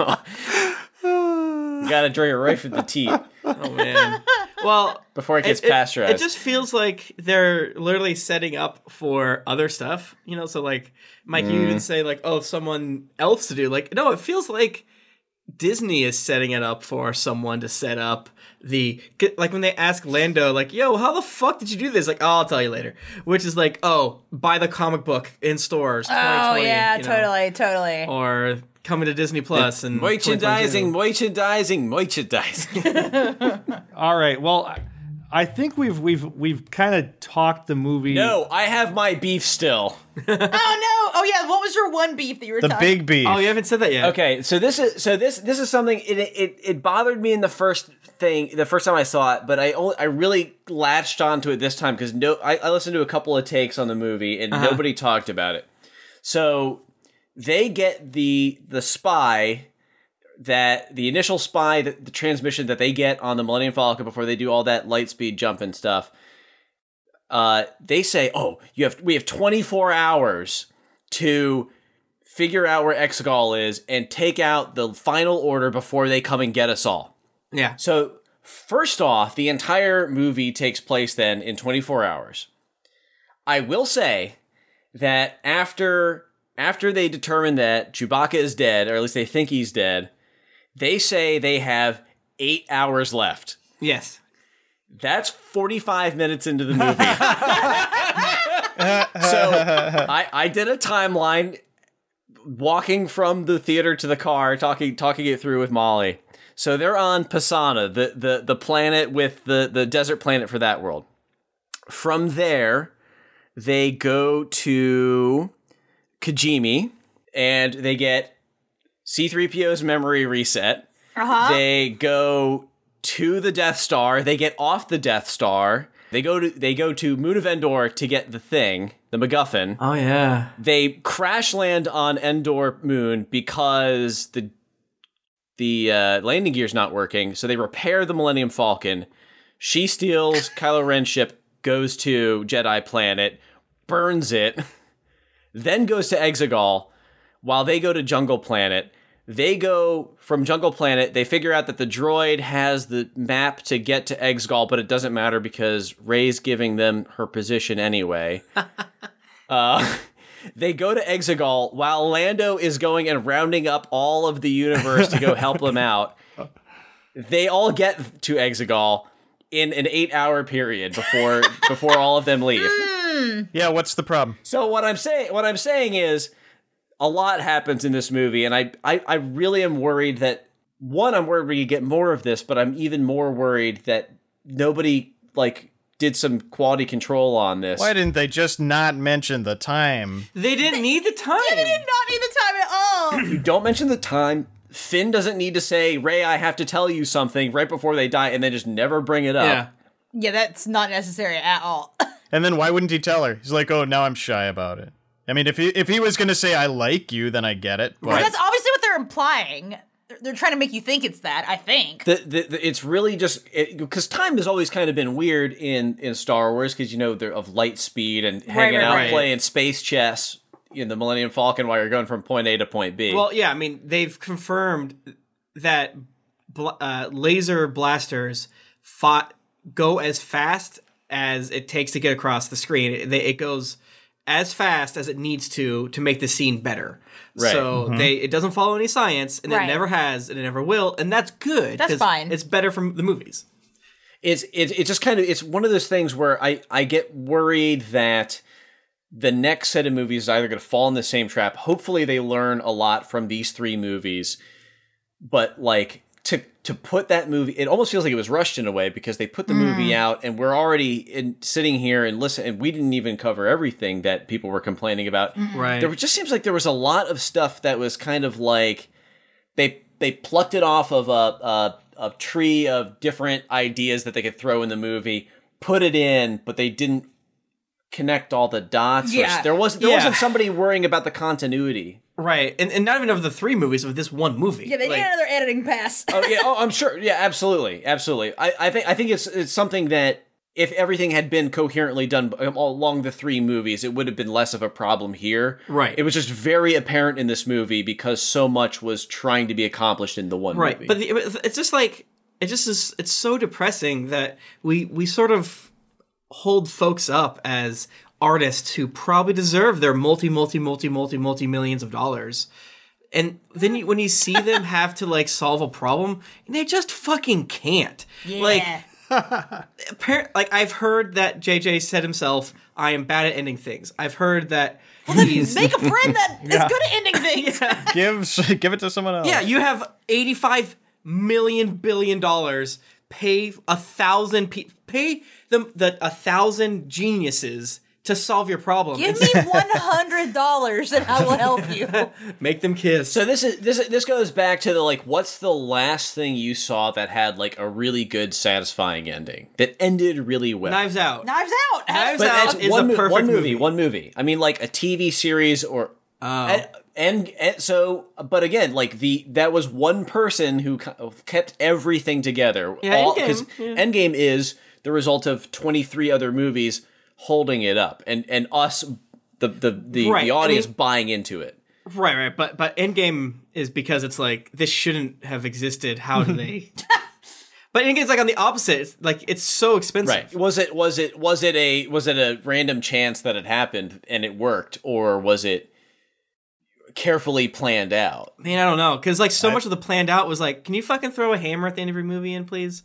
E: Got to drink it right from the teat
F: Oh man. Well,
E: before it gets
F: it,
E: pasteurized.
F: it just feels like they're literally setting up for other stuff, you know. So like, Mike, you
E: Mm.
F: even say like, "Oh, someone else to do." Like, no, it feels like Disney is setting it up for someone to set up the like when they ask Lando like, "Yo, how the fuck did you do this?" Like, "Oh, I'll tell you later," which is like, "Oh, buy the comic book in stores."
D: Oh
F: 2020,
D: yeah,
F: you know. Oh.
D: totally, totally.
F: or coming to Disney Plus and
E: Merchandising, merchandising, merchandising.
H: All right. Well, I- I think we've we've we've kind of talked the movie.
E: No, I have my beef still.
D: Oh no! Oh yeah, what was your one beef that you were
A: The
D: talking?
A: big beef.
F: Oh, you haven't said that yet.
E: Okay, so this is so this this is something it it, it bothered me in the first thing the first time I saw it, but I only I really latched onto it this time because no I, I listened to a couple of takes on the movie and nobody talked about it. So they get the the spy that the initial spy that the transmission that they get on the Millennium Falcon before they do all that light speed jump and stuff. Uh, they say, "Oh, you have we have 24 hours to figure out where Exegol is and take out the final order before they come and get us all."
F: Yeah.
E: So, first off, the entire movie takes place then in 24 hours. I will say that after after they determine that Chewbacca is dead, or at least they think he's dead, they say they have eight hours left.
F: Yes.
E: That's 45 minutes into the movie. so I, I did a timeline walking from the theater to the car, talking talking it through with Molly. So they're on Pisana, the, the, the planet with the, the desert planet for that world. From there, they go to Kajimi and they get C3PO's memory reset.
D: Uh-huh.
E: They go to the Death Star. They get off the Death Star. They go to they go to Moon of Endor to get the thing, the MacGuffin.
F: Oh yeah.
E: They crash land on Endor Moon because the the uh, landing gear's not working. So they repair the Millennium Falcon. She steals Kylo Ren's ship, goes to Jedi planet, burns it, then goes to Exegol. While they go to Jungle Planet, they go from Jungle Planet. They figure out that the droid has the map to get to Exegol, but it doesn't matter because Ray's giving them her position anyway. uh, they go to Exegol while Lando is going and rounding up all of the universe to go help them out. They all get to Exegol in an eight-hour period before before all of them leave.
A: yeah, what's the problem?
E: So what I'm saying what I'm saying is a lot happens in this movie, and I, I I really am worried that one, I'm worried we could get more of this, but I'm even more worried that nobody like did some quality control on this.
A: Why didn't they just not mention the time?
F: They didn't need the time.
D: I did not need the time at all.
E: you don't mention the time. Finn doesn't need to say, Ray, I have to tell you something right before they die, and then just never bring it up.
F: Yeah.
D: yeah, that's not necessary at all.
A: And then why wouldn't he tell her? He's like, oh, now I'm shy about it. I mean, if he if he was gonna say I like you, then I get it. But
D: That's obviously what they're implying. They're, they're trying to make you think it's that. I think.
E: the, the, the- it's really just because time has always kind of been weird in in Star Wars because you know they're of light speed and hanging
D: right,
E: out
F: right.
E: playing space chess in the Millennium Falcon while you're going from point A to point B.
F: Well, yeah. I mean, they've confirmed that bl- uh, laser blasters fought go as fast as it takes to get across the screen. It, they, it goes as fast as it needs to to make the scene better.
E: Right.
F: So they it doesn't follow any science, and
D: Right.
F: it never has, and it never will, and that's good.
D: That's
F: 'cause
D: fine.
F: It's better from the movies.
E: it's it's it's just kind of it's one of those things where I I get worried that the next set of movies is either going to fall in the same trap. Hopefully, they learn a lot from these three movies, but like to to put that movie, it almost feels like it was rushed in a way because they put the movie out and we're already in, sitting here and listen, and we didn't even cover everything that people were complaining about.
D: Mm.
F: Right.
E: There just seems like there was a lot of stuff that was kind of like they they plucked it off of a a, a tree of different ideas that they could throw in the movie, put it in, but they didn't connect all the dots. or
D: Yeah.
E: s- there was there
F: Yeah.
E: wasn't somebody worrying about the continuity.
F: right. And, and not even of the three movies, of this one movie.
D: yeah, they
F: Like, uh,
D: need another editing pass.
E: Oh yeah, oh I'm sure. Yeah, absolutely, absolutely. I, I think I think it's it's something that if everything had been coherently done um, along the three movies, it would have been less of a problem here.
F: Right.
E: It was just very apparent in this movie because so much was trying to be accomplished in the one
F: right
E: movie.
F: but the, it's just like it just is it's so depressing that we we sort of hold folks up as artists who probably deserve their multi multi multi multi multi millions of dollars and then you, when you see them have to like solve a problem and they just fucking can't like
D: Yeah.
F: appar- like i've heard that jj said himself i am bad at ending things i've heard that he's
D: make a friend that is good at ending things.
A: give give it to someone else.
F: yeah, you have 85 million billion dollars, pay a thousand pe- pay them the a thousand geniuses to solve your problem.
D: Give
F: It's-
D: me one hundred dollars and I will help you.
F: make them kiss.
E: So this is this this goes back to the like what's the last thing you saw that had like a really good satisfying ending that ended really well.
F: Knives out.
D: Knives out.
F: Knives
E: but
F: Out
E: that's
F: is
E: one,
F: a
E: mo-
F: perfect
E: one movie,
F: movie. Oh.
E: one movie. I mean like a TV series or and, and and so but again like the that was one person who ki- kept everything together.
F: Yeah, Endgame,
E: Endgame is the result of 23 other movies holding it up and and us the the the,
F: Right, I
E: the audience
F: mean-
E: buying into it.
F: Right, right, but but Endgame is because it's like this shouldn't have existed. How do they? but Endgame's like on the opposite. It's like it's so expensive.
E: Right. Was it was it was it a was it a random chance that it happened and it worked or was it carefully planned out?
F: Man, I don't know, because like so much of the planned out was like, can you fucking throw a hammer at the end of your movie in, please?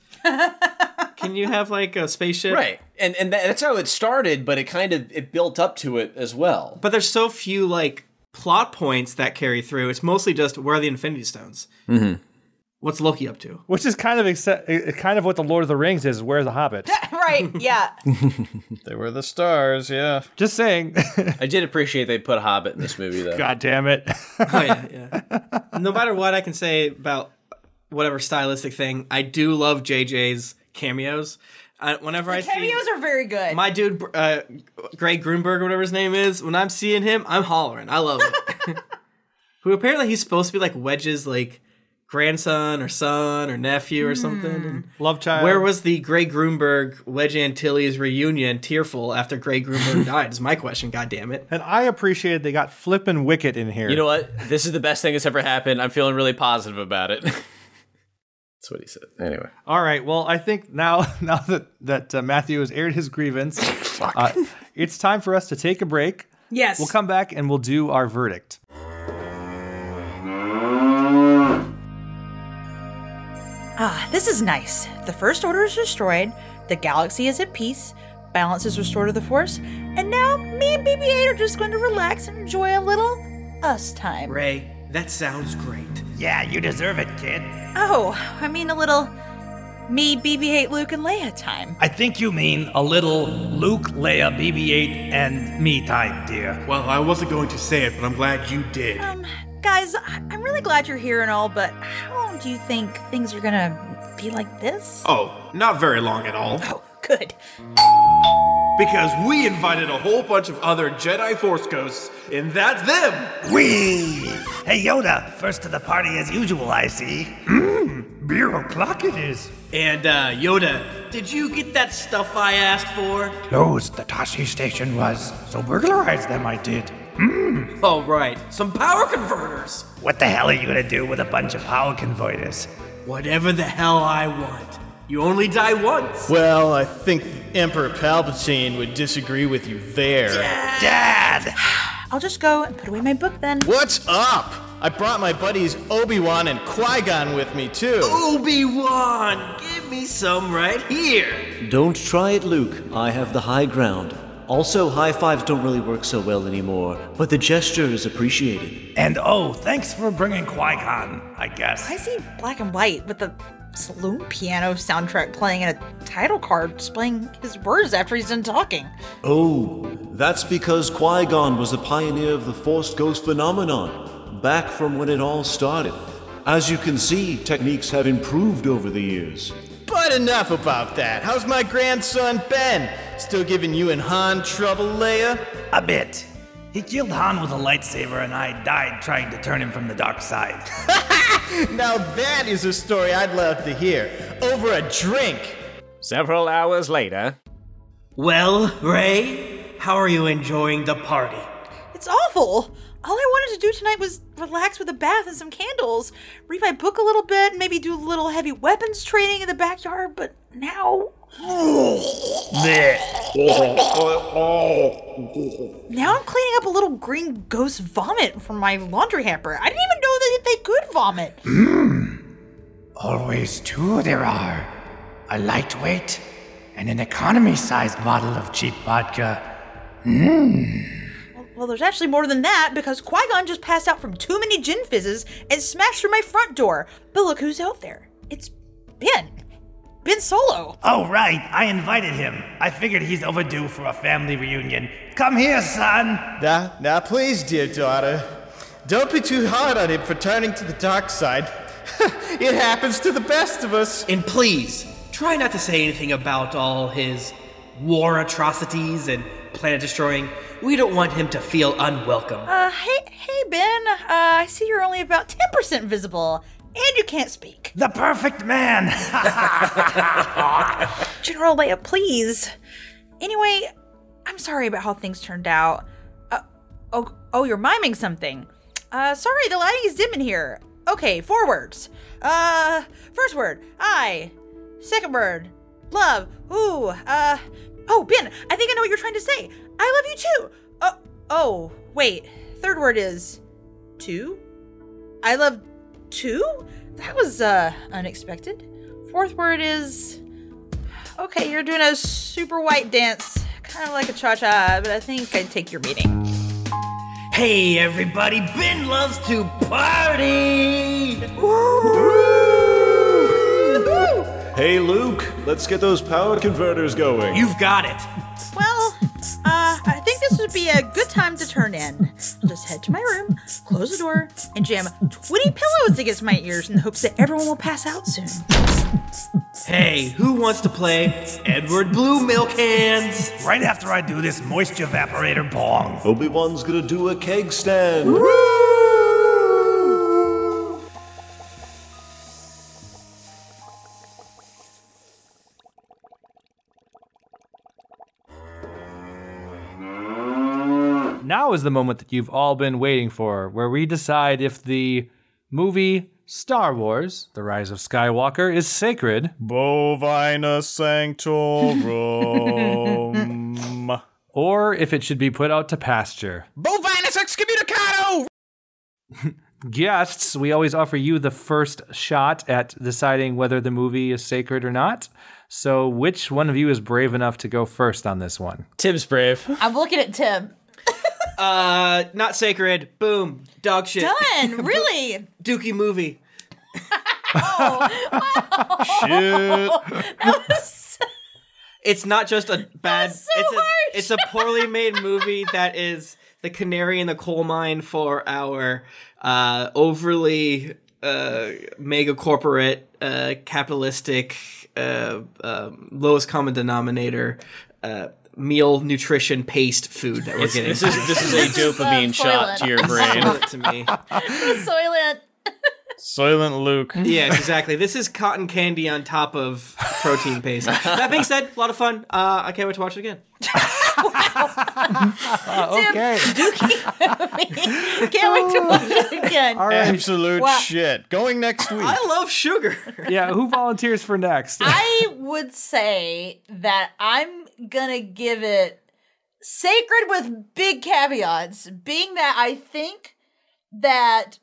F: can you have like a spaceship?
E: Right. And and that, that's how it started, but it kind of it built up to it as well.
F: But there's so few like plot points that carry through. It's mostly just where are the Infinity Stones? Mm-hmm. What's Loki up to?
H: Which is kind of exce- eh, kind of what the Lord of the Rings is. Where's the Hobbit?
D: right. Yeah.
A: They were the stars, yeah.
H: Just saying.
E: I did appreciate they put Hobbit in this movie though.
H: God damn it.
F: Oh yeah, yeah. no matter what I can say about whatever stylistic thing, I do love JJ's cameos. I, whenever I
D: Cameos
F: see
D: are very good.
F: my dude uh, Greg Grunberg, or whatever his name is, when I'm seeing him, I'm hollering. I love it. Who apparently he's supposed to be like Wedge's like grandson or son or nephew or
D: Hmm.
F: something. And
H: Love child.
F: where was the Greg Grunberg Wedge Antilles reunion? Tearful after Greg Grunberg died is my question. God damn it.
H: and I appreciated they got flippin' wicked in here.
E: You know what? This is the best thing that's ever happened. I'm feeling really positive about it. that's what he said. Anyway.
H: All right. Well, I think now now that that uh, Matthew has aired his grievance, uh, it's time for us to take a break.
D: yes.
H: We'll come back and we'll do our verdict.
D: Ah, this is nice. The First Order is destroyed, the galaxy is at peace, balance is restored to the Force, and now me and BB 8 are just going to relax and enjoy a little us time.
F: Ray, that sounds great.
B: Yeah, you deserve it, kid.
D: Oh, I mean a little me, BB 8, Luke, and Leia time.
B: I think you mean a little Luke, Leia, BB 8, and me time, dear.
J: Well, I wasn't going to say it, but I'm glad you did.
D: Um, guys, I- I'm really glad you're here and all, but how long do you think things are gonna be like this?
J: Oh, not very long at all.
D: Oh, good.
J: Because we invited a whole bunch of other Jedi Force ghosts, and that's them!
B: Whee! Hey, Yoda, first to the party as usual, I see. Mmm, beer o'clock it is.
F: And uh, Yoda, did you get that stuff I asked for?
B: Closed the Tashi station was, so burglarized them I did.
F: Oh, right. Some power converters.
B: What the hell are you gonna do with a bunch of power convoyers?
F: Whatever the hell I want. You only die once.
A: Well, I think Emperor Palpatine would disagree with you there.
B: Dad!
D: I'll just go and put away my book then.
A: What's up? I brought my buddies Obi-Wan and Qui-Gon with me too.
F: Obi Wan, give me some right here.
K: Don't try it, Luke. I have the high ground. Also, high fives don't really work so well anymore, but the gesture is appreciated.
B: And oh, thanks for bringing Qui Gon, I guess.
D: I see black and white with the saloon piano soundtrack playing and a title card displaying his words after he's done talking.
K: Oh, that's because Qui Gon was a pioneer of the Force Ghost phenomenon, back from when it all started. As you can see, techniques have improved over the years.
A: But enough about that. How's my grandson Ben? Still giving you and Han trouble, Leia?
B: A bit. He killed Han with a lightsaber, and I died trying to turn him from the dark side.
A: Now that is a story I'd love to hear. Over a drink.
E: Several hours later.
F: Well, Ray, how are you enjoying the party?
D: It's awful. All I wanted to do tonight was relax with a bath and some candles, read my book a little bit, maybe do a little heavy weapons training in the backyard, but now. now I'm cleaning up a little green ghost vomit from my laundry hamper. I didn't even know that they could vomit.
B: Always two there are a lightweight and an economy sized bottle of cheap vodka.
D: Well, there's actually more than that because Qui Gon just passed out from too many gin fizzes and smashed through my front door. But look who's out there. It's Ben. Ben Solo.
B: Oh, right. I invited him. I figured he's overdue for a family reunion. Come here, son.
A: Now, now, please, dear daughter, don't be too hard on him for turning to the dark side. it happens to the best of us.
F: And please, try not to say anything about all his war atrocities and planet destroying. We don't want him to feel unwelcome.
D: Uh, hey, hey, Ben. Uh, I see you're only about 10% visible, and you can't speak.
B: The perfect man.
D: General Leia, please. Anyway, I'm sorry about how things turned out. Uh, oh, oh, you're miming something. Uh, sorry, the lighting is dim in here. Okay, four words. Uh, first word, I. Second word, love. Ooh, uh, oh, Ben, I think I know what you're trying to say. I love you too. Oh, oh, wait. Third word is two. I love two? That was, uh, unexpected. Fourth word is. Okay, you're doing a super white dance, kind of like a cha cha, but I think I'd take your meeting.
B: hey, everybody. Ben loves to party.
K: Hey, Luke, let's get those power converters going.
F: You've got it.
D: Well, uh, I think this would be a good time to turn in. I'll just head to my room, close the door, and jam 20 pillows against my ears in the hopes that everyone will pass out soon.
F: Hey, who wants to play Edward Blue Milk Hands?
B: Right after I do this moisture evaporator bong.
K: Obi Wan's gonna do a keg stand.
H: Now is the moment that you've all been waiting for, where we decide if the movie Star Wars The Rise of Skywalker is sacred
A: Bovina Sanctorum.
H: or if it should be put out to pasture.
A: Bovinus Excommunicado!
H: guests, we always offer you the first shot at deciding whether the movie is sacred or not. So, which one of you is brave enough to go first on this one?
E: Tim's brave.
D: I'm looking at Tim.
F: Uh, not sacred. Boom. Dog shit.
D: Done, really?
F: Dookie movie.
A: Shit.
F: It's not just a bad.
D: so
F: it's, a,
D: harsh.
F: it's a poorly made movie that is the canary in the coal mine for our uh, overly uh, mega corporate, uh, capitalistic, uh, um, lowest common denominator. Uh, Meal nutrition paste food that we're getting.
E: This is this is a
D: is, uh,
E: dopamine shot
D: soylent.
E: to your brain.
F: Sell it to me.
D: Soylent.
A: Silent Luke.
F: Yes, exactly. This is cotton candy on top of protein paste. That being said, a lot of fun. Uh, I can't wait to watch it again.
H: okay.
D: Can't wait to watch it again.
A: Absolute
D: Wow.
A: shit. Going next week.
F: I love sugar.
H: Yeah, who volunteers for next?
D: I would say that I'm gonna give it sacred with big caveats, being that I think that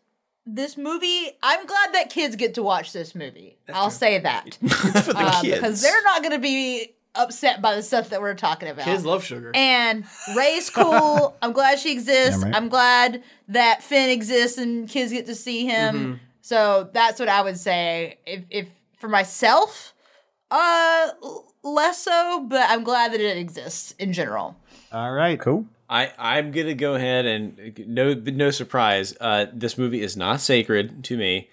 D: this movie, I'm glad that kids get to watch this movie. I'll say that
E: For the
D: Uh,
E: kids.
D: because they're not gonna be upset by the stuff that we're talking about.
F: Kids love sugar.
D: and Ray's cool. I'm glad she exists. I'm glad that Finn exists and kids get to see him.
A: Mm-hmm.
D: So that's what I would say. If, if for myself, uh, l- less so, but I'm glad that it exists in general.
H: all right. Cool.
E: I, I'm gonna go ahead and no no surprise. Uh, this movie is not sacred to me.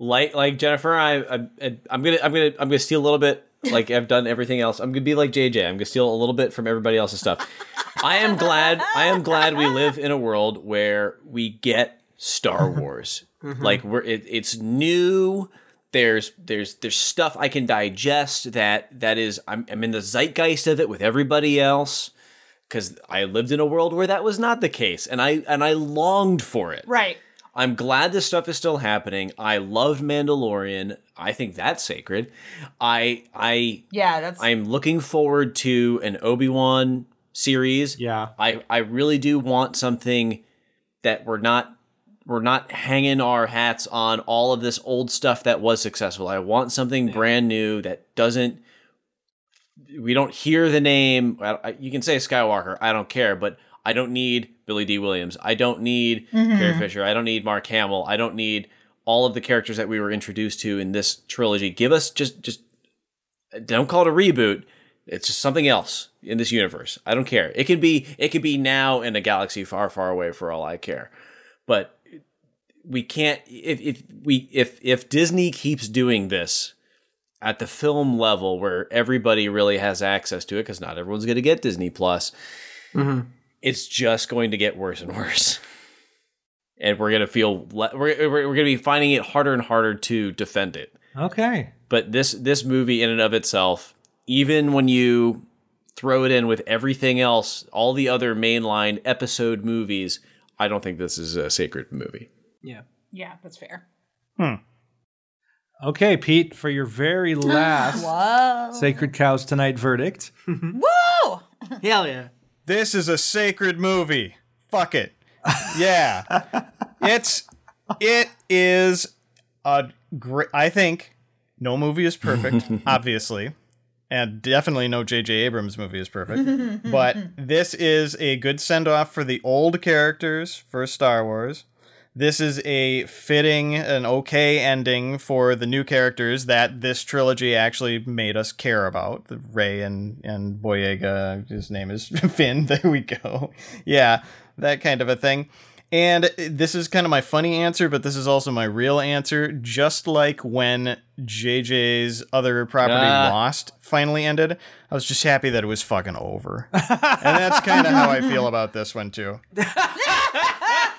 E: Like like Jennifer, I, I I'm gonna I'm gonna I'm gonna steal a little bit. Like I've done everything else. I'm gonna be like JJ. I'm gonna steal a little bit from everybody else's stuff. I am glad. I am glad we live in a world where we get Star Wars. Like we're it, it's new. There's there's there's stuff I can digest that that is I'm, I'm in the zeitgeist of it with everybody else because I lived in a world where that was not the case, and I and I longed for it.
D: Right.
E: I'm glad this stuff is still happening. I loved Mandalorian. I think that's sacred. I I
D: Yeah, that's
E: I'm looking forward to an Obi Wan series.
H: Yeah.
E: I I really do want something that we're not we're not hanging our hats on all of this old stuff that was successful. I want something brand new that doesn't we don't hear the name. I, I- you can say Skywalker. I don't care, but I don't need Billy D. Williams. I don't need Carrie Fisher. I don't need Mark Hamill. I don't need all of the characters that we were introduced to in this trilogy. Give us just just don't call it a reboot. It's just something else in this universe. I don't care. It can be it could be now in a galaxy far far away for all I care. But we can't if if we if if Disney keeps doing this at the film level where everybody really has access to it cuz not everyone's going to get Disney Plus. It's just going to get worse and worse. And we're going to feel le- we're we're, we're going to be finding it harder and harder to defend it
H: Okay.
E: but this this movie in and of itself even when you throw it in with everything else all the other mainline episode movies i don't think this is a sacred movie
D: Yeah, that's fair.
H: Okay, Pete, for your very last
D: Whoa.
H: Sacred Cows Tonight verdict.
D: Whoa!
F: Hell yeah.
A: This is a sacred movie. Fuck it. Yeah. it's it is a great I think no movie is perfect, obviously. And definitely no JJ Abrams movie is perfect. but this is a good send-off for the old characters for Star Wars. This is a fitting an okay ending for the new characters that this trilogy actually made us care about. The Ray and and Boyega, his name is Finn. There we go. Yeah, that kind of a thing. And this is kind of my funny answer, but this is also my real answer. Just like when JJ's other property
E: Ah.
A: Lost finally ended, I was just happy that it was fucking over. and that's kind of how I feel about this one too.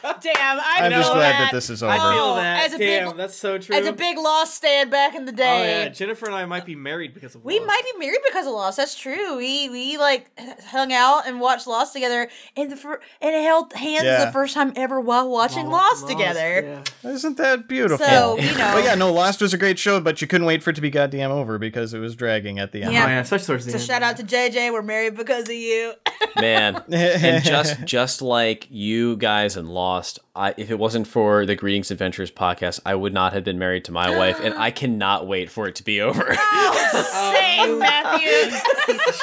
F: Oh,
D: Damn, I
A: I'm
D: know
A: just glad that
D: that
A: this is over.
F: I feel
D: Oh,
F: that.
D: as a big-
F: Damn, that's so true.
D: As a big Lost stand back in the
F: oh,
D: day.
F: yeah. Jennifer and I might be married because of
D: We
F: Lost.
D: might be married because of Lost. That's true. We we like hung out and watched Lost together, and the fir- and held hands
A: Yeah.
D: the first time ever while watching Lost, together.
F: yeah.
A: Isn't that beautiful?
D: So, you know.
A: But yeah, no, Lost was a great show, but you couldn't wait for it to be goddamn over because it was dragging at the end.
D: Yeah.
F: Oh, yeah, such towards the
D: So
F: end.
D: shout out to JJ. We're married because of you.
E: man and just just like you guys and lost I, if it wasn't for the greetings adventures podcast i would not have been married to my wife and i cannot wait for it to be over
D: Same, Matthew.
F: Oh, Piece of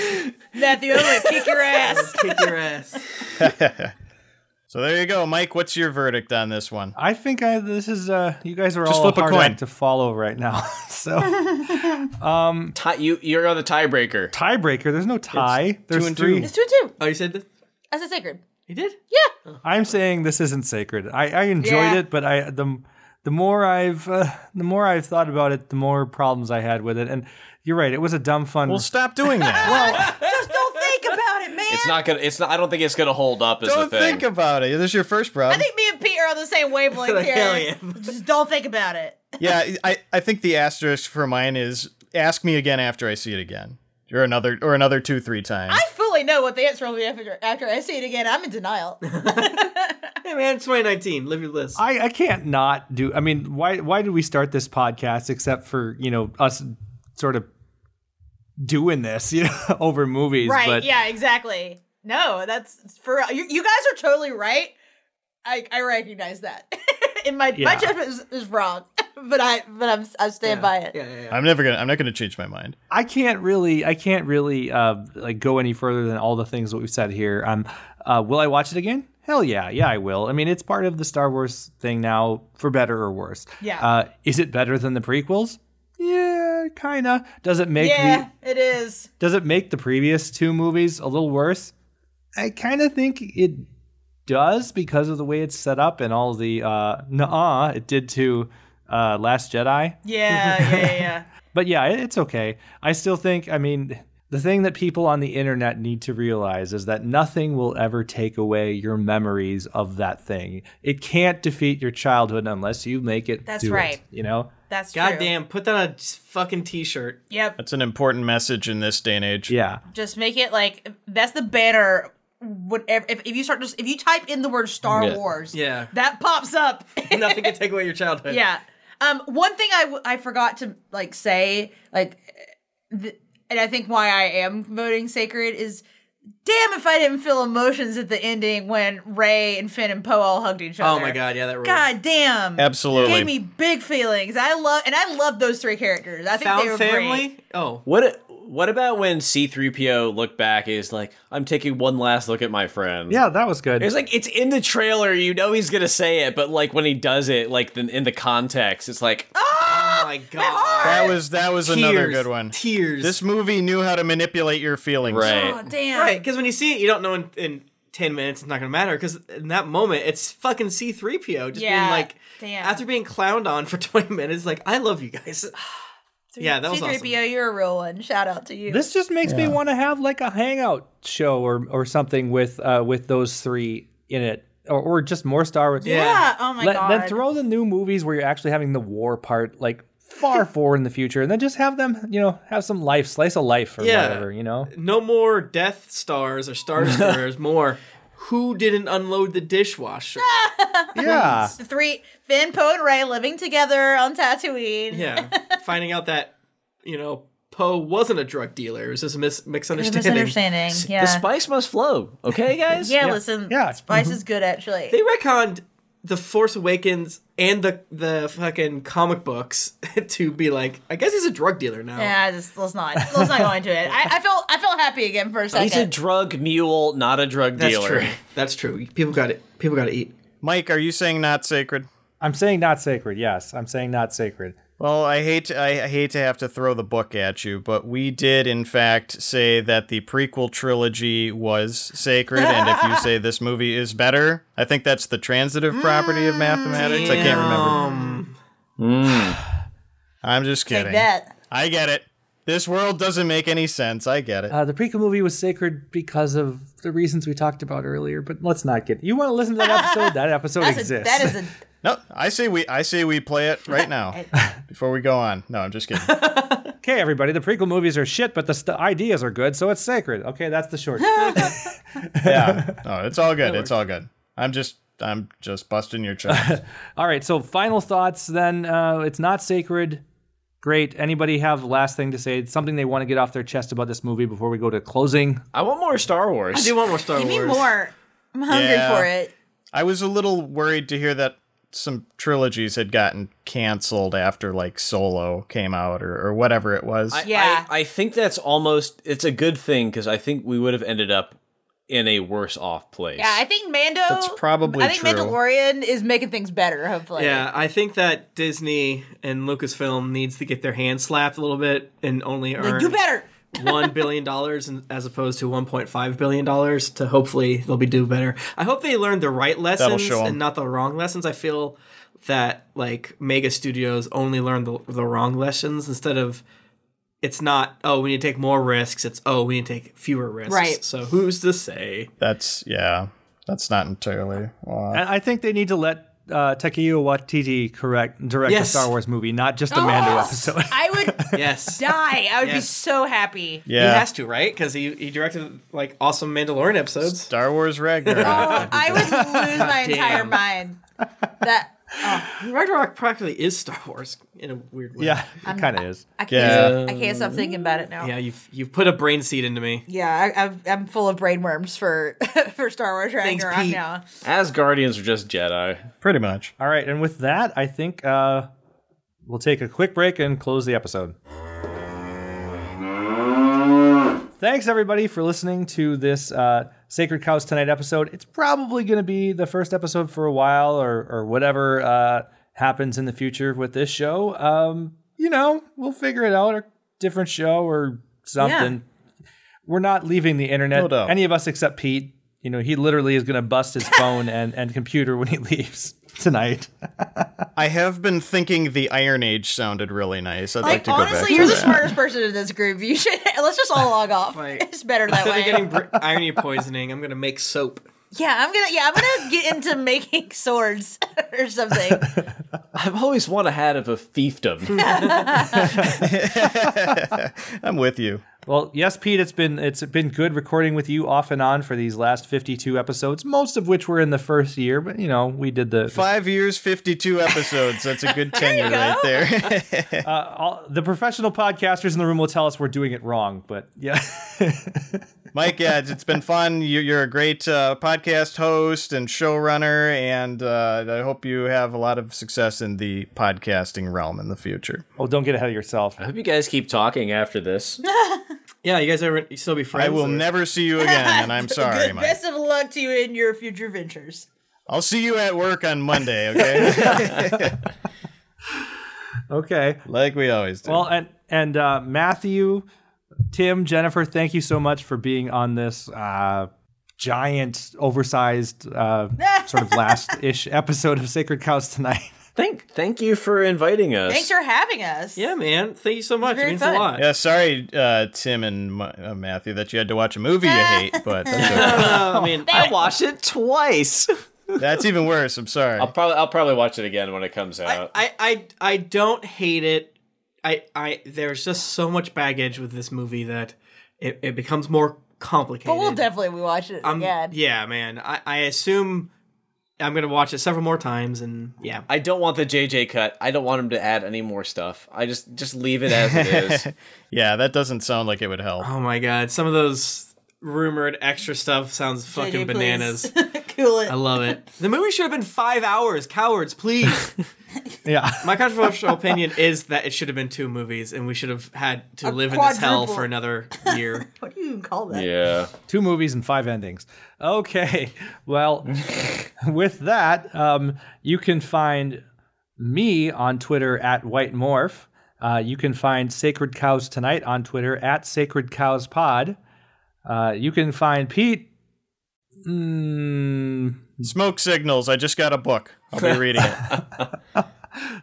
F: shit.
D: Matthew, I'm gonna kick your ass.
F: Kick your ass.
A: So there you go, Mike. What's your verdict on this one?
H: I think I, this is uh, you guys are
A: Just
H: all
A: flip a
H: hard
A: coin.
H: act to follow right now. so
E: Ti- you, you're on the tiebreaker
H: tiebreaker. There's no tie. There's
A: and
H: three.
D: It's two and two.
F: Oh, you said that?
D: That's a sacred.
F: You did? Oh.
D: Yeah.
H: I'm saying this isn't sacred. I, I enjoyed
D: Yeah.
H: it, but I the the more I've uh, the more I've thought about it, the more problems I had with it. And you're right. It was a dumb fun.
A: Well, stop doing that.
D: Just don't think about it, man.
E: it's not gonna it's not i don't think it's gonna hold up as
A: Don't
E: a thing
A: think about it. This is your first problem.
D: I think me and Pete are on the same wavelength
F: Like,
D: here.
F: hell yeah.
D: Just don't think about it.
A: yeah, I, I think the asterisk for mine is ask me again after I see it again. Or another or another two, three times.
D: I fully know what the answer will be after, after I see it again. I'm in denial.
F: Hey, man, 2019. Live your list.
H: I, I can't not do. I mean, why why did we start this podcast except for you know us sort of doing this you know over movies?
D: right?
H: but
D: yeah, exactly. No, that's for you. You guys are totally right. I I recognize that. In my my
H: Yeah.
D: judgment is, is wrong, but I but I'm I stand by it.
F: Yeah, yeah, yeah.
A: I'm never gonna I'm not gonna change my mind.
H: I can't really I can't really uh, like go any further than all the things that we've said here. Um, uh, will I watch it again? Hell yeah, yeah I will. I mean, it's part of the Star Wars thing now, for better or worse.
D: Yeah.
H: Uh, is it better than the prequels? Yeah, kinda. Does it make the
D: Yeah, it is.
H: does it make the previous two movies a little worse? I kind of think it does because of the way it's set up and all the uh, nah it did to uh, Last Jedi.
D: Yeah, yeah, yeah, yeah.
H: But yeah, it- it's okay. I still think, I mean, the thing that people on the internet need to realize is that nothing will ever take away your memories of that thing. It can't defeat your childhood unless you make it.
D: That's
H: do it,
D: right.
H: you know?
D: That's true.
F: Goddamn, put that on a fucking t shirt.
D: Yep.
A: That's an important message in this day and age.
H: Yeah.
D: Just make it like that's the banner. Whatever. If, if you start just if you type in the word Star
E: Yeah.
D: Wars,
F: Yeah.
D: that pops up.
F: Nothing can take away your childhood.
D: Yeah. Um, one thing I, w- I forgot to like say like, th- and I think why I am voting sacred is, damn if I didn't feel emotions at the ending when Ray and Finn and Poe all hugged each
F: Oh
D: other.
F: my god, yeah, that rules.
D: God damn.
A: Absolutely.
D: Gave me big feelings. I love and I love those three characters. I think they were
F: Found
D: great.
F: family? Oh.
E: What What about when C3PO looked back is like, I'm taking one last look at my friend.
H: Yeah, that was good.
E: It's like it's in the trailer, you know he's gonna say it, but like when he does it, like then in the context, it's like
F: Oh my god.
A: That was that was another
F: Tears.
A: good one.
F: Tears.
A: This movie knew how to manipulate your feelings.
E: Right.
D: Oh damn!
F: Right, because when you see it, you don't know in, in 10 minutes, it's not going to matter. Because in that moment, it's fucking C3PO just
D: Yeah,
F: being like,
D: damn.
F: after being clowned on for 20 minutes, like, I love you guys. yeah, that was awesome.
D: C-3PO, you're a real one. Shout out to you.
H: This just makes me want to have like a hangout show or or something with uh with those three in it, or, or just more Star Wars.
F: Yeah.
D: yeah. Oh my
H: Let,
D: god.
H: then throw the new movies where you're actually having the war part like far forward in the future, and then just have them, you know, have some life, slice of life or
F: Yeah.
H: whatever, you know.
F: No more Death Stars or Star Destroyers, more who didn't unload the dishwasher.
H: Yeah,
D: Three Finn, Poe, and Ray living together on Tatooine.
F: yeah, finding out that, you know, Poe wasn't a drug dealer. It was just a mis-
D: It's a
F: misunderstanding.
D: misunderstanding. Yeah.
E: the spice must flow. Okay, guys?
D: yeah, Listen.
H: Yeah.
D: Spice is good actually.
F: They reconned the Force Awakens and the the fucking comic books to be like, I guess he's a drug dealer now.
D: yeah. Just let's not let's not go into it. I, I felt I felt happy again for a second.
E: He's a drug mule, not a drug
F: That's
E: dealer.
F: true. That's true. People got it. People got to eat.
A: Mike, are you saying not sacred?
H: I'm saying not sacred. Yes, I'm saying not sacred.
A: Well, I hate to, I hate to have to throw the book at you, but we did in fact say that the prequel trilogy was sacred, and if you say this movie is better, I think that's the transitive property of mathematics. I can't remember. I'm just
D: Take
A: kidding.
D: that.
A: I get it. This world doesn't make any sense. I get it.
H: Uh, the prequel movie was sacred because of the reasons we talked about earlier, but let's not get. You want to listen to that episode? That episode
D: That's a,
H: exists.
D: that is a
A: no, I say we I say we play it right now before we go on. No, I'm just kidding.
H: okay, everybody, the prequel movies are shit, but the st- ideas are good, so it's sacred. Okay, that's the short.
A: Yeah. No, it's all good. It's all good. I'm just I'm just busting your chops.
H: All right, so final thoughts then. Uh, it's not sacred. Great. Anybody have last thing to say? Something they want to get off their chest about this movie before we go to closing?
E: I want more Star Wars.
F: I do want more Star
D: give me
F: Wars.
D: more. I'm hungry
A: Yeah.
D: for it.
A: I was a little worried to hear that some trilogies had gotten canceled after like Solo came out or, or whatever it was.
E: I,
D: Yeah.
E: I, I think that's almost it's a good thing because I think we would have ended up in a worse off place.
D: Yeah, I think Mando.
A: That's probably
D: I think
A: true.
D: Mandalorian is making things better. Hopefully.
F: Yeah, I think that Disney and Lucasfilm needs to get their hands slapped a little bit and only earn
D: Like, do better.
F: one billion dollars and- as opposed to one point five billion dollars to hopefully they'll be do better. I hope they learned the right lessons
A: show 'em.
F: and not the wrong lessons. I feel that like mega studios only learn the, the wrong lessons instead of it's not oh we need to take more risks. It's oh we need to take fewer risks.
D: Right.
F: So who's to say?
A: That's yeah. That's not entirely. Uh,
H: I I think they need to let uh, Takeyu Watiti correct direct
F: Yes.
H: a Star Wars movie, not just a Mando episode.
D: Oh, I would
F: Yes.
D: die. I would be
F: Yes.
D: so happy.
F: He
A: yeah.
F: has to, right? Because he, he directed like awesome Mandalorian episodes.
A: Star Wars Ragnarok.
D: Oh, I would lose my entire
F: Damn.
D: mind. That oh,
F: Ragnarok practically is Star Wars in a weird way.
H: yeah, it kind of is.
D: I can't.
A: Yeah.
D: I can't stop thinking about it now.
F: Yeah,
D: Yeah,
F: you've you've put a brain seed into me.
D: I, I'm, I'm full of brain worms for for Star Wars Ragnarok
F: Pete.
D: now.
E: As Guardians are just Jedi.
A: Pretty much.
H: All right, and with that, I think uh, we'll take a quick break and close the episode. Thanks everybody for listening to this uh, Sacred Cows Tonight episode. It's probably going to be the first episode for a while, or or whatever uh, happens in the future with this show. Um, you know, we'll figure it out. Or different show or something. We're not leaving the internet.
A: No doubt.
H: Any of us except Pete. You know, he literally is going to bust his phone and, and computer when he leaves tonight.
A: I have been thinking the Iron Age sounded really nice. I'd like,
D: Like
A: to go back.
D: honestly,
A: to
D: you're the
A: that.
D: smartest person in this group. You should. Let's just all log off.
F: Right.
D: It's better that
F: Instead
D: way.
F: of getting br- irony poisoning, I'm gonna make soap.
D: yeah, I'm gonna. Yeah, I'm gonna get into making swords or something.
E: I've always want a hat of a
D: Hmm.
E: fiefdom.
A: I'm with you.
H: Well, yes, Pete, it's been it's been good recording with you off and on for these last 52 episodes, most of which were in the first year, but you know, we did the
A: Five years, fifty-two episodes. That's a good tenure right there.
H: all, the professional podcasters in the room will tell us we're doing it wrong, but yeah.
A: Mike, yeah, it's- it's been fun. You, you're a great uh, podcast host and showrunner, and uh, I hope you have a lot of success in the podcasting realm in the future.
H: oh, don't get ahead of yourself.
E: I hope you guys keep talking after this.
F: Yeah, you guys ever you still be friends?
A: I will
F: or-
A: never see you again, and I'm sorry,
D: Good.
A: Mike.
D: Best of luck to you in your future ventures.
A: I'll see you at work on Monday, okay?
H: Okay.
A: like we always do.
H: Well, and and uh, Matthew, Tim, Jennifer, thank you so much for being on this uh, giant, oversized, uh, sort of last-ish episode of Sacred Cows tonight.
E: Thank thank you for inviting us.
D: Thanks for having us.
F: Yeah, man. Thank you so much. It
D: very
F: means
D: fun.
F: a lot.
A: yeah, sorry, uh, Tim and Ma- uh, Matthew, that you had to watch a movie you hate, but that's, okay.
F: Uh, I mean,
E: I watched it twice.
A: That's even worse. I'm sorry.
E: I'll probably I'll probably watch it again when it comes
F: I,
E: out.
F: I, I, I don't hate it. I, I, there's just so much baggage with this movie that it, it becomes more complicated.
D: But we'll definitely be watching it
F: I'm-
D: again.
F: Yeah, man. I, I assume I'm gonna watch it several more times, and yeah.
E: I don't want the JJ cut. I don't want him to add any more stuff. I just just leave it as it is.
A: yeah, that doesn't sound like it would help.
F: Oh my god, some of those rumored extra stuff sounds fucking
D: JJ, please.
F: bananas.
D: cool it.
F: I love it. The movie should have been five hours. Cowards, please.
H: Yeah.
F: My controversial opinion is that it should have been two movies, and we should have had
D: A
F: to live in this hell
D: quadruple.
F: for another year.
D: what do you even call that?
E: yeah.
H: two movies and five endings. Okay, well, with that, um, you can find me on Twitter at White Morph. Uh, you can find Sacred Cows Tonight on Twitter at Sacred Cows Pod. Uh, you can find Pete. Mm,
A: Smoke signals. I just got a book. I'll be reading it.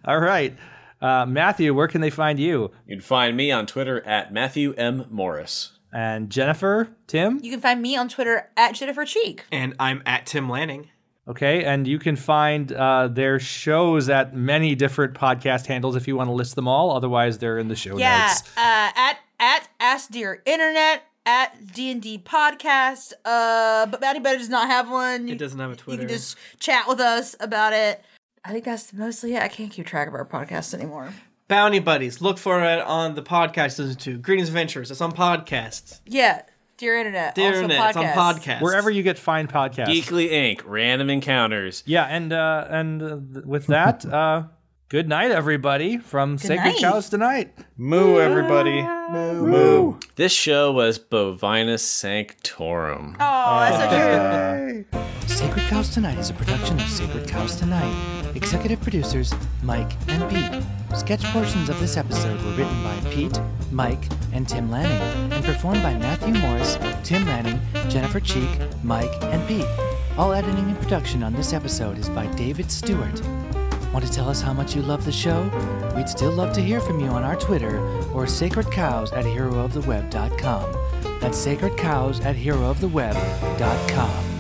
H: all right. Uh, Matthew, where can they find you?
E: You'd find me on Twitter at Matthew M. Morris.
H: And Jennifer, Tim?
D: You can find me on Twitter at Jennifer Cheek.
F: And I'm at Tim Lanning.
H: Okay, and you can find uh, their shows at many different podcast handles if you want to list them all. Otherwise, they're in the show
D: Yeah,
H: notes.
D: uh, at at Ask Dear Internet at D and D podcast. Uh, but anybody does not have one. You,
F: It doesn't have a
D: you
F: Twitter.
D: can just chat with us about it. I think that's mostly it. I can't keep track of our podcast anymore.
F: Bounty Buddies. Look for it on the podcast. Listen to Greetings Adventures. It's on podcasts.
D: Yeah, Dear Internet,
F: Dear
D: also
F: Internet, It's on podcasts.
H: Wherever you get fine podcasts.
E: Geekly Inc. Random Encounters.
H: Yeah, and uh, and uh, th- with that, uh, good night, everybody, from Sacred
D: night.
H: Cows tonight.
A: Moo, everybody.
E: This show was Bovinus Sanctorum.
D: Oh, that's so true.
B: Sacred Cows Tonight is a production of Sacred Cows Tonight. Executive producers Mike and Pete. Sketch portions of this episode were written by Pete, Mike, and Tim Lanning, and performed by Matthew Morris, Tim Lanning, Jennifer Cheek, Mike, and Pete. All editing and production on this episode is by David Stewart. Want to tell us how much you love the show? We'd still love to hear from you on our Twitter or sacredcows at herooftheweb.com. That's sacredcows at herooftheweb.com.